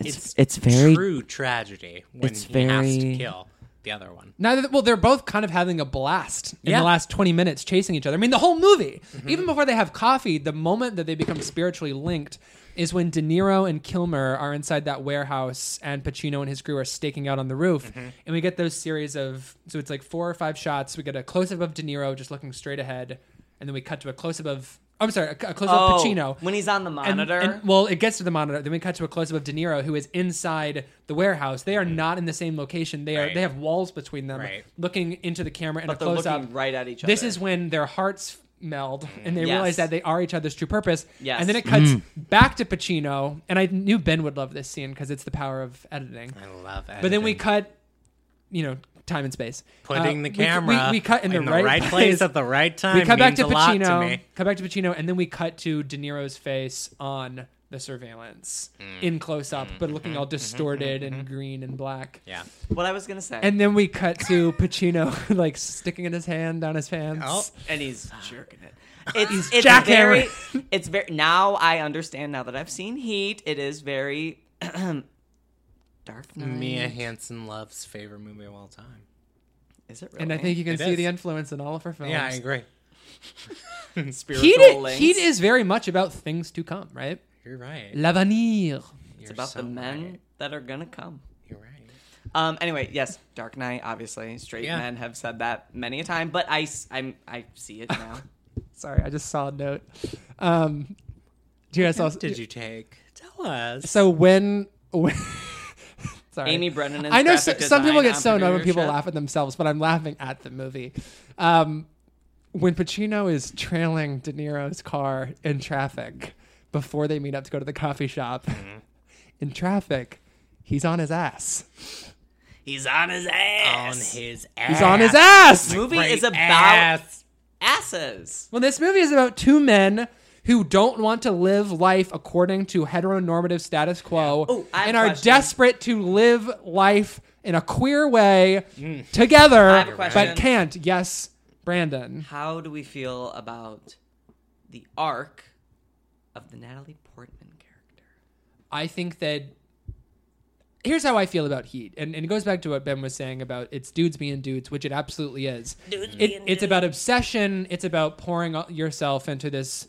A: it's it's, very
C: true tragedy when
A: it's
C: he has to
A: very-
C: kill the other one.
B: Neither. Well, they're both kind of having a blast in
C: Yeah.
B: the last twenty minutes chasing each other. I mean, the whole movie,
A: Mm-hmm.
B: even before they have coffee, the moment that they become spiritually linked is when De Niro and Kilmer are inside that warehouse, and Pacino and his crew are staking out on the roof,
A: Mm-hmm.
B: and we get those series of so it's like four or five shots. We get a close up of De Niro just looking straight ahead, and then we cut to a close up of. I'm sorry, a close up
A: oh,
B: of Pacino.
A: when he's on the
B: And-
A: monitor.
B: and- well, it gets to the monitor. Then we cut to a close up of De Niro, who is inside the warehouse. They are not in the same location. They are.
C: Right.
B: They have walls between them,
C: Right.
B: looking into the camera and
A: but
B: a
A: they're
B: close
A: looking
B: up.
A: right at each other.
B: This is when their hearts meld and they
A: Yes.
B: realize that they are each other's true purpose.
A: Yes.
B: And then it cuts back to Pacino, and I knew Ben would love this scene because it's the power of editing.
C: I love
B: But then we
C: editing.
B: cut, you know, time and space.
C: putting
B: Uh,
C: the
B: we- we-
C: camera
B: We, cut in, the, right,
C: place at the right time.
B: We cut back to
C: means a lot to
B: Pacino.
C: me.
B: cut back to Pacino, and then we cut to De Niro's face on the surveillance
C: Mm.
B: in close up,
C: Mm-hmm,
B: but looking all distorted and green and black.
C: Yeah.
A: what I was gonna say.
B: And then we cut to Pacino like sticking in his hand down his pants.
C: Oh.
A: and he's jerking it. It's, it's very,
B: jackhammering.
A: it's very. Now I understand. Now that I've seen Heat, it is very
B: Mm.
A: dark. Knight.
C: Mia Hansen loves favorite movie of all time.
A: Is it really?
B: And I think you can
C: It
B: see
C: is.
B: the influence in all of her films.
C: Yeah, I agree.
A: spiritual
B: Heat, i-
A: links.
B: Heat is very much about things to come, right?
C: You're right.
B: L'avenir.
A: It's about the men that are gonna come.
C: You're right.
A: Um. Anyway, yes, Dark Knight. Obviously, straight
C: Yeah.
A: men have said that many a time, but I, s- I'm, I see it now.
B: Sorry, I just saw a note. Um, do you guys also,
C: Did you take? Tell us.
B: So when, when sorry.
A: Amy Brennan. And
B: I know so,
A: graphic
B: some people
A: design
B: get so annoyed when people
A: entrepreneurship.
B: laugh at themselves, but I'm laughing at the movie. Um, when Pacino is trailing De Niro's car in traffic before they meet up to go to the coffee shop,
A: Mm-hmm.
B: in traffic, he's on his ass.
A: He's on his
C: on
A: ass.
C: his ass.
B: He's on his ass.
A: This movie
C: Great
A: is about
C: ass.
A: asses.
B: Well, this movie is about two men who don't want to live life according to heteronormative status quo
A: Oh, I have
B: and
A: a
B: are
A: question.
B: desperate to live life in a queer way together,
A: I have a question.
B: but can't. Yes, Brandon.
A: How do we feel about the arc of the Natalie Portman character?
B: I think that here's how I feel about Heat, and, and it goes back to what Ben was saying about it's dudes being dudes, which it absolutely is. Dudes being
E: Mm-hmm.
B: it's about obsession. It's about pouring o- yourself into this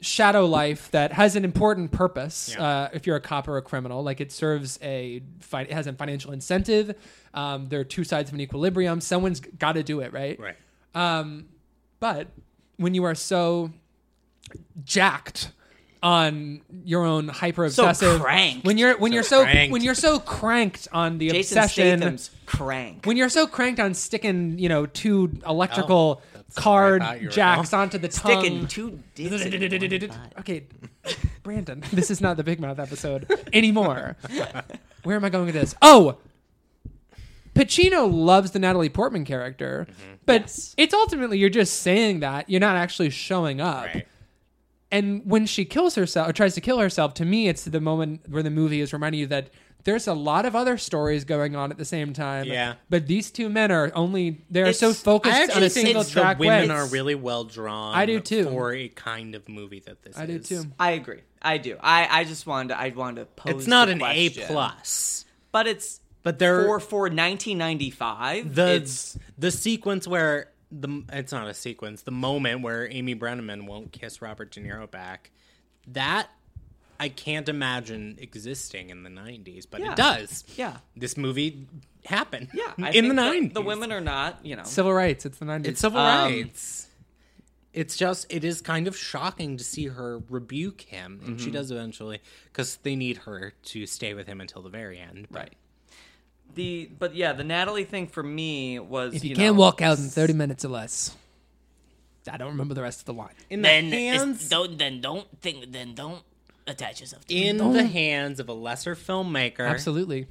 B: shadow life that has an important purpose. Uh, if you're a cop or a criminal, like it serves a fi- it has a financial incentive. Um, there are two sides of an equilibrium. Someone's got to do it, right?
C: Right.
B: But when you are so jacked on your own hyper obsessive
A: cranked.
B: when you're when you're so
C: cranked.
B: when you're so cranked on the
A: Jason
B: obsession
A: Statham's crank.
B: when you're so cranked on sticking you know two electrical
C: Oh, that's what I
B: card
C: thought you were
B: jacks onto the tongue
A: Sticking two dicks in one butt.
B: okay brandon this is not the big mouth episode anymore where am i going with this oh pacino loves the natalie portman character
C: Mm-hmm.
B: but
A: Yes.
B: it's ultimately you're just saying that you're not actually showing up
C: Right.
B: and when she kills herself or tries to kill herself to me it's the moment where the movie is reminding you that there's a lot of other stories going on at the same time
C: Yeah.
B: but these two men are only they're
A: It's-
B: so focused
C: I
B: on
C: actually
B: a
C: think
B: single
C: it's the
B: track
C: women
B: way
C: are really well drawn.
B: I do too.
C: For a kind of movie that this
B: i
C: is.
B: do too
A: I agree. I do. I, I just wanted to, I wanted to pose
C: It's not
A: the
C: an
A: question.
C: A plus.
A: But it's
C: But they're-
A: for for 1995.
C: the
A: it's
C: the sequence where the it's not a sequence the moment where amy brenneman won't kiss robert de niro back that i can't imagine existing in the 90s but
A: Yeah.
C: it does
A: Yeah.
C: this movie happened
A: yeah, I
C: in the
A: think that
C: 90s
A: The women are not, you know.
B: civil rights it's the 90s
C: it's civil
A: Um,
C: rights it's just it is kind of shocking to see her rebuke him and
A: Mm-hmm.
C: she does eventually because they need her to stay with him until the very end but-
A: Right. The but yeah, the Natalie thing for me was
B: If you,
A: you
B: can't
A: know,
B: walk out in 30 minutes or less, I don't remember the rest of the line.
C: in
D: then
C: the
D: it's-
C: hands
D: don't then don't think then don't attach yourself to
C: in the hands of a lesser filmmaker
B: Absolutely.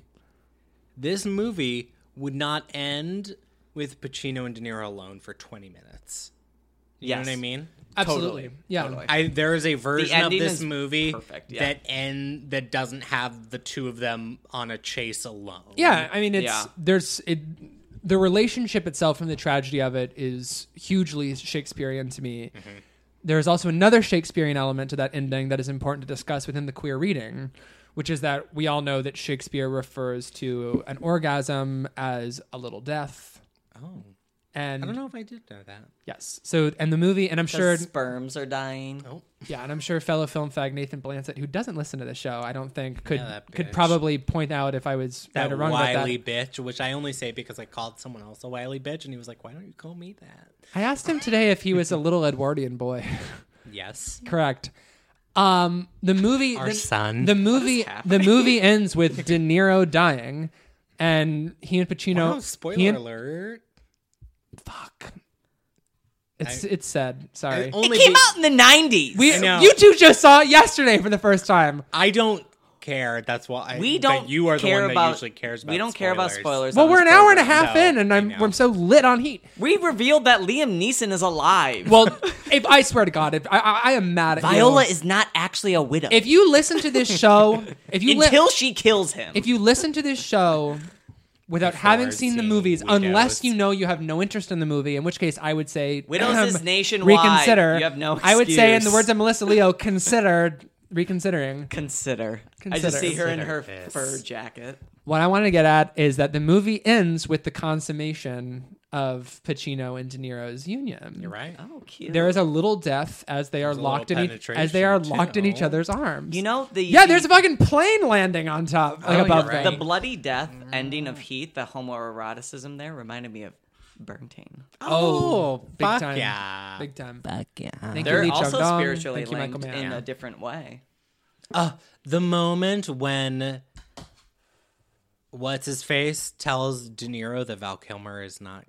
C: this movie would not end with Pacino and De Niro alone for 20 minutes. You know
A: Yes.
C: what I mean?
B: Absolutely. Yeah.
C: I there is a version of
A: ending
C: this
A: is
C: movie
A: perfect, yeah.
C: that end that doesn't have the two of them on a chase alone.
B: Yeah, I mean it's
A: Yeah.
B: there's it the relationship itself and the tragedy of it is hugely Shakespearean to me.
C: Mm-hmm.
B: There's also another Shakespearean element to that ending that is important to discuss within the queer reading, which is that we all know that Shakespeare refers to an orgasm as a little death.
C: Oh,
B: And
C: I don't know if I did know that.
B: yes, so and the movie, and I'm sure,
A: sperms are dying.
C: Oh,
B: yeah, and I'm sure fellow film fag Nathan Blansett, who doesn't listen to the show, I don't think could
C: Yeah, that
B: could
C: bitch.
B: probably point out if I was right
C: that
B: or wrong about
C: wily
B: that.
C: bitch, which I only say because I called someone else a wily bitch, and he was like, "Why don't you call me that?"
B: I asked him today if he was a little Edwardian boy.
C: Yes.
B: Correct. Um, the movie,
C: Our
B: the,
C: son.
B: the movie, the movie ends with De Niro dying, and he and Pacino.
C: oh, spoiler
B: he and-
C: alert!
B: Fuck. It's it's sad. Sorry.
C: I
D: It
C: only
D: came
C: be-
D: out in the 90s.
B: we
C: I know.
B: you two just saw it yesterday for the first time.
C: I don't care. That's why I,
A: We
C: but
A: don't
C: You are the
A: care
C: one that
A: about-
C: usually cares about.
A: we don't care about spoilers.
B: Well,
A: on
B: we're
A: this
B: an hour and a
A: program.
B: half
C: No,
B: in, and
C: I
B: I'm
C: know.
B: I'm so lit on heat.
A: We revealed that Liam Neeson is alive.
B: Well, if I swear to God, if I, I, I am mad at
A: Viola
B: you.
A: is not actually a widow
B: If you listen to this show, if you li-
A: until she kills him.
B: if you listen to this show without having seen the
C: seeing
B: movies,
C: Widows.
B: unless you know you have no interest in the movie, in which case I would say um,
A: Widows is nationwide.
B: Reconsider.
A: You have no
B: I would say, in the
A: excuse.
B: words of Melissa Leo, consider reconsidering.
A: consider. I
B: Consider.
A: just see her in her
C: Consider this.
A: fur jacket.
B: What I wanted to get at is that the movie ends with the consummation of Pacino and De Niro's union.
C: You're right.
A: Oh, cute.
B: There is a little death as they are
C: a
B: locked in
C: little
B: each, as they are
C: penetration,
B: locked in
C: too.
B: each other's arms.
A: you know the
B: yeah, there's a fucking plane landing on top, like
C: you're
B: above
C: right.
A: the
B: them.
A: bloody death ending of Heat. The homoeroticism there reminded me of Burntain.
B: Oh, big
C: fuck
B: time.
C: yeah.
B: Big time.
D: Fuck yeah.
B: Thank
A: They're
B: you, Lee
A: also
B: Chong-dong.
A: spiritually
B: Thank you, Michael
A: linked
B: Mann.
A: in a different way.
C: Uh, the moment when what's his face tells De Niro that Val Kilmer is not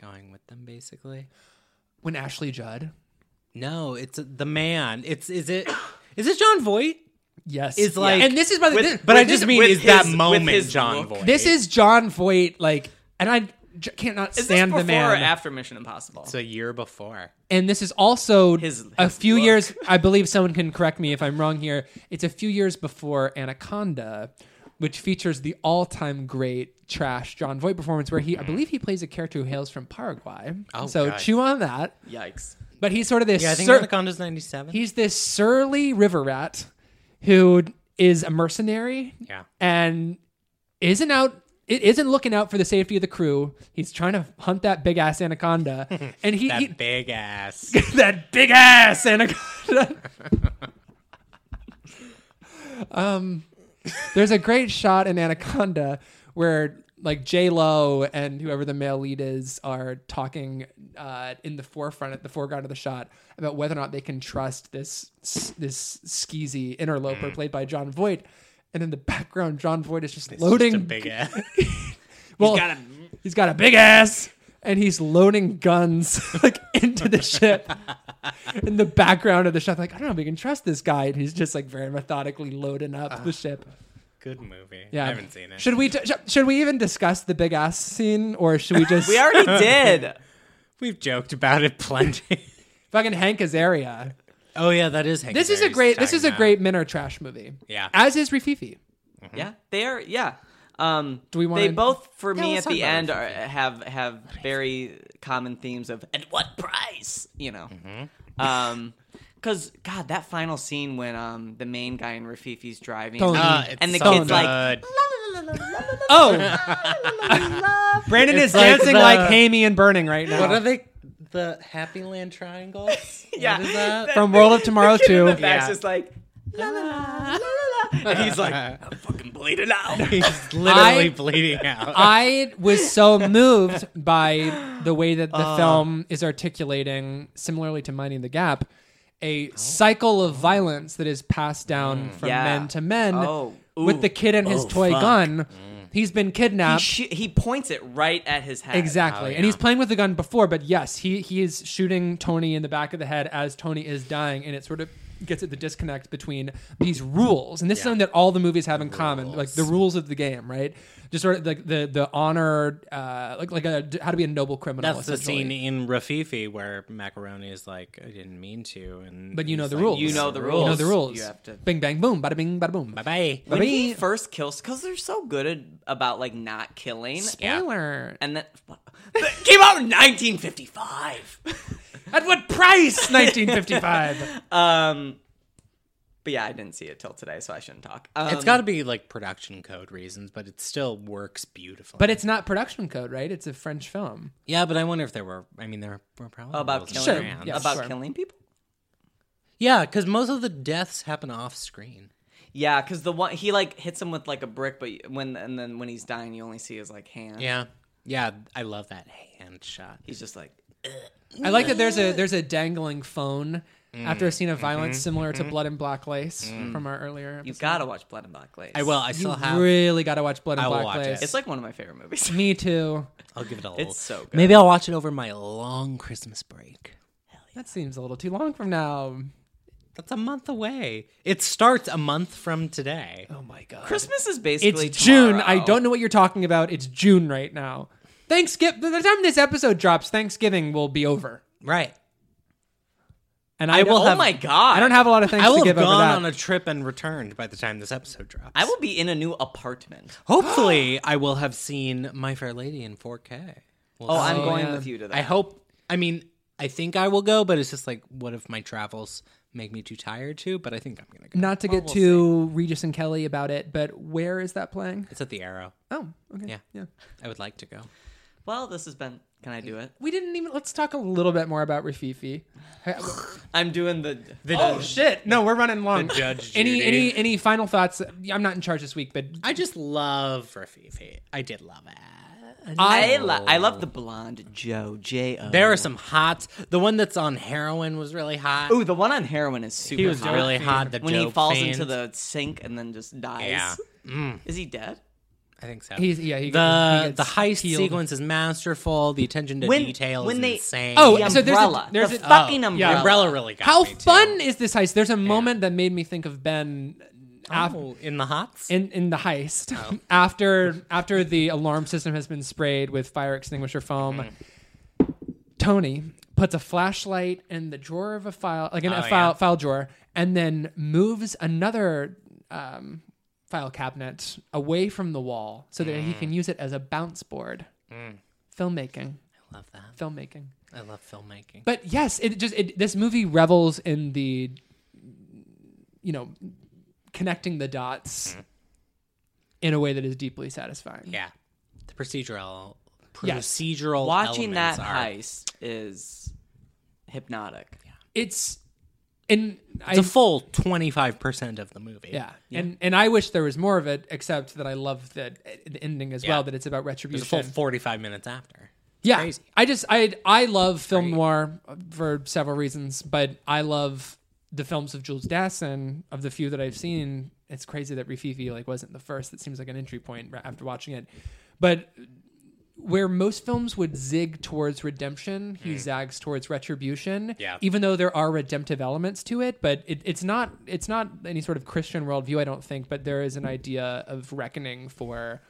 C: going with them, basically.
B: when Ashley Judd.
C: No, it's the man. It's is it is it John Voight?
B: Yes,
C: Is like-
B: and this is by the. this,
C: But I
B: this-
C: just mean
A: with
C: is that
A: his- with
C: moment
A: his
C: John
A: look.
C: Voight?
B: this is John Voight, like, and I j- can't not
A: Is
B: stand
A: this
B: the
A: before or
B: man.
A: after Mission Impossible?
C: it's a year before.
B: and this is also
A: His-
B: a
A: his
B: few
A: look.
B: years. I believe someone can correct me if I'm wrong here. It's a few years before Anaconda, which features the all-time great trash John Voight performance, where he, I believe, he plays a character who hails from Paraguay.
C: Oh,
B: so
C: God.
B: chew on that.
A: Yikes.
B: But he's sort of this.
C: Yeah, I think
B: sur-
C: Anaconda's ninety seven.
B: He's this surly river rat who is a mercenary.
C: Yeah.
B: And isn't out it isn't looking out for the safety of the crew. He's trying to hunt that big ass anaconda. And he,
C: That
B: he-
C: big ass.
B: that big ass anaconda. um Um, there's a great shot in Anaconda where like J Lo and whoever the male lead is are talking uh, in the forefront, at the foreground of the shot, about whether or not they can trust this this skeezy interloper played by John Voight. And in the background, John Voight is just loading.
C: Just a big ass.
B: well, he's got a, big ass, and he's loading guns like into the ship. in the background of the shot, like I don't know if we can trust this guy, and he's just like very methodically loading up the ship.
C: Good movie.
B: Yeah,
C: I Ah, haven't seen it.
B: Should we t- sh- should we even discuss the big ass scene, or should we just
A: We already did.
C: We've joked about it plenty.
B: fucking Hank Azaria?
C: oh yeah, that is. Hank
B: This is a
C: Azaria
B: great this
C: talking
B: is a
C: about.
B: great men are trash movie.
C: Yeah.
B: as is Rififi.
A: Yeah, they are. Yeah. Um,
B: Do we wanna-
A: They both, for
C: Yeah,
A: me, at
C: let's
A: the
C: talk about
A: end, are, have have very common themes of at what price, you know.
C: Mm-hmm.
A: Um, because God, that final scene when um the main guy in Rafifi's driving
B: Tony.
C: Uh,
A: and,
C: it's
A: and the
C: so
A: kid's like,
C: good.
B: Oh, Brandon is
C: like
B: dancing
C: the-
B: like Hamey and Burning right now.
C: What are they? The Happy Land triangles?
A: yeah,
C: What is that?
B: From World of Tomorrow
A: kid in the
B: too.
A: back's
C: Yeah.
A: just like, la, la, la, la, la. and he's like, I'm fucking bleeding out.
C: He's literally
B: I-
C: bleeding out.
B: I was so moved by the way that the
A: Uh.
B: film is articulating, similarly to Minding the Gap, a cycle of violence that is passed down from
A: Oh. Mm. Yeah.
B: men to men
A: Oh, Mm.
B: with
A: ooh.
B: the kid and his toy gun. He's been
A: He,
B: kidnapped.
A: sh- he points it right at his head.
B: Exactly. And he's playing with the gun before, but yes, he he is shooting Tony in the back of the head as Tony is dying, and it sort of gets at the disconnect between these rules, and this is something that all the movies have in common, like the rules of the game, right? Just sort of like the the honor, uh, like like a, how to be a noble criminal.
C: That's the
B: essentially.
C: scene in Rafifi where Macaroni is like, I didn't mean to. and
B: But you know
C: he's
B: the
C: like,
B: rules.
A: You know the
B: You know
A: rules.
B: the rules.
A: You have to-
B: Bing bang boom, bada bing, bada boom.
C: Bye bye.
A: When he first kills, because they're so good at, about like not killing,
B: Spoiler.
A: and then but it came out in 1955.
B: At what price? 1955.
A: Um, but yeah, I didn't see it till today, so I shouldn't talk. Um,
C: It's got to be like production code reasons, but it still works beautifully.
B: but it's not production code, right? It's a French film.
C: yeah, but I wonder if there were. I mean, there were probably
A: about
C: rules
A: killing
B: Sure,
C: Oh, around.
B: yeah.
A: about
B: sure.
A: killing people.
C: Yeah, because most of the deaths happen off screen.
A: Yeah, because the one he like hits him with like a brick, but when and then when he's dying, you only see his like hand.
C: Yeah, yeah, I love that hand shot.
A: he's just like
B: I like that there's a there's a dangling phone after a scene of violence similar to Blood and Black Lace from our earlier.
A: you
B: episode.
A: gotta watch Blood and Black Lace.
C: I will. I still have.
B: really got to watch Blood and
C: I will
B: Black
C: watch it.
B: Lace.
A: It's like one of my favorite movies.
B: Me too.
C: I'll give it a. little-
A: It's so good.
C: Maybe I'll watch it over my long Christmas break.
B: That seems a little too long from now.
C: That's a month away. It starts a month from today.
B: Oh my god.
A: Christmas is
B: It's
A: basically
B: June. I
A: tomorrow.
B: don't know what you're talking about. It's June right now. Thanksgiving. By the time this episode drops, Thanksgiving will be over,
C: Right.
B: and
C: I
B: I,
C: will
A: Oh
B: don't-
C: have-
A: my god!
B: I don't have a lot of things
C: I will
B: to
C: have
B: give over
C: gone
B: that.
C: on a trip and returned by the time this episode drops.
A: I will be in a new apartment.
C: Hopefully, I will have seen My Fair Lady in 4K. We'll
A: Oh,
C: see.
A: I'm going
B: yeah.
A: with you to that.
C: I hope. I mean, I think I will go, but it's just like, what if my travels make me too tired to? But I think I'm gonna go.
B: Not to get too Regis and Kelly about it, but where is that playing?
C: It's at the Arrow.
B: Oh, okay.
C: Yeah.
B: yeah.
C: I would like to go.
A: Well, this has been. Can I do it?
B: We didn't even. Let's talk a little bit more about Rafifi.
A: I'm doing the.
B: oh shit! No, we're running long.
C: The Judge
B: any
C: Judy.
B: any any final thoughts? I'm not in charge this week, but
C: I just love Rafifi. I did love it.
A: I lo- I
B: Oh.
A: love the blonde Joe J O.
C: There are some hots. The one that's on heroin was really hot.
A: Ooh, the one on heroin is super.
C: he was
A: hot.
C: really hot. The
A: when he
C: dope
A: falls
C: fiend.
A: into the sink and then just dies.
C: Yeah.
B: Mm.
A: Is he dead?
C: I think so.
B: he's yeah. He,
C: the
B: he gets
C: the heist
B: healed.
C: sequence is masterful. The attention to
A: When-
C: detail
A: when
C: is
A: they-
C: insane.
B: Oh,
A: The
B: so there's a-
A: umbrella.
B: there's
A: the
B: a-
A: fucking
B: oh,
A: umbrella.
B: yeah,
C: the umbrella really got
B: How
C: me, too.
B: fun is this heist? There's a moment that made me think of Ben. af-
C: Oh, in the hots.
B: in in the heist
C: Oh.
B: after after the alarm system has been sprayed with fire extinguisher foam
C: Hmm.
B: tony puts a flashlight in the drawer of a file like in a
C: Oh,
B: file
C: yeah.
B: file drawer and then moves another um, file cabinet away from the wall so that he
C: Hmm.
B: can use it as a bounce board filmmaking
C: I love that.
B: filmmaking
C: I love filmmaking.
B: but yes it just it, this movie revels in the you know connecting the dots in a way that is deeply satisfying
C: Mm-hmm. yeah, the procedural
B: Yes.
C: procedural
A: Watching
C: elements
A: that
C: are-
A: heist is hypnotic.
B: it's and
C: It's a
B: i
C: full twenty five percent of the movie.
B: yeah. and and i wish there was more of it except that i love that uh, the ending as
C: Yeah.
B: well that it's about
C: it's a full
B: retribution
C: forty five minutes after.
B: yeah
C: crazy.
B: i just i i love film noir for several reasons but i love the films of jules dassin of the few that i've seen it's crazy that rififi like wasn't the first that seems like an entry point ra- after watching it but where most films would zig towards redemption, he zags towards retribution.
C: Hmm. Yeah.
B: Even though there are redemptive elements to it, but it, it's not it's not any sort of Christian worldview, I don't think. But there is an idea of reckoning for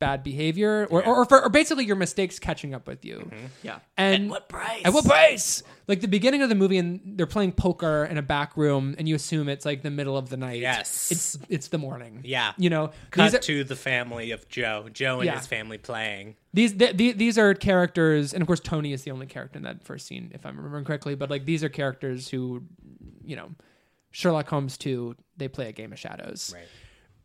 B: bad behavior, or or, or, for, or basically your mistakes catching up with you.
C: Mm-hmm.
A: Yeah.
B: And
D: What price?
B: at what price? Like the beginning of the movie, and they're playing poker in a back room, and you assume it's like the middle of the night.
C: Yes.
B: it's it's the morning.
C: Yeah.
B: you know,
C: Cut
B: these are-
C: to the family of Joe. Joe and
B: Yeah.
C: his family playing.
B: these th- th- these are characters, and of course Tony is the only character in that first scene, if I'm remembering correctly. But like these are characters who, you know, Sherlock Holmes too. They play a game of shadows,
C: Right.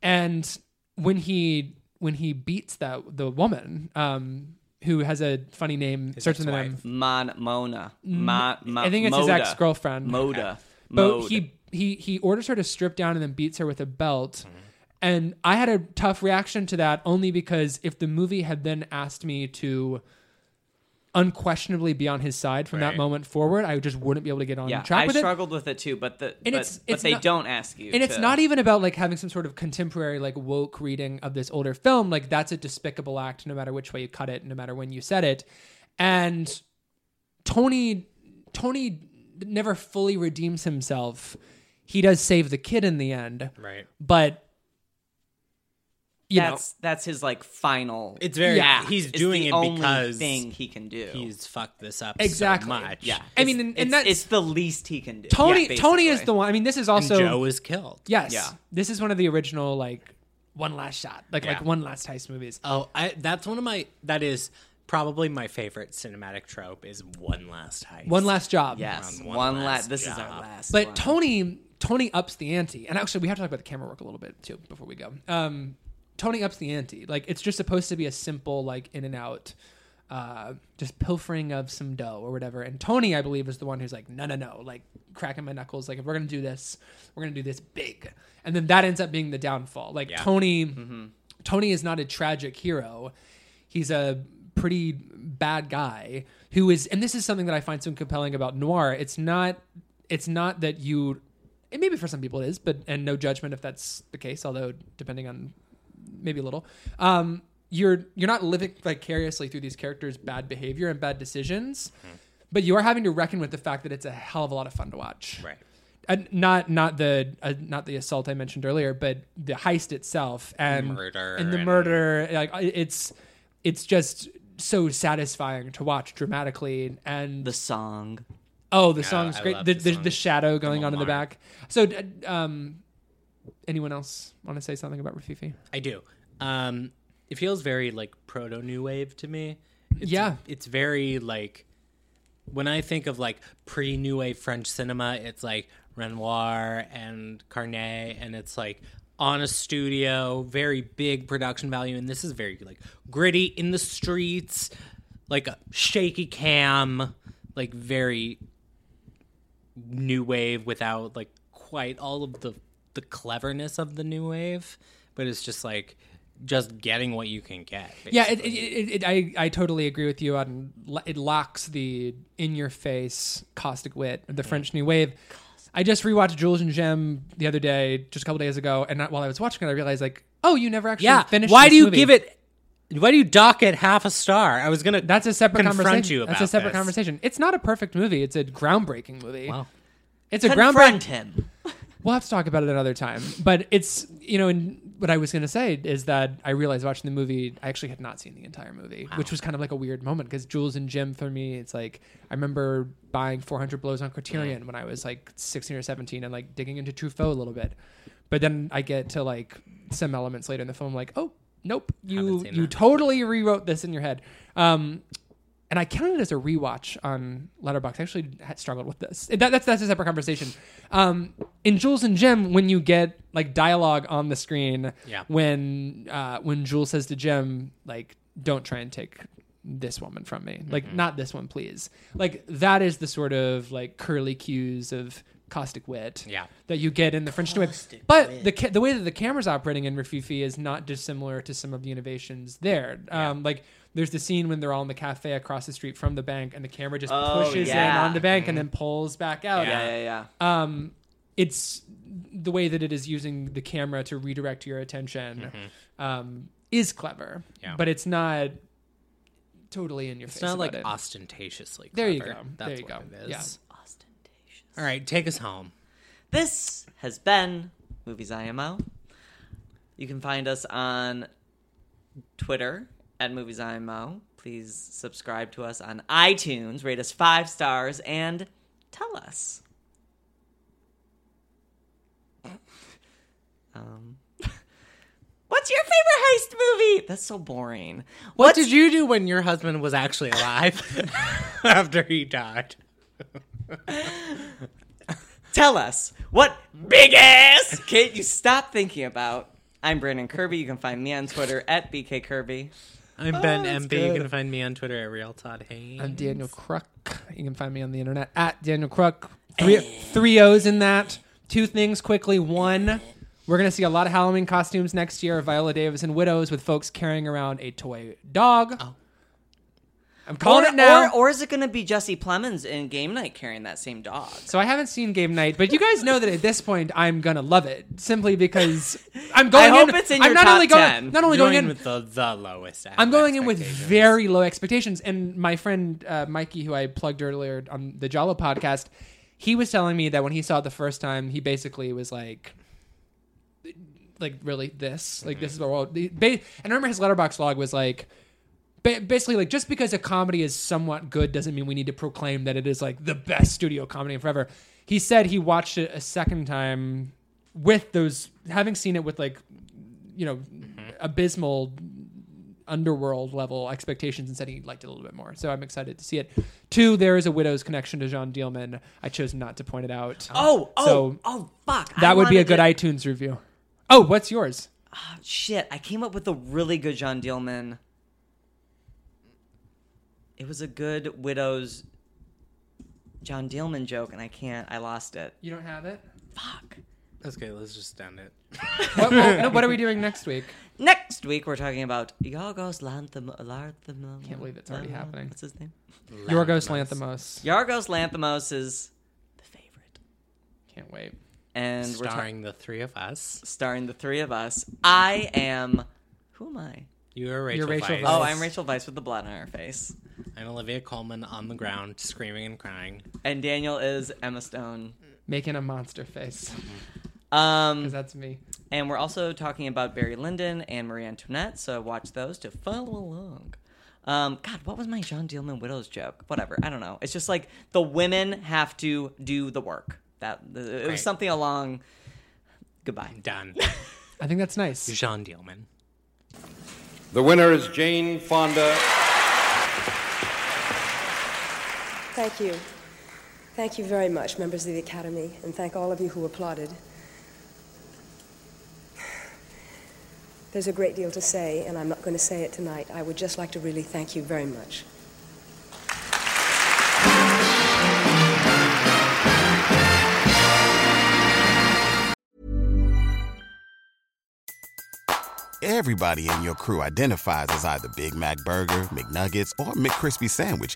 B: and when he when he beats that the woman um, who has a funny name, starts with an M.
C: ex-wife.
A: Mon Mona. Ma, ma,
B: Mm. I think it's his
A: Moda.
B: ex girlfriend.
A: Moda.
B: But
A: Mode.
B: he he he orders her to strip down and then beats her with a belt. And I had a tough reaction to that only because if the movie had then asked me to unquestionably be on his side from
C: Right.
B: that moment forward, I just wouldn't be able to get on
A: yeah,
B: track
A: I
B: with it.
A: struggled with it too, but the but,
B: it's-
A: but
B: it's
A: they
B: not-
A: don't ask you.
B: And it's
A: to-
B: not even about like having some sort of contemporary like woke reading of this older film. Like that's a despicable act, no matter which way you cut it, no matter when you said it. And Tony Tony never fully redeems himself. he does save the kid in the end,
C: Right.
B: but you
A: that's that's his like final.
C: It's very.
B: Yeah.
C: He's
A: it's
C: doing
A: the
C: it
A: only
C: because
A: thing he can do.
C: he's fucked this up
B: Exactly.
C: so much.
A: yeah,
B: I mean, and- and
A: it's,
B: that's-
A: it's the least he can do.
B: know Tony
A: Yeah,
B: Tony is
A: basically.
B: the one. I mean, this is
C: And
B: also
C: Joe is killed.
B: yes.
A: Yeah.
B: This is one of the original like one last shot, like like
C: Yeah.
B: one last heist movies. Uh,
C: Oh, I, that's one of my. That is probably my favorite cinematic trope. Is one last heist.
B: One last job.
A: Yes,
C: one
A: one, last.
C: last
A: this is our
C: job.
A: last.
B: But
A: one.
B: Tony Tony ups the ante, and actually we have to talk about the camera work a little bit too before we go. Um, Tony ups the ante. Like it's just supposed to be a simple like in and out, uh, just pilfering of some dough or whatever. And Tony, I believe, is the one who's like, no, no, no, like cracking my knuckles. Like if we're gonna do this, we're gonna do this big. And then that ends up being the downfall. Like
C: Yeah.
B: Tony, Tony is not a tragic hero. He's a pretty bad guy who is and this is something that I find so compelling about noir. It's not it's not that you and maybe for some people it is, but and no judgment if that's the case, although depending on maybe a little. Um you're you're not living vicariously through these characters' bad behavior and bad decisions, but you are having to reckon with the fact that it's a hell of a lot of fun to watch
C: Right.
B: and Uh, not not the uh, not the assault I mentioned earlier, but the heist itself and
C: Murder
B: and the
C: and-
B: murder. Like I- it's it's just so satisfying to watch dramatically and
A: the song.
B: oh the song's
C: I
B: great
C: love
B: the,
C: the
B: the,
C: song.
B: the shadow going on in the
C: Lamar.
B: back so d- um anyone else want to say something about Rafifi
C: I do. Um, it feels very like proto new wave to me. It's,
B: Yeah.
C: it's very like when I think of like pre new wave French cinema, it's like Renoir and Carnet, and it's like on a studio, very big production value, and this is very like gritty in the streets, like a shaky cam, like very new wave without like quite all of the the cleverness of the new wave, but it's just like just getting what you can get.
B: yeah it, it, it, it, I, I totally agree with you on la- it lacks the in your face caustic wit of the French New Wave I just rewatched Jules and Jem the other day just a couple days ago and I- while I was watching it I realized like oh you never actually
C: yeah.
B: finished
C: why
B: this
C: do you
B: movie.
C: give it? Why do you dock it half a star? I was gonna.
B: that's a separate
C: confront
B: conversation
C: You about
B: that's a separate
C: this.
B: conversation it's not a perfect movie it's a groundbreaking movie
C: Wow.
B: it's a groundbreaking
A: Confront him.
B: We'll have to talk about it another time. But it's you know, and what I was gonna say is that I realized watching the movie, I actually had not seen the entire movie, which was kind of like a weird moment because Jules and Jim for me, it's like I remember buying 400 Blows on Criterion when I was like 16 or 17 and like digging into Truffaut a little bit. But then I get to like some elements later in the film, like oh nope, you
C: Haven't seen
B: you
C: that.
B: totally rewrote this in your head. Um, and I counted it as a rewatch on Letterbox. I actually had struggled with this. That, that's that's a separate conversation. Um, in Jules and Jim, when you get like dialogue on the screen,
C: Yeah.
B: when uh, when Jules says to Jim, like, "Don't try and take this woman from me," like,
C: Mm-hmm.
B: "Not this one, please." Like that is the sort of like curly cues of caustic wit
C: Yeah.
B: that you get in the French New Wave. But the ca- the way that the camera's operating in Rafifi is not dissimilar to some of the innovations there. Um, Like there's the scene when they're all in the cafe across the street from the bank, and the camera just
A: Oh,
B: pushes
A: yeah.
B: in on the bank and then pulls back out.
A: Yeah, yeah, yeah. Uh,
B: Um, it's the way that it is using the camera to redirect your attention um, is clever,
C: Yeah.
B: but it's not totally in your face.
C: It's not
B: about
C: like
B: it.
C: ostentatiously.
B: There you
C: clever.
B: go.
C: That's
B: There you
C: what
B: go.
C: It is.
B: Yeah.
A: Ostentatious.
C: All right, take us home.
A: This has been Movies IMO. You can find us on Twitter at Movies IMO. Please subscribe to us on iTunes, rate us five stars, and tell us. Um, what's your favorite heist movie? That's so boring.
C: What did you do when your husband was actually alive after he died?
A: Tell us what big ass kid you stop thinking about. I'm Brandon Kirby. You can find me on Twitter at BK Kirby.
C: I'm Ben
B: that's
C: MB. You
B: good.
C: can find me on Twitter at Real Todd Haynes.
B: I'm Daniel Kruk. You can find me on the internet at Daniel Kruk. Three, three O's in that. Two things quickly. One, we're going to see a lot of Halloween costumes next year of Viola Davis and Widows with folks carrying around a toy dog. I'm calling
A: Oh. or,
B: it now.
A: Or, or is it going to be Jesse Plemons in Game Night carrying that same dog?
B: so I haven't seen Game Night, but you guys know that at this point I'm gonna love it simply because I'm going
A: hope
B: in.
A: it's in
B: I'm
A: your
B: not
A: top
B: only going,
A: 10.
B: not only
C: You're
B: going in
C: with the, the lowest.
B: I'm going in with
C: expectations.
B: very low expectations. And my friend uh, Mikey, who I plugged earlier on the Jala podcast, he was telling me that when he saw it the first time, he basically was like, like really this, like this is the world. The- ba- And I remember his letterbox log was like, ba- basically like just because a comedy is somewhat good doesn't mean we need to proclaim that it is like the best studio comedy in forever. He said he watched it a second time with those having seen it with like you know
A: Mm-hmm.
B: abysmal underworld level expectations and said he liked it a little bit more. So I'm excited to see it. Two, there is a widow's connection to Jean Dielman. I chose not to point it out.
A: Oh, oh,
B: So,
A: oh, fuck. I
B: that would be a
A: wanted
B: good
A: to-
B: iTunes review. Oh, what's yours?
A: Shit, I came up with a really good John Dielman. It was a good Widow's John Dielman joke, and I can't. I lost it.
B: You don't have it.
A: Fuck.
C: Okay, let's just end it.
B: What, what- no, what are we doing next week?
A: Next week, we're talking about Yorgos Lanthim- Lanthimos.
B: Can't believe it's already happening.
A: What's his name?
B: Yorgos Lanthimos.
A: Yorgos Lanthimos is the favorite.
B: Can't wait.
A: And we're ta-
C: Starring the three of us.
A: starring the three of us. I am. Who am I?
C: You are Rachel.
B: You're Rachel
C: Weisz.
B: Weisz.
A: Oh, I'm Rachel Weiss with the blood on her face.
C: I'm Olivia Coleman on the ground, screaming and crying.
A: And Daniel is Emma Stone.
B: Making a monster face
A: Um,
B: because that's me.
A: And we're also talking about Barry Lyndon and Marie Antoinette, so watch those to follow along. Um, God, what was my John Dielman Widows joke? Whatever, I don't know. It's just like the women have to do the work. That it
C: Right.
A: was something along. Goodbye.
C: Done.
B: I think that's nice.
C: Jean Dielman.
G: The winner is Jane Fonda.
H: Thank you. Thank you very much, members of the Academy, and thank all of you who applauded. There's a great deal to say, and I'm not going to say it tonight. I would just like to really thank you very much.
E: Everybody in your crew identifies as either Big Mac Burger, McNuggets, or McCrispy Sandwich.